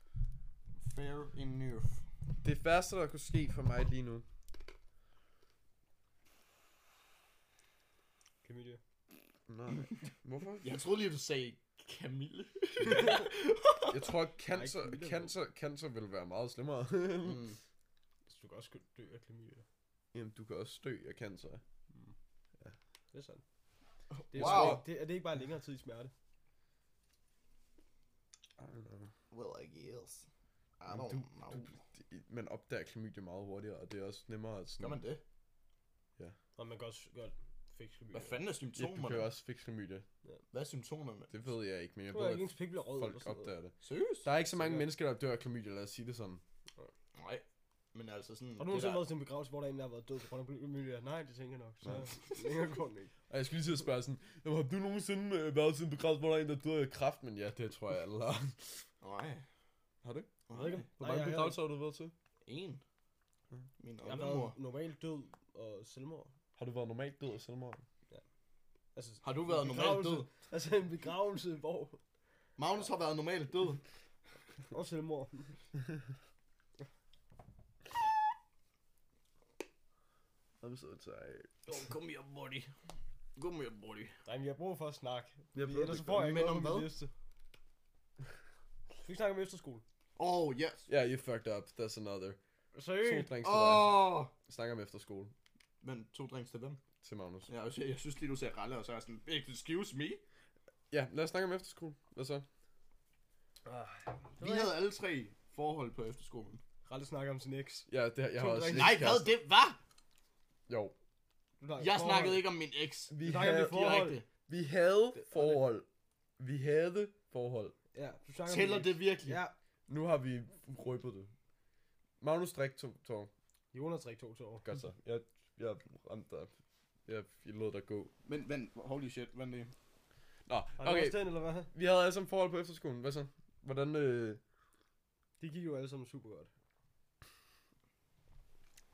S2: Fair enough.
S3: Det værste, der kunne ske for mig lige nu.
S4: Klamydia.
S3: Nej. Hvorfor?
S2: Jeg troede lige, du sagde Camille.
S3: Jeg tror, cancer,
S4: Ej, Camilla,
S3: cancer, cancer vil være meget slemmere.
S2: Mm.
S4: Så du kan også godt dø af klamydia.
S3: Jamen, du kan også dø af cancer.
S4: Det er sandt. Det er,
S2: Wow.
S4: wow. det, er det ikke bare længere tid i smerte?
S3: I don't know.
S2: Well, I guess. I
S3: Men
S2: don't
S3: du-
S2: know.
S3: du- Det- Man opdager klamydia meget hurtigere, og det er også nemmere at sådan...
S2: det?
S4: Og man kan også godt fik klamydia.
S2: Hvad fanden er
S3: Ja, du kan
S2: symptomerne?
S3: jo også fikse klamydia.
S2: Hvad er symptomerne?
S3: Det ved jeg ikke, men jeg
S4: Jeg tror jeg
S3: ved,
S4: ikke,
S3: at
S4: ens pik bliver rød eller
S3: folk
S4: sådan noget.
S3: opdager det.
S2: Seriøst?
S3: Der er ikke så mange
S4: Sikkert.
S3: mennesker, der dør af klamydia, lad os sige det sådan.
S2: Nej. Men altså sådan...
S4: Har du
S2: det
S4: nogensinde
S2: der-
S4: været til en begravelse, hvor der er en, der har været død på grund af klamydia? Nej, det tænker jeg nok. Så længere går den ikke.
S3: Og jeg skulle lige til at spørge sådan, "Jamen, har du nogensinde øh, været til en begravelse, hvor der er en, der døde af kræft? Men ja, det tror jeg alle har.
S2: Nej.
S3: Har du?
S4: Jeg ved ikke, om-
S3: Hvor
S4: Nej,
S3: mange
S4: jeg har
S3: begravelser har du været til?
S2: En.
S3: Mm.
S2: Min
S4: Jeg har været
S2: oldemor.
S4: normalt død og selvmord.
S3: Har du været normalt død af selvmord?
S4: Altså,
S2: Har du været normalt død?
S4: begravelse. Altså en begravelse, hvor...
S2: Magnus har været normalt død.
S4: Og selvmord.
S3: I'm so tired.
S2: Oh, kom her, buddy. Kom her, buddy.
S4: Nej, men jeg har brug for at snakke.
S3: Jeg
S4: Fordi
S3: ved
S4: ellers
S3: det
S4: får jeg ikke
S2: Men
S4: noget
S2: om
S4: på min
S2: hvad?
S4: liste. Skal vi snakke om efterskole?
S2: Oh, yes.
S3: Yeah, you fucked up. That's another. To
S4: Seriøst?
S3: drinks til dig.
S2: Åh!
S3: Jeg Snakker om efter skole
S2: Men to drinks til hvem?
S3: til Magnus.
S2: Ja, jeg, sy- jeg synes lige, du sagde Ralle, og så er jeg sådan, excuse me?
S3: Ja, lad os snakke om efter skole. Hvad så?
S2: Vi havde alle tre forhold på efterskolen.
S4: Ralle snakker om sin eks.
S3: Ja, det, jeg har
S4: To
S3: også
S4: drinks.
S3: ikke
S2: Nej, hvad
S3: kæreste.
S2: det var?
S3: Jo.
S4: Du snakker om
S2: Jeg
S4: forhold.
S2: snakkede ikke om min eks.
S3: Vi
S4: Du snakker om
S3: havde,
S4: dit forhold.
S2: Direkte.
S3: vi havde forhold. Vi havde forhold.
S4: Ja, du snakker om
S2: Tæller
S4: din
S2: det
S4: eks.
S2: virkelig?
S4: Ja.
S3: Nu har vi røbet det. Magnus drik to tår.
S4: Jonas drik to tårer.
S3: Godt så. Jeg, jeg ramte dig. Jeg, jeg lod dig gå.
S2: Men, men, holy shit, men det...
S3: Nå,
S4: Var
S3: okay.
S4: okay. Den, eller hvad?
S3: Vi havde alle sammen forhold på efterskolen. Hvad så? Hvordan, øh...
S4: De gik jo alle sammen super godt.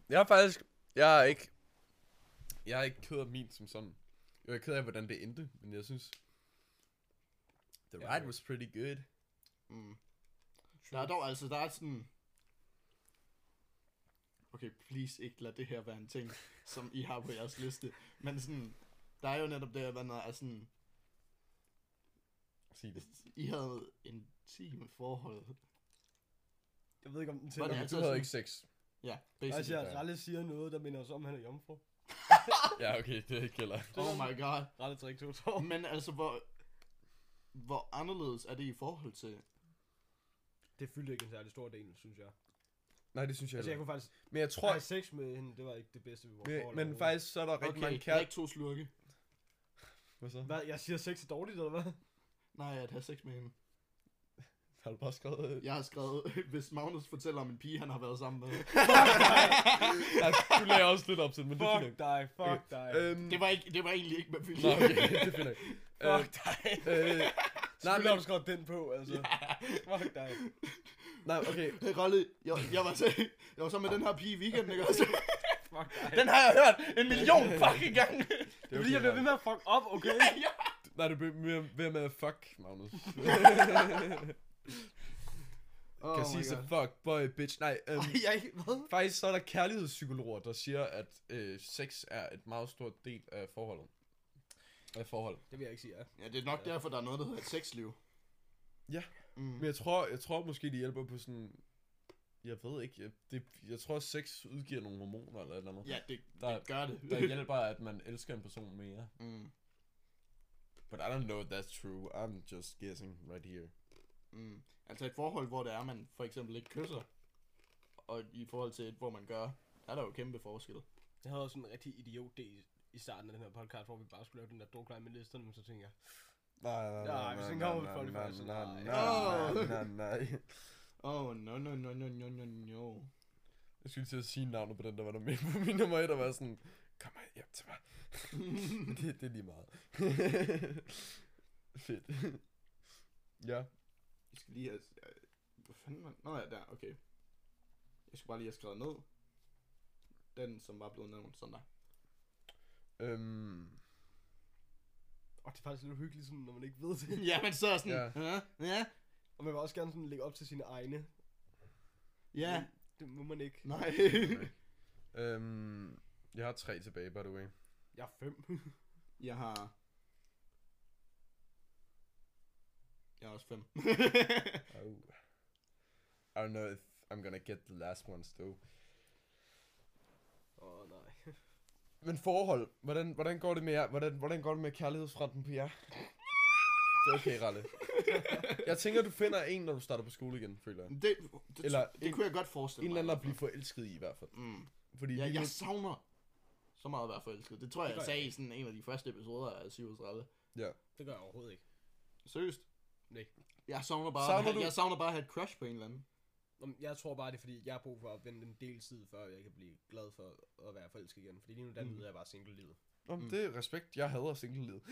S3: Jeg er faktisk... Jeg er ikke... Jeg er ikke ked af min som sådan. Jeg er ked af, hvordan det endte, men jeg synes... The
S4: Ja.
S3: ride was pretty good.
S2: Mm. Der er dog altså, der er sådan... Okay, please ikke lad det her være en ting, som I har på jeres liste. Men sådan, der er jo netop det, at man er altså sådan...
S3: Sig det.
S2: I havde intime forhold.
S4: Jeg ved ikke, om den
S2: Var
S3: Okay,
S4: tæller.
S2: det altså
S3: du havde
S2: sådan-
S3: ikke sex.
S2: Ja,
S4: Altså,
S2: basically.
S4: ja, Ralle siger noget, der minder os om, at han er jomfru.
S3: Ja, okay, det gælder.
S2: Oh my god.
S4: Ralle drik to tårer.
S2: Men altså, hvor, hvor anderledes er det i forhold til...
S4: Det fyldte ikke en særlig stor del, synes jeg.
S3: Nej, det synes jeg
S4: Altså, jeg
S3: ikke.
S4: kunne faktisk...
S3: Men jeg
S4: Prøv.
S3: tror...
S4: Have sex med hende, det var ikke det bedste ved vores forhold.
S3: Men, men
S4: overhovedet.
S3: faktisk, så er der rigtig
S2: Okay,
S3: mange
S2: jeg er ikke
S3: kærester.
S2: to slurke.
S3: Hvad så?
S4: Hvad, jeg siger, sex er dårligt, eller hvad?
S2: Nej, at have sex med hende.
S3: Har du bare skrevet... øh,
S2: Jeg har skrevet, hvis Magnus fortæller om en pige, han har været sammen med.
S3: Nej, du lagde også lidt op til det, men det er
S4: Fuck
S3: fint. nok.
S4: dig, fuck dig.
S3: Øhm,
S2: Det var, ikke, det var egentlig ikke med vilje.
S3: Nå, okay, det finder jeg.
S4: Fuck dig.
S3: Øh, nej,
S4: Selvfølgelig
S3: men,
S4: har du skrevet den på, altså. Fuck dig.
S3: nej, okay.
S2: Hey, Rolle, jeg, jeg, var så, jeg var så med den her pige i weekenden, ikke også?
S4: Fuck dig.
S2: Den har jeg hørt en million fucking gange.
S3: Det er
S4: Fordi jeg bliver ved med at fuck op, okay?
S3: Nej, du bliver mere ved med at fuck, Magnus.
S2: Oh
S3: kan sige så fuck, boy, bitch. Nej, øhm,
S2: Jeg, hvad?
S3: faktisk så er der kærlighedspsykologer, der siger, at øh, sex er et meget stort del af forholdet. Af forhold.
S4: Det vil jeg ikke sige, ja.
S2: Ja, det er nok derfor, der er noget, der hedder et sexliv.
S3: Ja.
S2: Mm.
S3: Men jeg tror, jeg tror måske, de hjælper på sådan... Jeg ved ikke, jeg, det, jeg tror, sex udgiver nogle hormoner eller et eller andet.
S2: Ja, det,
S3: Der-
S2: det gør det.
S3: Der hjælper, at man elsker en person mere.
S2: Mm.
S3: But I don't know if that's true. I'm just guessing right here.
S2: Mm. Altså et forhold, hvor det er, man for eksempel ikke kysser, og i forhold til et, hvor man gør, er der jo kæmpe forskel.
S4: Jeg havde også en rigtig idiot del i starten af den her podcast, hvor vi bare skulle lave den der dogline med listerne, men så tænkte jeg,
S3: Nej, nej,
S4: Nej, hvis den kommer på Spotify, så nej.
S3: nej, nej, nej.
S2: Oh, no, no, no, no, no, no, no.
S3: Jeg skulle lige til at sige navnet på den, der var der med på min nummer et, der var sådan, kom her hjem til mig. Men det, det er lige meget. Fedt. ja.
S2: Jeg skal lige have... Hvad fanden man? Nå ja, der, okay. Jeg skal bare lige have skrevet ned. Den, som var blevet nævnt sådan der.
S3: Øhm,
S4: og det er faktisk lidt hyggeligt, sådan, når man ikke ved det.
S2: ja, men så er sådan...
S3: Ja.
S2: Ja. Ja.
S4: Og man vil også gerne sådan lægge op til sine egne.
S2: ja.
S4: Det må man ikke.
S2: Nej.
S3: øhm, jeg har tre tilbage, by the way.
S4: Jeg er fem.
S2: Jeg har... Jeg er også fem.
S3: Oh. I don't know if I'm gonna get the last ones though.
S4: Åh, oh, nej.
S3: Men forhold, hvordan, hvordan går det med jer? Hvordan, hvordan går det med kærlighedsfronten på jer? Det er okay, Ralle. Jeg tænker, du finder en, når du starter på skole igen, føler jeg.
S2: Men det, det,
S3: Eller
S2: Eller det
S3: en-
S2: kunne jeg godt forestille
S3: En eller
S2: mig.
S3: anden at
S2: i
S3: blive
S2: hvert
S3: forelsket i i hvert fald.
S2: fald. Mm.
S3: Fordi
S2: Ja,
S3: lige
S2: jeg
S3: nu-
S2: savner så meget at være forelsket. Det tror jeg,
S4: Det
S2: jeg
S4: gør jeg
S2: sagde i
S4: ikke.
S2: sådan en af de første episoder af 37.
S3: ja.
S4: Det gør jeg overhovedet ikke.
S2: Seriøst?
S4: Nej.
S2: Jeg savner bare,
S3: Savner
S2: savner
S3: du-
S2: jeg savner bare at have et crush på en eller anden.
S4: Nå, men Jeg tror bare, det er fordi, jeg har brug for at vente en del tid, før jeg kan blive glad for at være forelsket igen. Fordi lige nu, der nyder jeg bare single-livet.
S3: Nå, men
S2: Mm.
S3: det er respekt. Jeg hader single-livet.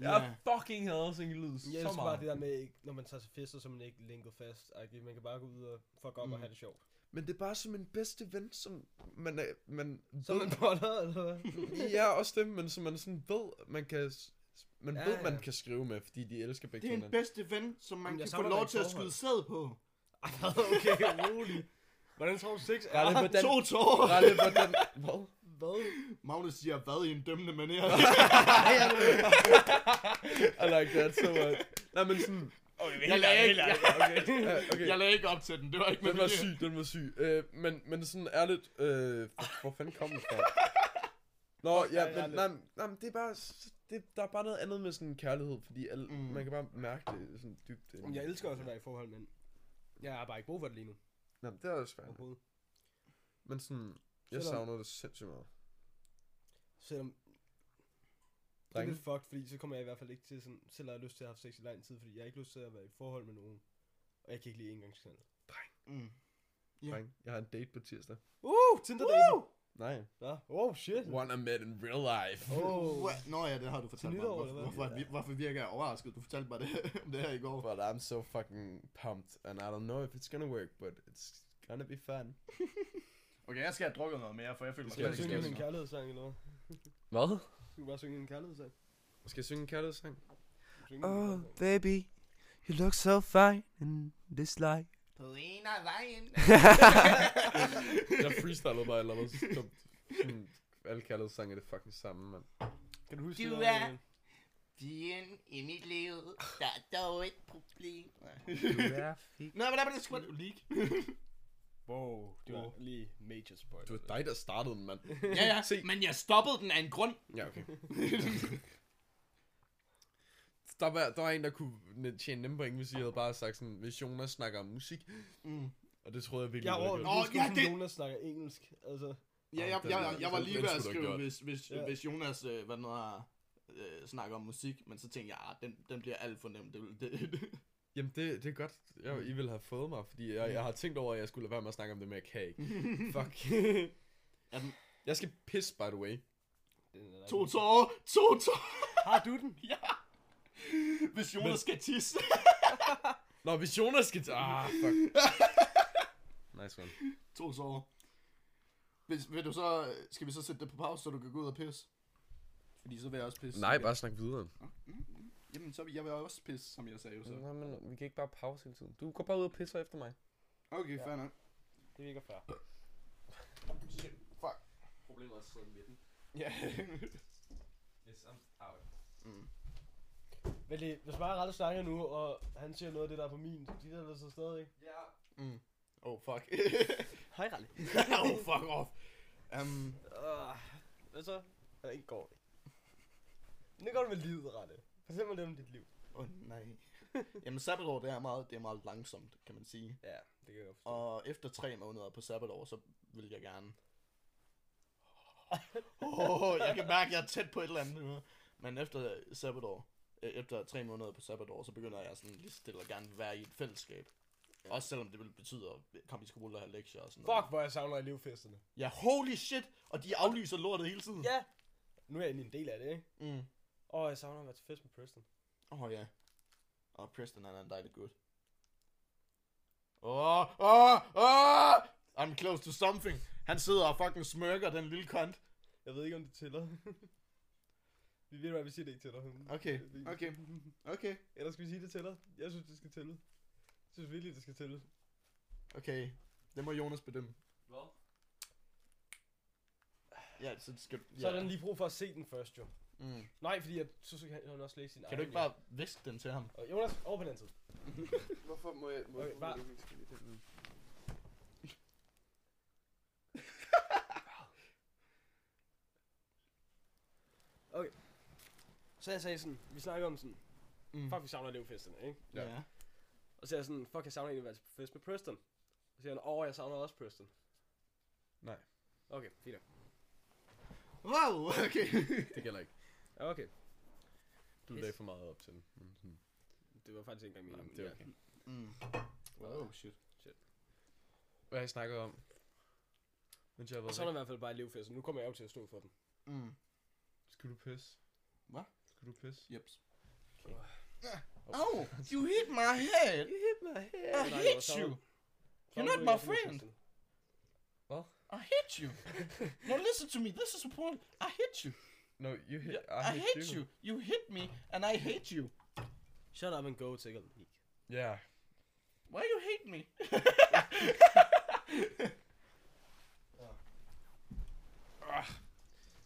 S3: jeg fucking hader single-livet
S4: Jeg
S3: så
S4: elsker bare
S3: meget.
S4: det der med, ikke- når man tager til fester, så er man ikke linket fast. agtigt. Man kan bare gå ud og fuck op mm. og have det sjovt.
S3: Men det er bare som en bedste ven, som man, er, man
S4: Så er man boller, eller hvad?
S3: ja, også det, men som man sådan ved, man kan, s- man
S4: Ja,
S3: ved, man
S4: ja.
S3: kan skrive med, fordi de elsker begge
S2: Det er en
S3: hinanden.
S2: bedste ven, som man
S4: Jamen, jeg
S2: kan få
S4: savner
S2: lov
S4: dig i
S2: til at
S4: forhold.
S2: skyde sæd på.
S4: Ej, okay, rolig. Hvordan tror du sex er?
S3: Ralle, hvordan,
S2: To tårer.
S3: Ralle, hvordan, hvad?
S4: Hvad?
S2: Magnus siger, hvad i en dømmende manier.
S3: I like that so much. Nej, men sådan,
S2: oh,
S9: Jeg lagde ikke,
S4: ikke.
S9: okay. jeg lagde ikke op til den. Det var ikke
S3: Den var
S9: vilje.
S3: syg, den var syg. Øh, men, men sådan ærligt, øh, hvor, hvor fanden kom den fra? Nå, ja, men, nej, nej, men det er bare, s- det, der er bare noget andet med sådan kærlighed, fordi al, mm. man kan bare mærke det sådan dybt.
S4: Jamen, Jeg elsker også at være i forhold, men jeg har bare ikke brug for det lige nu.
S3: Nej, det er også svært.
S4: Overhovedet.
S3: Men sådan, jeg
S4: Selvom-
S3: savner det sindssygt meget.
S4: Selvom det er
S3: Drenge.
S4: lidt fucked, fordi så kommer jeg i hvert fald ikke til sådan, selv har jeg lyst til at have sex i lang tid, fordi jeg har ikke lyst til at være i et forhold med nogen. Og jeg kan ikke lide engangsknald.
S2: Mm. Ja.
S3: Yeah. Jeg har en date på tirsdag.
S4: Uh, Tinder dating.
S3: Nej.
S4: Nå, oh shit.
S3: One I met in real life.
S4: Oh.
S2: Wha- Nå ja, det har du fortalt mig.
S4: nytår,
S2: Hvorfor,
S4: eller hvad?
S2: hvorfor, vi- hvorfor virker jeg overrasket? Du fortalte mig det, om det her i går.
S3: But I'm so fucking pumped, and I don't know if it's gonna work, but it's gonna be fun.
S2: Okay, jeg skal have drukket noget mere, for jeg føler mig
S3: Skal
S4: Skal
S3: jeg
S4: du
S2: slet
S3: synge
S2: ikke
S4: synge
S3: sådan
S4: en
S2: skæmmet.
S4: kærlighedssang eller hvad?
S1: Hvad?
S4: Skal du bare synge en kærlighedssang?
S3: Skal jeg synge en kærlighedssang?
S4: Synge en
S1: Oh,
S4: kærlighedssang.
S1: baby, you look so fine in this light.
S2: På en af vejen.
S3: Jeg freestylede bare et eller andet så dumt. Sådan, Alle kærlighedssange er det fucking samme, mand.
S4: Kan du huske
S2: Du
S4: det der,
S2: er-
S4: øh,
S2: Pigen i mit liv, der er dog et problem. Nå, men der var det sgu leak.
S4: Wow, det var lige major spoiler.
S3: Det var dig, der startede den, mand.
S2: ja, ja,
S3: Se.
S2: men jeg stoppede den af en grund.
S3: Ja, okay. Der var, der var en, der kunne ne- tjene nemme point, hvis jeg havde bare sagt sådan, hvis Jonas snakker om musik.
S2: Mm.
S3: Og det troede jeg virkelig,
S4: Jeg
S3: du havde
S2: Åh,
S3: gjort.
S4: overlevede oh,
S2: ja,
S4: ja,
S2: det-
S4: det... Jonas snakker engelsk, altså.
S2: Ja, jeg, jeg, jeg, jeg var
S1: ligesom
S2: lige ved at skrive, hvis, hvis,
S4: Ja.
S2: hvis Jonas, øh, hvad noget er, øh, snakker om musik, men så tænkte jeg, ah, den, den bliver alt for nem. Det, vil- det, det.
S3: Jamen, det, det er godt, jeg, I ville have fået mig, fordi jeg, jeg har tænkt over, at jeg skulle lade være med at snakke om det, men jeg kan ikke. Fuck.
S2: Jamen.
S3: jeg skal pisse, by the way.
S4: Den er der
S2: To
S4: ikke.
S2: tårer, to tårer,
S4: Har du den?
S2: hvis Jonas skal tisse.
S3: Nå, hvis Jonas skal... Ah, fuck. nice one.
S2: to tårer. Hvis, vil du så, øh, skal vi så sætte det på pause, så du kan gå ud og pisse? Fordi så vil jeg også pisse.
S1: Nej, bare snak videre.
S2: Jamen, så vil jeg vil også pisse, som jeg sagde jo så.
S1: men vi kan ikke bare pause hele tiden. Du går bare ud og pisser efter mig.
S2: Okay, fair nok.
S4: Det virker fair.
S2: Fuck.
S10: Problemet er at sidde i midten.
S2: Ja.
S10: Yes, I'm out.
S4: Mm. Vent lige, hvis bare Ralle snakker nu, og han siger noget af det, der er på min, de der der så stadig.
S10: Yeah.
S2: mm. Oh, fuck.
S4: Hej Ralle.
S2: oh, fuck off. Um,
S4: Uh, hvad så? Ja, ikke går det. Nu går det med livet, Ralle. Fortæl mig lidt om dit liv.
S2: Åh oh, nej. Jamen sabbatår, det er meget, det er meget langsomt, kan man sige.
S4: Ja, det kan jeg godt forstå.
S2: Og efter tre måneder på sabbatår, så vil jeg gerne... Oh, jeg kan mærke, at jeg er tæt på et eller andet nu. Men efter sabbatår, øh, efter tre måneder på sabbatår, så begynder jeg sådan lige stille og gerne være i et fællesskab. Også selvom det vil betyde at komme i skole og have lektier og sådan noget.
S4: Fuck, hvor jeg savner elevfesterne.
S2: Ja, holy shit! Og de aflyser lortet hele tiden.
S4: Ja. Nu er jeg egentlig en del af det, ikke?
S2: Åh mm.
S4: Åh, jeg savner at være til fest med Preston.
S2: oh, ja. Og Preston han er en dejlig gut. Åh, åh, åh! I'm close to something. Han sidder og fucking smørker den lille kont.
S4: Jeg ved ikke, om det tæller. vi ved, hvad vi siger det ikke tæller.
S2: Okay,
S4: Det-
S2: okay, okay,
S4: Eller skal vi sige, det tæller? Jeg synes, det skal tælle. Jeg synes virkelig, det skal tælle.
S2: okay. Det må Jonas bedømme.
S10: Hvad?
S2: Ja, så skal du...
S4: Ja. Så er
S2: ja.
S4: den lige brug for at se den først, jo.
S2: Mm.
S4: Nej, fordi jeg synes, at han også læse sin
S2: Kan du ikke bare viske den til ham?
S4: Og Jonas, over på den tid.
S3: Hvorfor må jeg...
S4: hvorfor må bare- Så jeg sagde sådan, vi snakker om sådan,
S2: Mm.
S4: fuck, vi savner elevfesterne, ikke?
S3: Ja.
S2: Ja.
S4: Og så er jeg sådan, fuck, jeg savner egentlig at være til fest med Preston. Og så siger han, åh, jeg savner også Preston.
S3: Nej.
S4: Okay, fint. nok.
S2: Wow, okay.
S3: Det gælder ikke.
S4: Ja, okay.
S3: Du
S4: Pis.
S3: lagde for meget op til den. Men sådan-
S4: Det var faktisk ikke engang
S3: Nej,
S4: meningen.
S3: men det er okay.
S2: mm.
S4: Wow,
S2: shit.
S3: Hvad har I snakket om? Mens jeg har
S4: Og
S3: været
S4: så er der
S3: væk?
S4: i hvert fald bare elevfester. Nu kommer jeg jo til at stå for den.
S2: Mm.
S3: Skal du pisse?
S2: Hvad?
S3: Skal du pisse?
S2: Jeps.
S4: Okay.
S2: Oh, you hit my head.
S4: You hit my head.
S2: I hit you. You're not my friend. I hit you. No, listen to me. This is important. I hit you.
S3: No, you hit...
S2: I, I hate, you. you. hit me, and I hate you.
S4: Shut up and go take a leak.
S3: Ja.
S2: Why you hate me?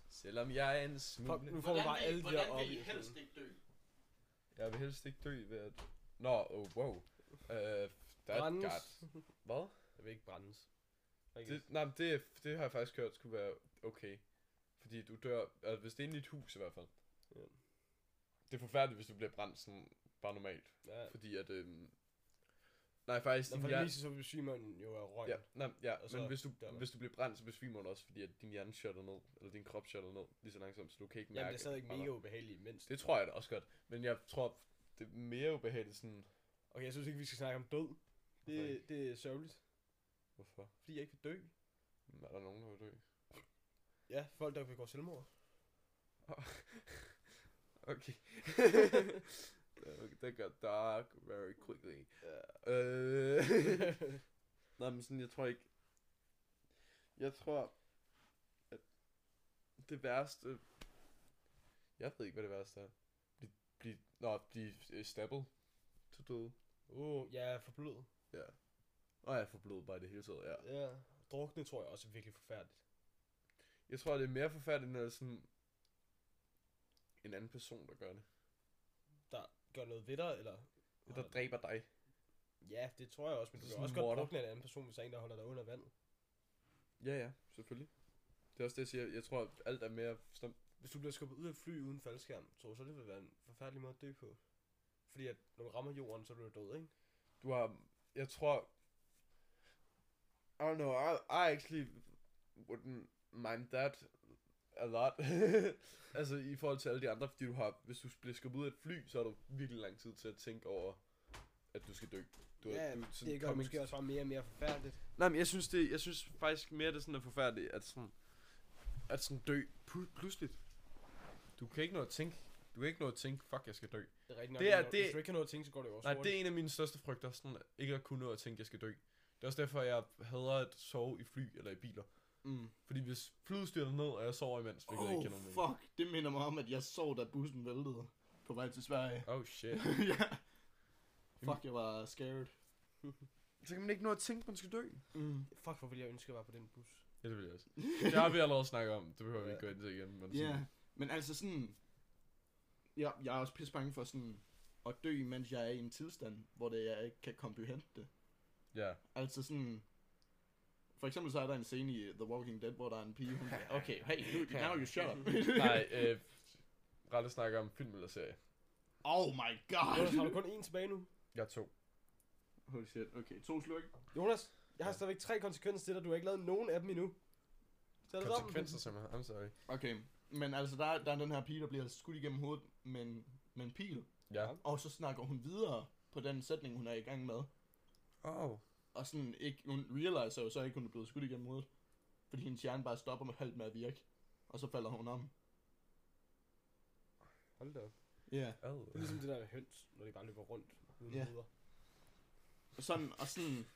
S3: Selvom jeg er en smule...
S4: Fuck, nu får vi bare alle de her op i
S2: ikke dø?
S3: Jeg vil helst ikke dø ved at Nå, oh, wow. Uh, that
S4: Brandes.
S3: got... Hvad?
S4: Jeg vil ikke brændes.
S3: Det, nej, men det, det har jeg faktisk hørt skulle være okay. Fordi du dør, altså hvis det er inde i dit hus i hvert fald.
S4: Ja.
S3: Det er forfærdeligt, hvis du bliver brændt sådan bare normalt.
S4: Ja.
S3: Fordi at, øhm, nej faktisk,
S4: Nå,
S3: din
S4: for det
S3: hjerne,
S4: viser så besvimer den jo af røg.
S3: ja, nej, ja,
S4: Og så
S3: men hvis du,
S4: dør man.
S3: hvis du bliver brændt, så besvimer du også, fordi at din hjerne shutter ned, eller din krop shutter ned, lige så langsomt, så du kan ikke mærke.
S4: Jamen, det er
S3: at
S4: stadig
S3: du brænder.
S4: mega ubehageligt imens.
S3: Det tror jeg da også godt, men jeg tror, det er mere ubehageligt sådan,
S4: Okay, jeg synes ikke, vi skal snakke om død.
S3: Hvorfor
S4: Det, det er sørgeligt,
S3: hvorfor?
S4: fordi jeg ikke vil dø.
S3: Men Er der nogen, der vil dø?
S4: Ja, folk, der begår selvmord.
S3: Okay. That got dark very quickly. Øh. Nej, men sådan, jeg tror ikke... Jeg tror, at det værste... Jeg ved ikke, hvad det værste er. Bliv, bliv, nå, blive øh, stabbet til døde.
S4: Uh, jeg er forblød.
S3: Ja. Og jeg får blod bare i det hele taget, ja.
S4: Ja. Drukne tror jeg også er virkelig forfærdeligt.
S3: Jeg tror, det er mere forfærdeligt, når det er sådan... En anden person, der gør det.
S4: Der gør noget ved dig, eller...
S3: Der dræber dig.
S4: Ja, det tror jeg også, men du
S3: Så
S4: kan
S3: sådan
S4: også
S3: morder.
S4: godt drukne af en anden person, hvis der er en, der holder dig under vandet.
S3: Ja, ja, selvfølgelig. Det er også det, jeg siger. Jeg tror, at alt er mere... Som,
S4: Hvis du bliver skubbet ud af et fly uden faldskærm, tror jeg så, det vil være en forfærdelig måde at dø på. Fordi at, når du rammer jorden, så er du død, ikke?
S3: du har, jeg tror, I don't know, I, I actually wouldn't mind that a lot. altså i forhold til alle de andre, fordi du har, hvis du bliver skubbet ud af et fly, så har du virkelig lang tid til at tænke over, at du skal dø. Du, du, sådan coming-
S4: også bare mere og mere forfærdeligt.
S3: Nej, men jeg synes, det, jeg synes faktisk mere, det er sådan er forfærdeligt, at sådan, at sådan dø pu- pludseligt. Du kan ikke nå at tænke, du kan ikke nå at tænke, fuck, jeg skal dø.
S4: Det er rigtigt nok.
S3: Det er-
S4: når,
S3: det-
S4: Hvis du ikke har noget at tænke, så går det jo også
S3: Nej, det er en af mine største frygter, sådan at ikke at kunne nå at tænke, at jeg skal dø. Det er også derfor, jeg hader at sove i fly eller i biler.
S4: Mm.
S3: Fordi hvis flyet styrter ned, og jeg sover imens, hvilket oh, ikke giver nogen mening.
S2: fuck, det minder mig om, at jeg så, da bussen væltede på vej til Sverige.
S3: Oh shit.
S2: ja. Fuck, jeg var scared.
S3: Så kan man ikke nå at tænke, at man skal dø.
S2: Mm.
S4: Fuck, hvor ville jeg ønske, at jeg var på den bus.
S3: Ja, det vil jeg også. Det har vi allerede snakket om. Det behøver vi
S4: Ja.
S3: ikke gå ind til igen. Men
S2: Ja, yeah.
S3: sådan,
S2: men altså sådan... Jeg, jeg er også pisse bange for sådan at dø, mens jeg er i en tilstand, hvor det, jeg ikke kan comprehende det.
S3: ja.
S2: Altså sådan... For eksempel så er der en scene i The Walking Dead, hvor der er en pige, hun siger, okay, hey, nu, now you shut up.
S3: Nej, øh, Ralle snakker om film eller serie.
S2: oh my
S4: Jonas, har
S2: god.
S4: du kun én tilbage nu?
S3: Jeg er to.
S2: Holy shit, okay, to slurk.
S4: Jonas, jeg har stadigvæk tre konsekvenser til dig, du har ikke lavet nogen af dem endnu. Så er det sammen.
S3: Konsekvenser, simpelthen. I'm sorry.
S2: Okay, men altså der, er- der er den her pige, der bliver skudt igennem hovedet med en, med en pil.
S3: Ja.
S2: Og så snakker hun videre på den sætning, hun er i gang med.
S3: Oh.
S2: Og sådan ikke, hun realiser jo så ikke, hun er blevet skudt igennem hovedet. Fordi hendes hjerne bare stopper med halvt med at virke. Og så falder hun om.
S4: Hold da op.
S2: Ja. Yeah.
S3: oh.
S4: Det er ligesom det der med høns, når de bare løber rundt uden
S2: Ja.
S4: yeah. hoveder.
S2: Og sådan, og sådan...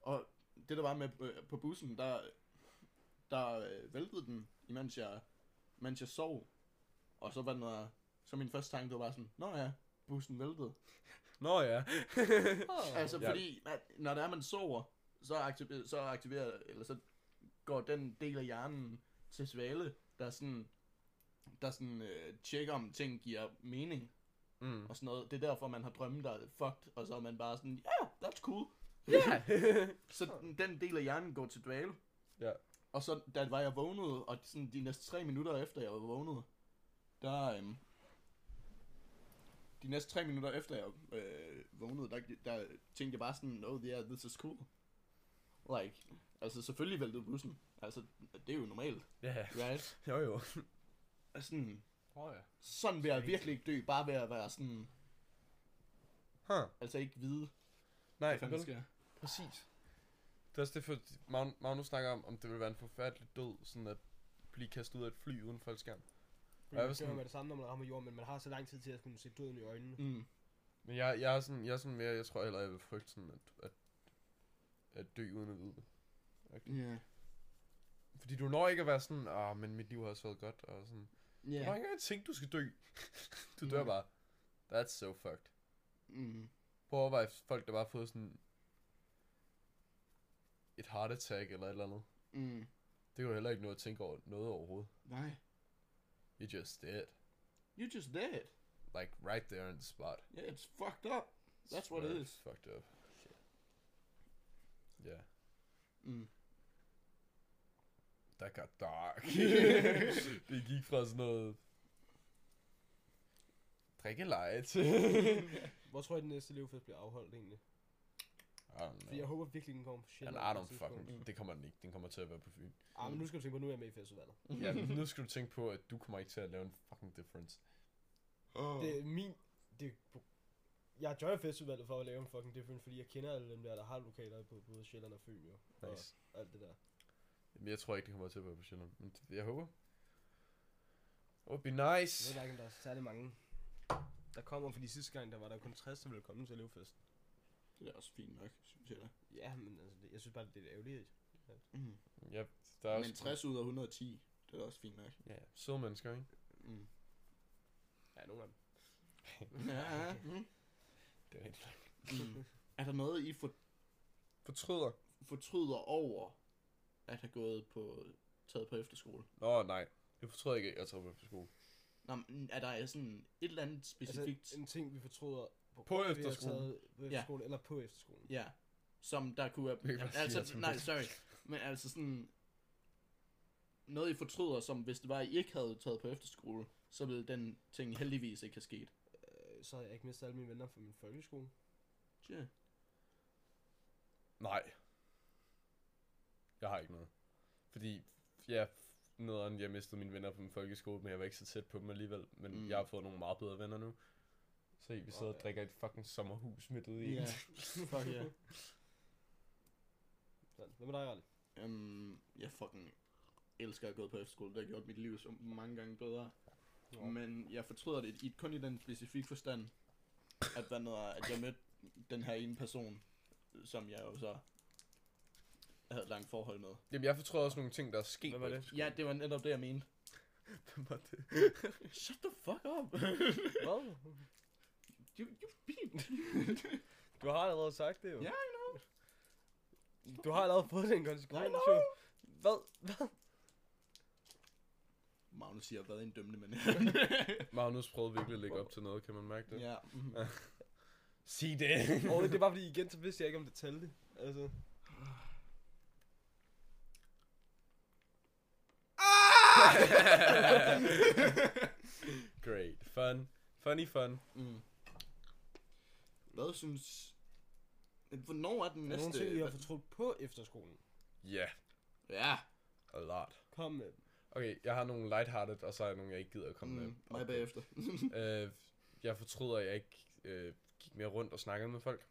S2: Og det der var med øh, på bussen, der, der øh, væltede den, imens jeg, mens jeg sov. Og så var den, øh, så min første tanke, det var bare sådan, Nå ja, bussen væltede.
S3: Nå ja.
S2: Altså
S3: Ja.
S2: fordi, at når det er, man sover, så aktiverer, så aktiverer, eller så går den del af hjernen til svale, der sådan, der sådan øh, tjekker, om ting giver mening
S3: Mm.
S2: og sådan noget. Det er derfor, man har drømme, der er fucked, og så er man bare sådan, ja, yeah, that's cool.
S3: Yeah.
S2: Så den, den del af hjernen går til dvale.
S3: Ja.
S2: Og så, da var jeg vågnet, og sådan de næste tre minutter efter, jeg var vågnet, der, øhm, de næste tre minutter efter, jeg øh, vågnede, der, der tænkte jeg bare sådan, oh yeah, this is cool. Like, altså selvfølgelig væltede bussen. Altså, det er jo normalt,
S3: Ja.
S2: right?
S3: Jo jo.
S2: Altså, sådan,
S3: Åh ja.
S2: sådan vil jeg virkelig ikke dø, bare ved at være sådan,
S3: Huh.
S2: altså ikke vide, hvad
S3: Nej,
S2: fanden
S3: vel?
S2: der sker.
S3: Præcis. Det er også det, for Magn- Magnus snakker om, om det ville være en forfærdelig død, sådan at blive kastet ud af et fly uden faldskærm.
S4: Det er
S3: vil sådan-
S4: sådan... med det samme, når man rammer jorden, men man har så lang tid til at kunne se døden i øjnene.
S2: Mm.
S3: Men jeg, jeg, er sådan, jeg er sådan mere, jeg tror heller, jeg vil frygte sådan at, at, at dø uden at vide det.
S2: Yeah.
S3: Fordi du når ikke at være sådan, ah, men mit liv har også været godt, og sådan. Yeah. Du når
S2: Yeah.
S3: ikke engang at tænke, du skal dø. du dør
S2: Mm.
S3: bare. That's so fucked.
S2: Mm.
S3: Prøv at overveje folk, der bare har fået sådan et heart attack eller et eller andet.
S2: Mm.
S3: Det kan du heller ikke nå at tænke over noget overhovedet.
S2: Nej.
S3: You're just dead.
S2: You're just dead.
S3: Like right there on the spot.
S2: Yeah, it's fucked up. That's what it
S3: Right,
S2: is.
S3: Fucked up. Yeah,
S2: Mm.
S3: that got dark. det gik fra sådan noget... Drikkeleje til...
S4: Hvor tror jeg, den næste elevfest bliver afholdt egentlig?
S3: I don't
S4: Fordi jeg
S3: know.
S4: håber virkelig, den kommer på Sjælland.
S3: And
S4: på
S3: I
S4: et
S3: don't
S4: tidspunkt.
S3: fucking... Det kommer den ikke. Den kommer til at være på Fyn.
S4: Ah, men nu skal du tænke på, at nu er jeg med i festivalet.
S3: Ja, men nu skal du tænke på, at du kommer ikke til at lave en fucking difference.
S4: Det er min... Det er, jeg joiner festivalet for at lave en fucking different, fordi jeg kender alle dem der, der har lokaler på både Sjælland og Fyn, jo.
S3: Nice.
S4: Og alt det der.
S3: Jamen, jeg tror ikke, det kommer til at være på Sjælland. Men det, jeg håber. It would be
S4: Jeg
S3: nice.
S4: ved ikke, om der er særlig mange, der kommer, fordi sidste gang, der var der kun 60, der ville komme til elevfest.
S2: Det er også fint nok, synes jeg da.
S4: Ja, men altså, det, jeg synes bare, det er lidt ærgerligt.
S2: Mm.
S3: Ja, der er
S2: Men
S3: også...
S2: 60 ud af 110, det er da også fint nok.
S3: Ja, søde mennesker, ikke?
S2: Mm.
S4: Ja, nogle af dem.
S2: Ja, mm.
S3: Det er rigtigt.
S2: Mm. Er der noget, I for,
S3: Fortryder.
S2: fortryder over, at have gået på, taget på efterskole?
S3: Nå, nej. Jeg fortryder ikke, at jeg tager på efterskole.
S2: Nå, men er der sådan et eller andet specifikt,
S4: Altså,
S2: altså,
S4: en ting, vi fortryder
S3: På
S4: vi har
S3: efterskolen.
S4: taget På efterskolen, eller på efterskolen.
S2: ja, som der kunne være...
S3: kan jeg bare sige, jeg
S2: altså,
S3: tænker.
S2: nej, sorry. Men altså sådan... Noget, I fortryder, som hvis det var, I ikke havde taget på efterskole, så ville den ting heldigvis ikke have sket.
S4: Øh, Så havde jeg ikke mistet alle mine venner fra min folkeskole.
S2: Ja.
S3: Nej. Jeg har ikke noget. Fordi, ja, nederen, jeg mistede mine venner på min folkeskole, men jeg var ikke så tæt på dem alligevel. Men
S2: Mm.
S3: mm. jeg har fået nogle meget bedre venner nu. Så vi sidder
S4: ja.
S3: og drikker i et fucking sommerhus midt ude i.
S2: Ja. Fuck ja.
S4: Sådan. Hvad med dig, Rally?
S2: Um, jeg fucking elsker at gå på efterskole. Det har gjort mit liv så mange gange bedre.
S4: Ja.
S2: Men jeg fortryder det i, kun i den specifikke forstand, at, hvad noget, er, at jeg mødte den her ene person, som jeg jo så havde et langt forhold med.
S3: Jamen, jeg fortryder også nogle ting, der er sket.
S11: Hvad var
S3: på
S11: det?
S3: efterskolen.
S2: Ja, det var netop det, jeg mente. Hvem var det? Shut the fuck up!
S4: Hvad?
S2: you, you beat
S4: Du har allerede sagt det, jo.
S2: Ja,
S4: I know. Du har allerede fået den konsekvens, jo. Hvad? Hvad?
S2: Magnus siger, hvad en dømmende mand.
S3: Magnus prøvede virkelig at lægge op til noget, kan man mærke det?
S2: ja. mm-hmm.
S3: Sig det!
S4: Og det er bare fordi, igen, så vidste jeg ikke, om det talte. Altså.
S3: Great. Fun. Funny fun.
S2: Mm. Hvad synes... Hvornår er den
S4: Er der nogle
S2: næste...
S4: ting, I har fortrudt på efterskolen?
S3: Yeah.
S2: Ja.
S3: A lot.
S4: Kom med dem.
S3: Okay, jeg har nogle lighthearted, og så er jeg nogle, jeg ikke gider at komme
S2: Mm,
S3: med.
S2: mig bagefter.
S3: Øh, jeg fortryder, at jeg ikke øh, gik mere rundt og snakkede med folk.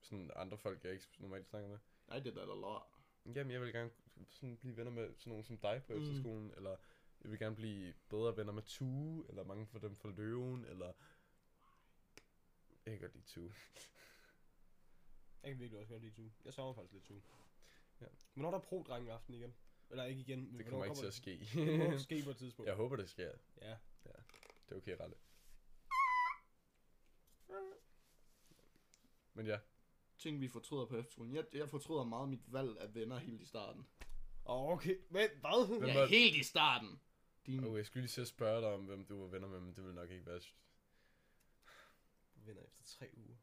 S3: Sådan andre folk, jeg ikke normalt snakker med.
S2: I did that a lot.
S3: Jamen, jeg vil gerne sådan blive venner med sådan nogen som dig på
S2: Mm.
S3: efterskolen, eller jeg vil gerne blive bedre venner med Tue, eller mange for dem fra Løven, eller... Jeg kan godt lide Tue.
S4: Jeg kan virkelig også godt lide Tue. Jeg savner faktisk lidt Tue.
S3: Ja.
S4: Hvornår er der pro aften igen? Eller ikke igen, men
S3: Det
S4: hvornår
S3: kommer ikke til at
S4: det?
S3: ske.
S4: Det må ske på et tidspunkt.
S3: jeg håber, det sker.
S4: ja.
S3: Det er okay, Ralle. Men ja,
S2: Ting, vi fortryder på efterskolen. Jeg, jeg fortryder meget mit valg af venner helt i starten.
S4: Åh, okay. Men hvad?
S3: Hvem
S2: ja,
S3: var-
S2: helt i starten! Din...
S3: okay, jeg skulle lige til at spørge dig om, hvem du var venner med, men det ville nok ikke være...
S4: Du vinder efter tre uger.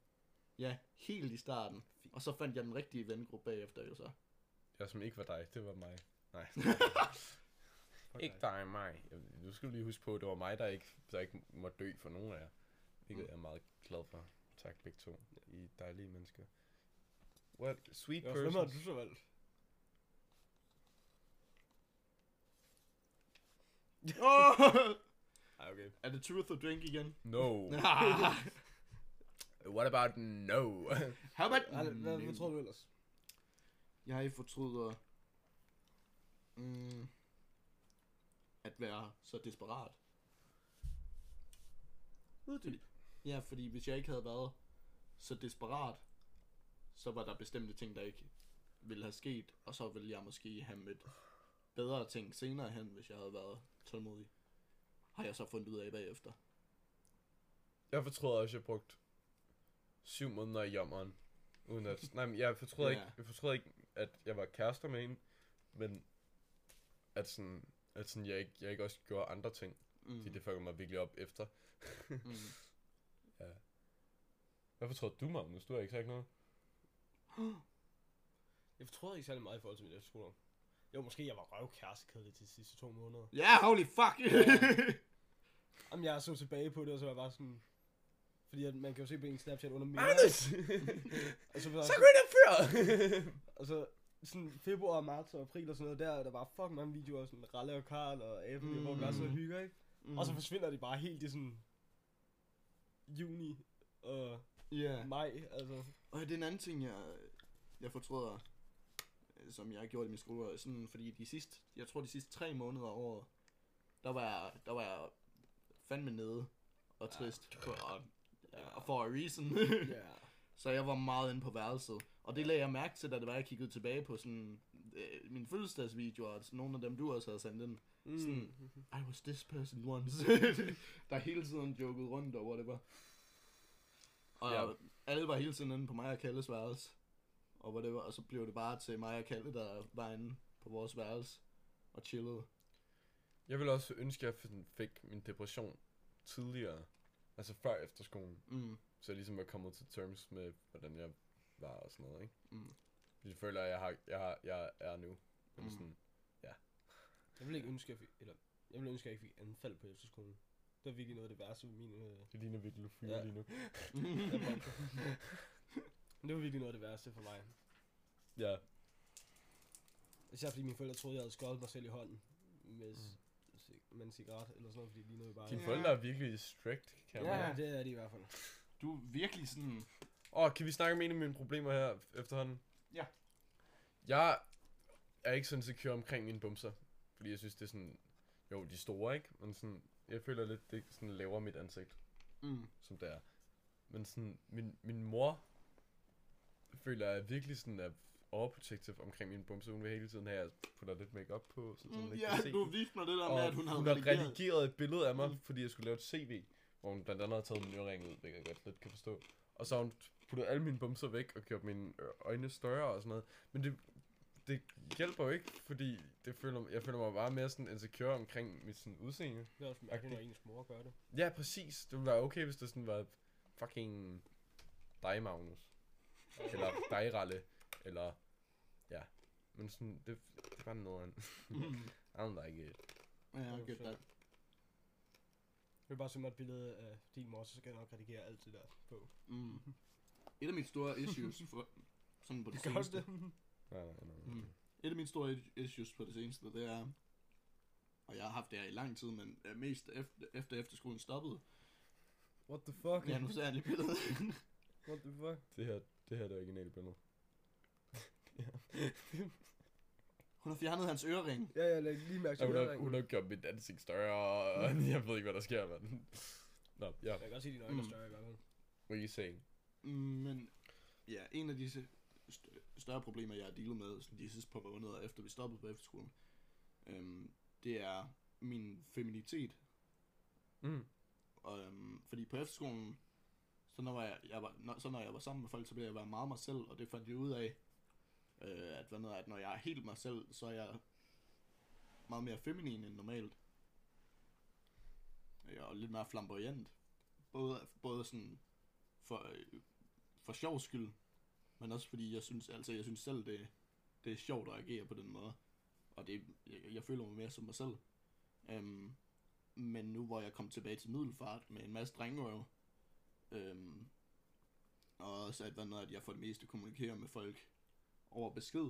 S2: Ja, helt i starten. Og så fandt jeg den rigtige vennegruppe bagefter jo så.
S3: Jeg som ikke var dig, det var mig. Nej.
S4: Fuck
S3: Ikke dig, mig. Jamen, Nu skal du lige huske på, at det var mig, der ikke, der ikke må dø for nogen af jer. Hvilket
S2: Mm.
S3: jeg er meget glad for. Tak begge to. I er dejlige mennesker. What? Sweet
S4: Ja, hvem har
S3: person.
S4: du så valgt?
S2: Oh!
S4: Ej, okay.
S2: er det truth or drink igen?
S3: No.
S2: Ah,
S3: What about no?
S2: How about... Mm.
S4: Hvad, hvad,
S3: Mm,
S4: hvad tror du ellers?
S2: Jeg fortryder... Mm, at være så desperat. Uddyb. Ja, fordi hvis jeg ikke havde været så desperat, så var der bestemte ting, der ikke ville have sket, og så ville jeg måske have mødt bedre ting senere hen, hvis jeg havde været tålmodig. Har jeg så fundet ud af bagefter.
S3: jeg fortryder også, at jeg brugte syv måneder i jommeren. Uden at, nej, men jeg fortryder,
S2: Ja.
S3: ikke, jeg fortryder ikke, at jeg var kærester med en, men at sådan, at sådan, jeg, ikke, jeg ikke også gjorde andre ting.
S2: Mm.
S3: Fordi det fucker mig virkelig op efter.
S2: Mm.
S3: Ja. Hvorfor tror du, Magnus? Du har ikke sagt noget.
S4: Jeg tror ikke særlig meget i forhold til min efterskole. Jo, måske jeg var røvkærestekedelig til de sidste to måneder.
S2: Ja, yeah, holy fuck!
S4: Jamen, jeg så tilbage på det, og så var jeg bare sådan... Fordi at man kan jo se på en Snapchat under mere. Anders! og så, var så
S2: Grønne fyr!
S4: og så sådan februar, marts og april og sådan noget der, der var fucking mange videoer, sådan Ralle og Karl og Aben, mm. hvor vi bare sidder og hygger, ikke? Mm. Og så forsvinder de bare helt i sådan juni og
S2: Ja.
S4: maj, altså.
S2: Og det er en anden ting, jeg, jeg fortryder, øh, som jeg har gjort i min skole, sådan, fordi de sidste, jeg tror de sidste tre måneder af året, der var jeg, der var jeg fandme nede og trist, ja. og, og for a reason.
S4: Ja.
S2: så jeg var meget inde på værelset. Og det lagde jeg mærke til, da det var, jeg kiggede tilbage på sådan, øh, mine fødselsdagsvideoer, og sådan nogle af dem, du også havde sendt ind. Mm. Sådan, I was this person once. der hele tiden joket rundt over det var. Og
S12: Ja.
S2: ja. alle var hele tiden inde på mig og Kalles værelse. Og, hvor det var, og så blev det bare til mig og Kalle, der var inde på vores værelse og chillede.
S3: Jeg ville også ønske, at jeg sådan fik min depression tidligere. Altså før efterskolen.
S2: Mm.
S3: Så jeg ligesom er kommet til terms med, hvordan jeg var og sådan noget, ikke?
S2: Mm.
S3: Jeg føler, at jeg, har, jeg, har, jeg er nu. Men mm. sådan,
S4: Jeg vil ikke ønske, at jeg fik, eller, jeg vil ønske, at jeg ikke fik anfald på efterskolen. Det var virkelig noget af det værste ved min... Øh,
S3: det ligner virkelig fyre
S4: Ja.
S3: lige nu.
S4: det var virkelig noget af det værste for mig.
S3: Ja.
S4: Især fordi mine forældre troede, jeg havde skåret mig selv i hånden med, mm. med en cigaret eller sådan noget, fordi lige noget bare...
S3: Dine
S2: Ja.
S3: forældre er virkelig strict, kan man.
S4: Ja, det er det i hvert fald.
S2: Du er virkelig sådan...
S3: Åh, oh, kan vi snakke om en af mine problemer her efterhånden?
S2: Ja.
S3: Jeg er ikke sådan secure omkring mine bumser. Fordi jeg synes, det er sådan... Jo, de er store, ikke? Men sådan... Jeg føler lidt, det sådan laver mit ansigt.
S2: Mm.
S3: som det er. Men sådan, min, min mor føler jeg virkelig sådan er overprotective omkring min bumse. Hun vil hele tiden have, at jeg putter lidt makeup på, så, så
S2: Mm,
S3: hun ikke
S2: ja,
S3: kan se
S2: du
S3: den.
S2: viste mig det der med,
S3: Og
S2: at hun havde
S3: hun har
S2: redigeret.
S3: redigeret et billede af mig,
S2: Mm.
S3: mm. fordi jeg skulle lave et CV, hvor hun blandt andet har taget min ørering ud, hvilket jeg godt lidt kan forstå. Og så har hun puttet alle mine bumser væk og gjort mine ø- øjne større og sådan noget. Men det, det hjælper jo ikke, fordi det føler, jeg føler mig bare mere sådan insecure omkring mit sådan, udseende.
S4: Det er også mærkeligt, når ens mor gør det.
S3: Ja, præcis. Det ville være okay, hvis det sådan var fucking dig, Magnus. Eller dig, Ralle. Eller, ja. Men sådan, det, det er bare noget.
S2: Mm.
S3: I don't like it.
S2: Ja, okay, that.
S4: Jeg vil bare sende mig et billede af din mor, så skal jeg nok redigere alt det der på.
S2: Mm. Et af mine store issues for, sådan på det
S4: Gør du
S2: seneste.
S4: det?
S3: Nej, nej, nej.
S2: Mm. Et af mine store i- issues på det seneste, det er, og jeg har haft det her i lang tid, men øh, mest efter, efter efterskolen stoppede.
S4: What the fuck?
S2: Ja, nu ser jeg lige billedet.
S4: What the fuck?
S3: Det her, det her er det originale billede.
S2: Hun har fjernet hans ørering.
S4: Ja, jeg lagde lige mærke
S3: Ja, hun, har, hun har gjort mit ansigt større, og jeg ved ikke, hvad der sker, mand. Nå, ja.
S4: Jeg kan godt se, at dine øjne er
S2: Mm.
S4: større i hvert fald.
S3: What are you saying?
S2: Mm, Men ja, en af disse stø- større problemer, jeg har dealet med sådan de sidste par måneder, efter vi stoppede på efterskolen, øhm, det er min feminitet.
S3: Mm.
S2: Og, øhm, fordi på efterskolen, så når jeg, jeg var, når, så når jeg var sammen med folk, så blev jeg bare meget mig selv, og det fandt jeg ud af, øh, at, hvad noget, at når jeg er helt mig selv, så er jeg meget mere feminin end normalt. Ja, og lidt mere flamboyant. Både, både sådan for, øh, for sjov skyld, men også fordi jeg synes, altså jeg synes selv, det, det er sjovt at agere på den måde. Og det, jeg, jeg føler mig mere som mig selv. Øhm, men nu hvor jeg kom tilbage til middelfart med en masse drengerøv, øhm, og også at, hvad noget, at jeg for det meste kommunikerer med folk over besked,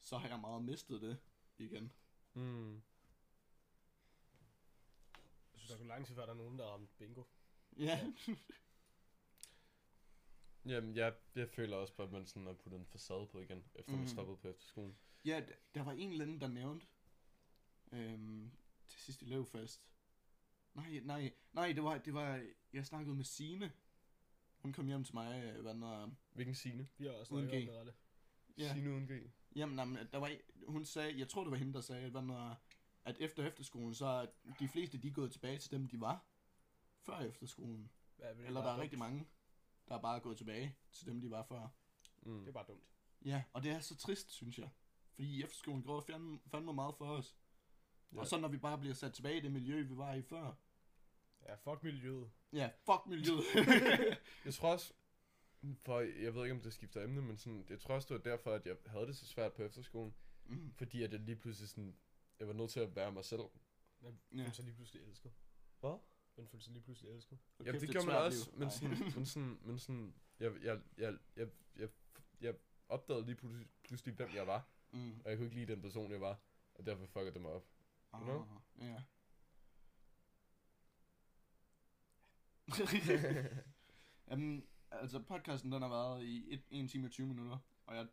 S2: så har jeg meget mistet det igen.
S3: Mm.
S4: Jeg synes, der går lang tid før, der er nogen, der har ramt bingo.
S2: Ja,
S3: Jamen, jeg, jeg føler også bare, at man sådan har puttet en facade på igen, efter mm. man
S2: Mhm.
S3: stoppede på efterskolen.
S2: ja d- der var en eller anden, der nævnte øhm, til sidst i løvfest. Nej, nej, nej, det var, det var, jeg snakkede med Sine. Hun kom hjem til mig, øh, hvad noget,
S3: Hvilken Signe?
S4: Vi har også
S2: Uden
S4: snakket
S2: G.
S4: om det, Ralle.
S2: Ja.
S3: Signe uden G.
S2: Jamen, nej, men der var, en- hun sagde, jeg tror det var hende, der sagde, at, hvad når, at efter efterskolen, så er de fleste, de er gået tilbage til dem, de var før efterskolen.
S4: Ja, det
S2: Eller
S4: bare
S2: der er
S4: dumt.
S2: rigtig mange, der er bare gået tilbage til dem, de var før.
S3: Mm.
S4: Det er bare dumt.
S2: Ja, og det er så trist, synes jeg. Fordi efterskolen går fandme, fandme meget for os. Ja.
S3: Ja.
S2: Og så når vi bare bliver sat tilbage i det miljø, vi var i før.
S4: Ja, fuck miljøet.
S2: Ja, fuck miljøet.
S3: Jeg tror også,
S13: For jeg ved ikke, om det skifter emne, men sådan, jeg tror også, det var derfor, at jeg havde det så svært på efterskolen.
S2: Mm.
S13: Fordi at jeg lige pludselig sådan, jeg var nødt til at være mig selv.
S4: Ja.
S2: Ja.
S4: Man føler sig lige pludselig elsket.
S13: Hvad?
S4: Man føler sig lige pludselig elsket.
S2: Hold
S13: Jamen,
S2: kæft,
S13: det
S2: er
S13: gjorde
S2: et
S13: man
S2: svært
S13: også,
S2: liv.
S13: men
S2: Ej.
S13: sådan, men sådan, men sådan, jeg, jeg, jeg, jeg, jeg, jeg opdagede lige pludselig, pludselig, hvem jeg var,
S2: Mm.
S13: og jeg kunne ikke lide den person, jeg var, og derfor fuckede det mig op.
S2: Ah,
S13: know?
S2: Ja. Jamen, altså podcasten den har været i et, 1 time og 20 minutter, og jeg,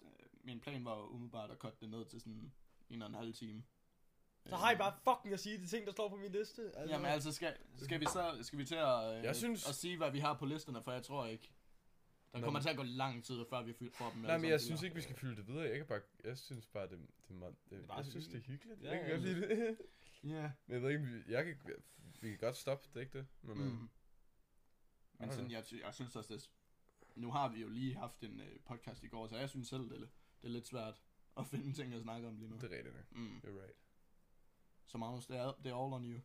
S2: min plan var jo umiddelbart at cutte det ned til sådan en og en halv time.
S4: Så har I bare fucking at sige de ting, der står på min liste.
S2: Øh, Jamen altså, skal, skal vi så skal vi til at, øh,
S13: Jeg synes-
S2: at sige, hvad vi har på listerne, for jeg tror ikke, der
S13: Nå,
S2: kommer
S13: men-
S2: til at gå lang tid, før vi fyl- får dem. alle
S13: Nej, men
S2: sammen
S13: jeg
S2: de
S13: synes
S2: der.
S13: ikke, vi skal fylde det videre. Jeg, kan bare, jeg synes bare, det, det, er meget, det,
S4: Det er
S13: det
S4: bare
S13: jeg
S4: så
S13: synes, det er hyggeligt.
S4: Ja,
S13: Ja, jeg kan
S4: ja,
S13: godt lide det.
S2: Ja.
S13: men jeg ved ikke, om vi, jeg kan, vi kan godt stoppe, det er ikke det. Men, mm.
S2: Mm. Men
S13: Okay.
S2: sådan, jeg, sy- jeg synes også, det, er s- nu har vi jo lige haft en øh, podcast i går, så jeg synes selv, det er, det er lidt svært at finde ting at snakke om lige nu.
S13: det er rigtigt. nok.
S2: Mm.
S13: You're right.
S2: Så Magnus, det er, det er all on you.
S4: Lad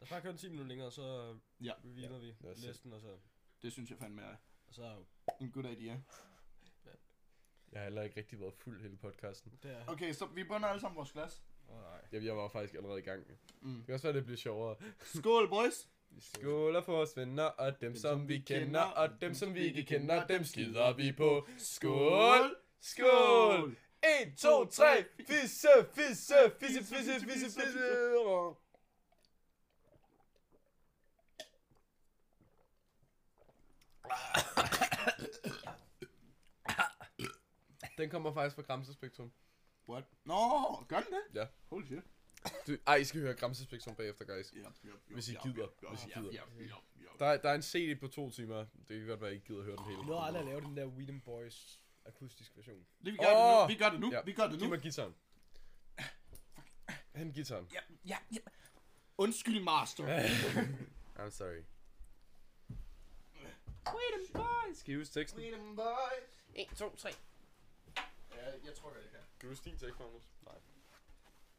S4: os bare køre en 10 minutter længere, og så
S2: Ja.
S4: revealer vi
S13: Lad os se.
S4: listen, og så,
S2: Det synes jeg fandme er
S4: og så er jo
S2: en good idea.
S13: Jeg har heller ikke rigtig været fuld hele podcasten.
S4: der.
S2: Okay, så vi bunder alle sammen vores glas.
S4: Åh, nej.
S13: Jeg, jeg var faktisk allerede i gang. Det
S2: Mm.
S13: kan også være, det bliver sjovere.
S2: Skål, boys!
S13: Vi skåler for vores venner, og dem, som vi kender, og dem, som vi ikke kender, dem skider vi på. Skål! Skål! 1, 2, 3, fisse, fisse, fisse, fisse, fisse, fisse. Den kommer faktisk fra Gramsespektrum.
S2: What? Nå, gør den det?
S13: Ja.
S2: Holy shit.
S13: Du, ej, I skal høre Gramsespektrum bagefter, guys.
S2: Ja, ja, ja,
S13: Hvis I
S2: ja,
S13: gider,
S2: ja,
S13: hvis I
S2: ja,
S13: gider.
S2: ja, ja, ja.
S13: Der er, der er en CD på to timer. Det kan godt være, I ikke gider at høre den hele.
S4: Vi nåede aldrig at lave den der Weedem Boys akustisk version.
S2: Det, vi, gør det nu.
S13: Åh!
S2: vi gør det nu,
S13: Ja.
S2: vi gør det
S13: Giv
S2: nu.
S13: mig gitaren. Hent gitaren.
S2: Ja, ja, ja. Undskyld, master.
S13: I'm sorry.
S3: Skal I huske teksten?
S2: Freedom boys. 1, 2, 3. Ja, jeg tror godt, jeg kan.
S13: Kan du huske din tekst, Magnus? Nej.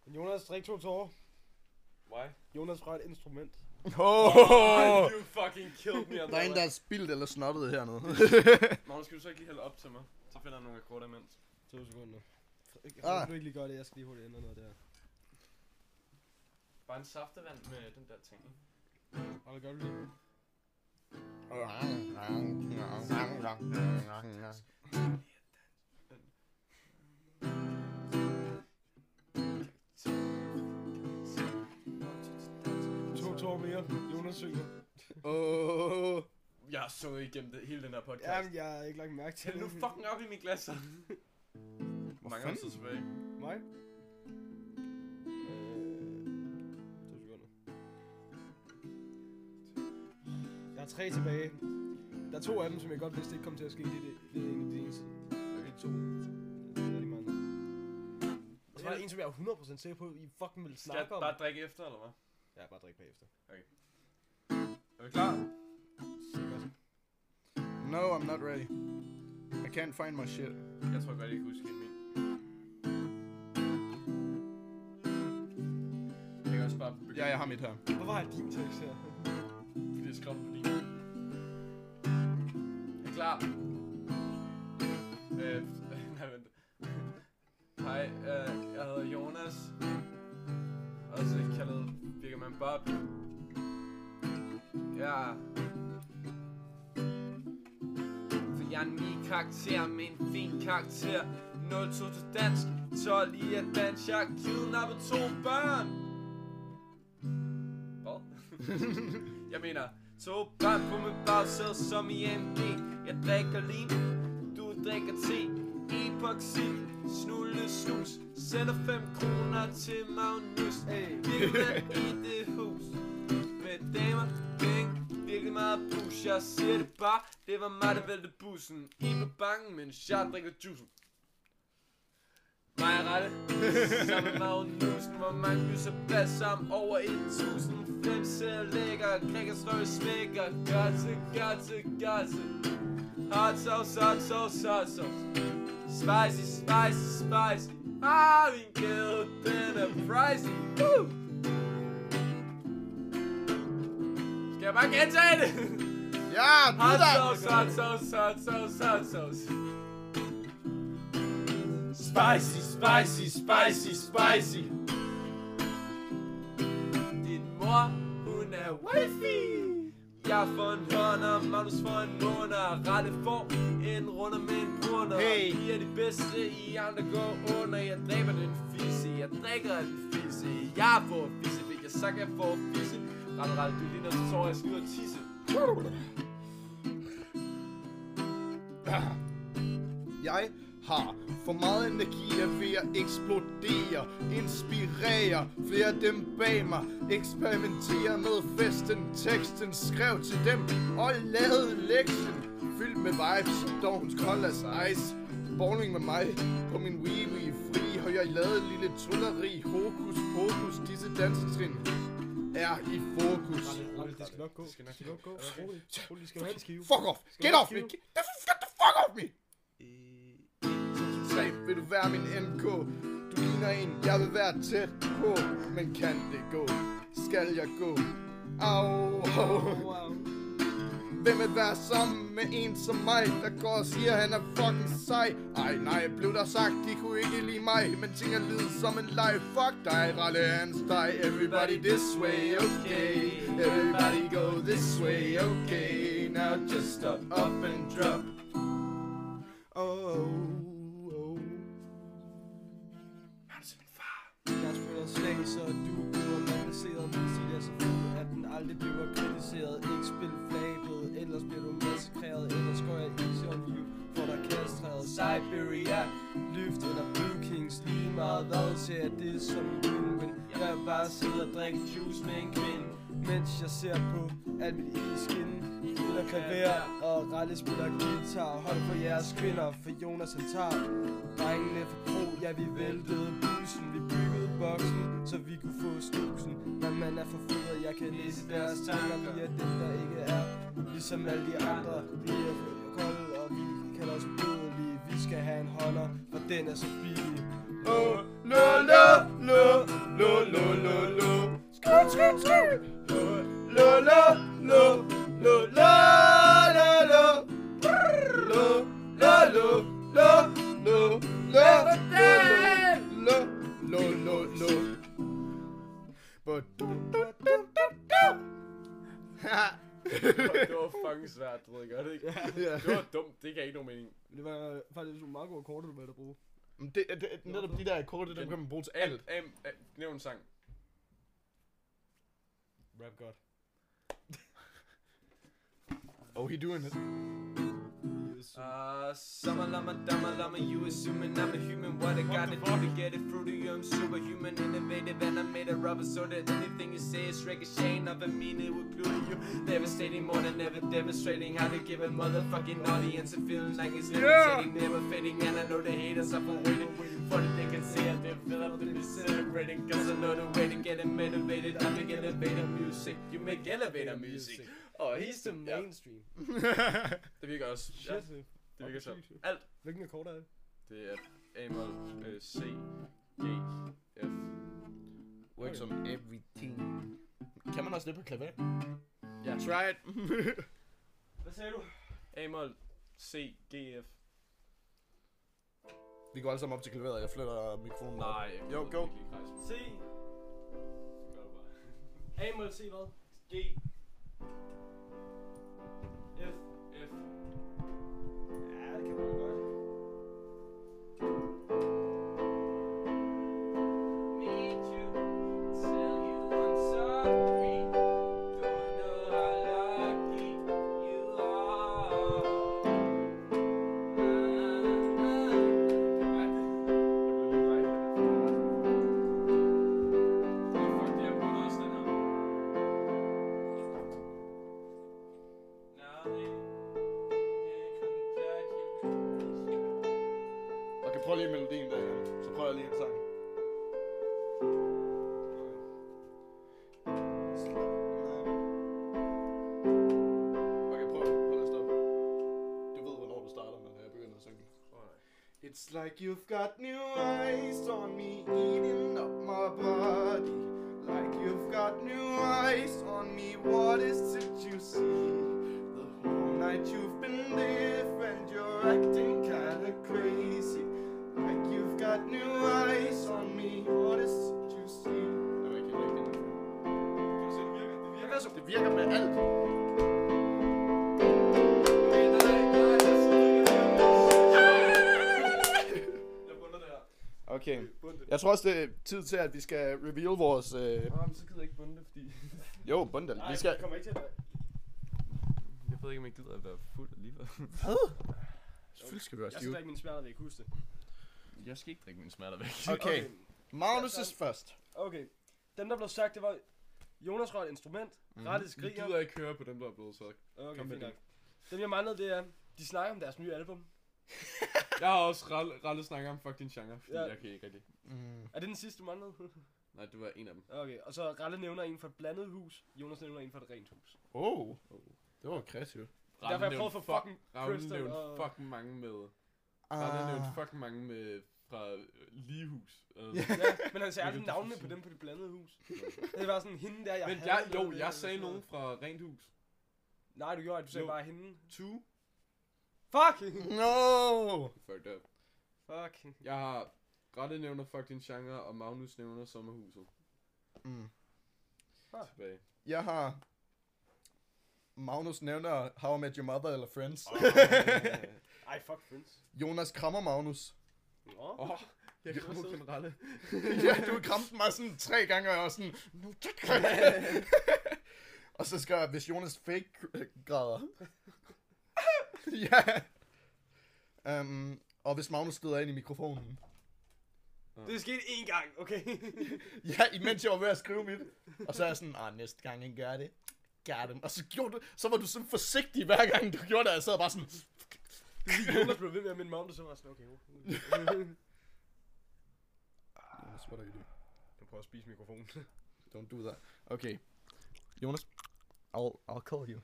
S4: Men Jonas, drik to tårer.
S13: Why?
S4: Jonas rører et instrument.
S3: Oh!
S13: You fucking killed me.
S2: Der er en, der er spildt eller snottet hernede.
S3: Magnus, skal du så ikke lige hælde op til mig? Så finder jeg nogle akkord imens.
S4: To sekunder. Jeg
S2: Ah.
S4: kan du ikke lige gøre det, jeg skal lige hurtigt ændre noget der.
S3: Bare en saftevand med den der ting.
S4: Og det gør du lige. To tårer mere. Jonas synger.
S2: Oh,
S13: Åh.
S3: Jeg har sunget igennem det, hele den her podcast.
S4: Jamen, jeg har ikke lagt mærke til
S3: Hæld nu fucking op i min glas, så. Hvor mange har du
S2: fanden?
S3: tilbage?
S4: Mig? Øh, to sekunder. Der er tre tilbage. Der er to af dem, som jeg godt vidste ikke kom til at ske. Det er det, det er egentlig det eneste. Okay, to. Det er de mange. Og så var der en, som jeg er 100% sikker på, I fucking ville
S3: Skal jeg
S4: snakke om.
S3: bare drikke efter, eller hvad?
S4: Ja, bare drik bagefter.
S3: Er vi klar?
S4: Sikkert.
S2: no, I'm not ready. I can't find my shit.
S3: Jeg tror godt, jeg kan huske helt min. Jeg kan også bare begynde.
S2: Ja, jeg har mit her.
S4: Hvor var din tekst her?
S3: Fordi jeg skrev den på din. Er I klar? Øh, nej, vent. Hej, øh, jeg hedder Jonas. Også kaldet Birkerman Bob. Ja. For jeg er en min karakter med en fin karakter. 0 til dansk, 12 i at dansk. Jeg har kidnappet to børn. Hvad? Jeg mener, to børn på mit bagsæde som i AMG Jeg drikker lim, du drikker te Epoxy, snulle snus Sender 5 kroner til Magnus
S4: Hey.
S3: Virkelig mand i det hus Med damer, gang, virkelig meget bus Jeg siger det bare, det var mig der vælte bussen I på banken, mens jeg drikker juicen mig og rette Sammen med Magnusen Hvor mange lyser plads sammen over 1000 Fem ser lækker Krikker strøg smækker Gotse, gotse, gotse Hot sauce, hot sauce, hot sauce Spicy, spicy, spicy Ah, min glæde, den er pricey Woo! Skal jeg bare gentage det?
S2: Ja, Ja, du
S1: Hot
S2: der!
S1: sauce, hot sauce, hot sauce, hot sauce. Spicy, spicy, spicy, spicy. Din mor, hun er wifi. Jeg får en hånder, Magnus får en måneder. Rette får en runder med en brunder.
S2: Hey.
S1: Vi er de bedste i andre går under. Jeg dræber den fisse, jeg drikker den fisse. Jeg får fisse, fik jeg sagt, jeg får fisse. Rette, rette, du ligner så tår, jeg skal ud og tisse.
S2: Jeg har for meget energi, jeg er ved at eksplodere Inspirere flere af dem bag mig Eksperimentere med festen, teksten Skrev til dem og lavede lektien Fyldt med vibes, dogens kold as ice Bowling med mig på min wee fri Og jeg lavede et lille tulleri Hokus pokus, disse dansetrin er i fokus
S4: Det skal nok gå. Det skal nok gå. Rolig. Rolig. Skal du have en skive?
S2: Fuck off! Get off me! Get the, get the fuck off me! Sag, vil du være min MK? Du ligner en, jeg vil være tæt på Men kan det gå? Skal jeg gå? Au, au.
S4: Wow.
S2: Hvem vil være sammen med en som mig Der går og siger, han er fucking sej Ej nej, blev der sagt, de kunne ikke lide mig Men ting er lyd som en leg Fuck dig, Ralle Hans, dig Everybody this way, okay Everybody go this way, okay Now just stop up and drop Oh, oh.
S4: Jeg spiller slag, så du bliver manipuleret Men sig det er så fedt, at den aldrig bliver kritiseret Ikke spil flabet, ellers bliver du massakreret Ellers går jeg i sjov liv, for dig kastreret Siberia, Lyft eller Blue Kings Lige meget hvad, ser jeg det som en win-win Jeg vil bare sidde og drikke juice med en kvinde Mens jeg ser på, at mit ene skin Spiller klaver og Ralle spiller guitar Hold på jeres kvinder, for Jonas han tager Drengene fra Pro, ja vi væltede bussen Vi byggede boksen, så vi kunne få snusen Men man er for fed, og jeg kan læse deres tanker Vi er dem, der ikke er ligesom alle de andre Vi er kolde, og vi kan også blodelige Vi skal have en holder, for den er så billig
S2: Oh, lo, lo, lo, lo, lo, lo, lo. Skrut, skrut, skrut. Lo, lo, lo, lo, lo, lo, lo. Lo, lo, lo, lo, lo, lo, lo, lo, lo, lo. But do, do, do, do, do.
S1: Det var fucking svært, du ved godt, ikke?
S2: Ja.
S1: Det var dumt, det gav ikke nogen mening.
S4: Det var faktisk nogle meget gode korte, du valgte at bruge
S2: Men Det, det, det,
S6: Netop de der korte, dem kan man bruge til alt.
S1: Am, am, nævn en sang.
S4: Rap godt
S2: oh, he doing it.
S1: Uh, summer lama dama lama, you assuming I'm a human. What I gotta do to get it through to you, I'm superhuman, innovative, and I made a rubber so that anything you say is straight as shane of a meaning would glue to you. Devastating more than ever, demonstrating how to give a motherfucking audience a feeling like it's levitating, never fading. And I know the haters are for waiting for the they can see I've been filled up to be celebrating. Cause I know the way to get them motivated. I make elevator music, you make elevator music. Og he's the main.
S4: mainstream
S1: Det virker også. Ja,
S4: Shit, ja.
S1: det virker så.
S4: Sygt.
S1: Alt.
S4: Hvilken akkord er det?
S1: Det er A-mol, øh, C, G, F.
S2: Works on everything.
S6: Kan man også det på klaver?
S2: Try it.
S4: Hvad sagde du?
S1: A-mol, C, G, F.
S2: Vi går alle sammen op til klaveret, jeg flytter mikrofonen op.
S1: Nej, jeg
S2: Jo,
S1: ved
S2: go.
S1: ikke lige grejs.
S4: C
S1: Gør det bare.
S4: A må C hvad?
S1: G,
S4: F
S1: F. Ah,
S4: Ja, det kan man godt
S1: Me too. Tell you I'm sorry. Don't know how lucky you are. Ah, ah. Ej, jeg blev lige vejret. uh. Åh, fuck, det er på os, den her. Now they can't congratulate you.
S2: Okay, prøv lige melodien der igen. Så prøver jeg lige en sang. Okay, prøv. Prøv at stoppe. Du ved, hvornår du starter, men jeg begynder at synge. It's like you've got new eyes on me, eating up my body. Like you've got new eyes on me, what is it you see? The whole
S1: that you've been different. You're acting kinda crazy. Like you've got new eyes on me. What is it you see?
S6: Det virker med alt. Okay. Jeg tror også, det er tid til, at vi skal reveal vores... Øh... Jamen, så gider jeg ikke bunde det, fordi... jo, bunde det. Vi skal...
S4: kommer ikke til at...
S5: Jeg ved ikke, om jeg gider at være fuld alligevel.
S2: Selvfølgelig skal vi
S4: Jeg
S2: også
S4: synes da ikke, min smerter vil kunne huske det.
S5: Jeg skal ikke drikke mine smerter væk.
S2: Okay. Magnus
S4: Ja,
S2: er
S4: tak.
S2: først.
S4: Okay. Den, der blev sagt, det var... Jonas røg et instrument. Mm. Rettet
S3: Vi
S4: skriger.
S3: gider ikke høre på dem, der er blevet sagt.
S4: Okay,
S3: Kom med
S4: fint
S3: det.
S4: nok. Dem, jeg manglede, det er... De snakker om deres nye album.
S3: Jeg har også ralle, ralle snakker om fucking genre, fordi
S4: Ja.
S3: ja. jeg kan ikke rigtig.
S2: Mm.
S4: Er det den sidste, du manglede?
S3: Nej, det var en af dem.
S4: okay, og så Ralle nævner en for et blandet hus. Jonas nævner en for et rent hus.
S2: Oh.
S3: Det var kreativt.
S4: Derfor jeg prøvede at få fucking
S3: Ravnen
S4: Crystal
S3: nævnte
S4: og-
S3: fucking mange med.
S2: Ah.
S3: Ravnen nævnte fucking mange med fra øh, Ligehus. Altså.
S4: ja, men han sagde
S3: Men
S4: aldrig
S3: det er
S4: navnene
S3: for
S4: på
S3: sygt.
S4: dem på det blandede hus. det var sådan hende der, jeg
S3: Men
S4: havde
S3: jeg,
S4: lavet
S3: jo,
S4: det, eller
S3: jeg
S4: sådan
S3: sagde nogen
S4: noget.
S3: fra Rent Hus.
S4: Nej, du gjorde ikke. Du sagde
S3: Jo.
S4: bare hende.
S3: Two.
S4: Fuck!
S2: No.
S3: Fucked up.
S4: Fuck.
S3: Jeg har Rette nævner fucking genre, og Magnus nævner sommerhuset.
S2: Mm.
S4: Ah.
S3: Tilbage.
S2: Jeg har... Magnus nævner How I Met Your Mother eller Friends.
S4: Ej, fuck Friends.
S2: Jonas krammer Magnus.
S4: Nå.
S3: Åh, oh, jeg
S4: Jo.
S3: kan også generelle.
S2: ja, du kramte mig sådan tre gange, og jeg var sådan... Nu tak. og så skal jeg, hvis Jonas fake græder. ja. Um, og hvis Magnus skrider ind i mikrofonen.
S4: Det skete én gang, okay?
S2: Ja, imens jeg var ved at skrive mit. Og så er jeg sådan, ah, næste gang jeg gør det, gør det. Og så, gjorde du, så var du sådan forsigtig hver gang du gjorde det, og jeg sad bare sådan,
S4: Jonas blev ved med at minde mig om det, så var jeg sådan, okay, jo.
S2: Jonas, what are you doing?
S4: Du prøver at spise mikrofonen.
S2: Don't do that. Okay. Jonas, I'll, I'll call you.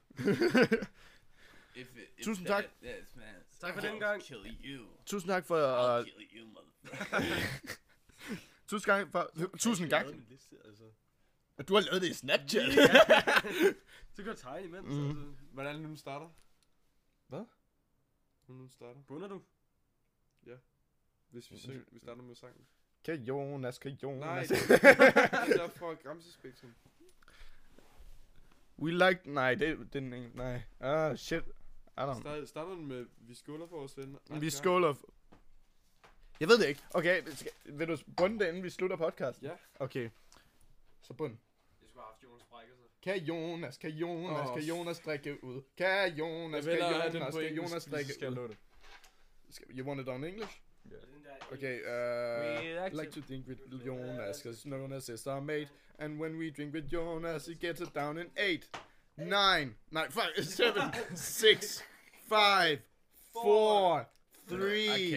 S1: If it, if
S2: Tusind tak.
S1: Yes, man.
S4: Tak for den gang.
S1: Kill you.
S2: Tusind tak for... Uh,
S1: Kill you, mother.
S2: tusind, gang for tusind
S4: Jeg
S2: gang.
S4: har lavet min liste, altså.
S2: Du har lavet det i Snapchat.
S4: Så kan jeg tegne imens,
S2: Mhm.
S4: altså.
S3: Hvordan er det nu, den starter?
S2: Hvad?
S3: Hvordan er det nu, den starter?
S4: Bunder du?
S3: Hvis vi, synger, vi starter med sangen.
S2: Kan Jonas, kan
S3: Nej,
S2: Jonas.
S3: det er- det er fra Gramsespektrum.
S2: We like... Nej, det, den ene- Nej. Ah, shit. I don't know.
S3: Start, starter den med, vi skåler for vores venner.
S2: Vi skåler... f- Jeg ved det ikke. Okay, skal, vil du bunde det, inden vi slutter podcasten?
S3: Ja.
S2: Okay. Så bund.
S4: Jeg skulle have haft Jonas Brækker, så.
S2: Kan Jonas, kan Jonas,
S3: Åh,
S2: kan
S3: f-
S2: Jonas drikke ud? Kan Jonas, kan Jonas, kan Jonas drikke ud?
S3: det.
S2: Skal- You want it on English? Okay,
S1: We
S2: uh,
S1: like
S2: like to drink with Jonas, cause Jonas is our mate. And when we drink with Jonas, it gets it down in 8, 9, 9, 5, 7, 6, 5, 4, 3, 2,
S5: I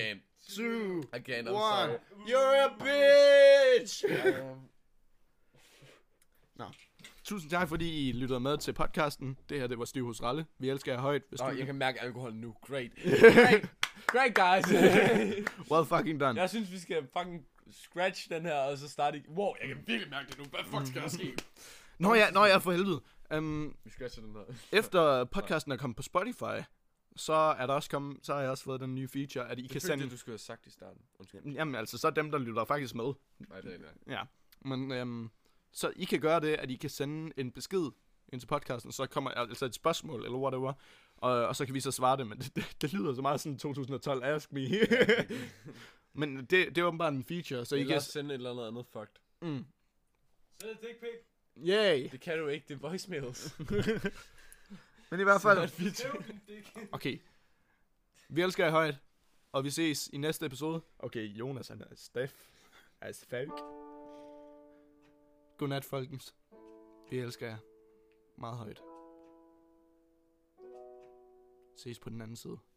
S5: can't.
S2: 1. You're a bitch! Nå. Tusind tak, fordi I lyttede med til podcasten. Det her, det var Stiv hos Ralle. Vi elsker jer højt. Hvis du...
S3: jeg kan mærke alkohol nu. Great.
S5: Great guys.
S2: Well fucking done.
S3: Jeg synes, vi skal fucking scratch den her, og så starte i... Wow, jeg kan virkelig mærke det nu. Hvad fuck skal der ske?
S2: Nå ja, nå ja, for helvede. Um,
S3: Vi scratcher den her.
S2: efter podcasten er kommet på Spotify, så er der også kommet, så har jeg også fået den nye feature, at I kan sende...
S3: du skulle have sagt i starten. Undskyld.
S2: Jamen altså, så er dem, der lytter faktisk med.
S3: Nej, det er ikke.
S2: Ja. Men øhm, så I kan gøre det, at I kan sende en besked ind til podcasten, så kommer altså et spørgsmål, eller whatever, og, og så kan vi så svare det, men det, det, det lyder så meget sådan 2012, ask me. men det, det er åbenbart en feature, så
S3: Så
S2: I
S3: I
S2: kan...
S3: kan sende et eller andet andet fucked.
S2: Mm.
S4: Send et dick pic.
S2: Yay!
S3: Det kan du ikke, det er voicemails.
S2: Men i hvert fald...
S4: Hæv din dick.
S2: Okay. Vi elsker jer højt, og vi ses i næste episode. Okay, Jonas han er Steff. As fuck. Godnat, folkens. Vi elsker jer meget højt. Ses på den anden side.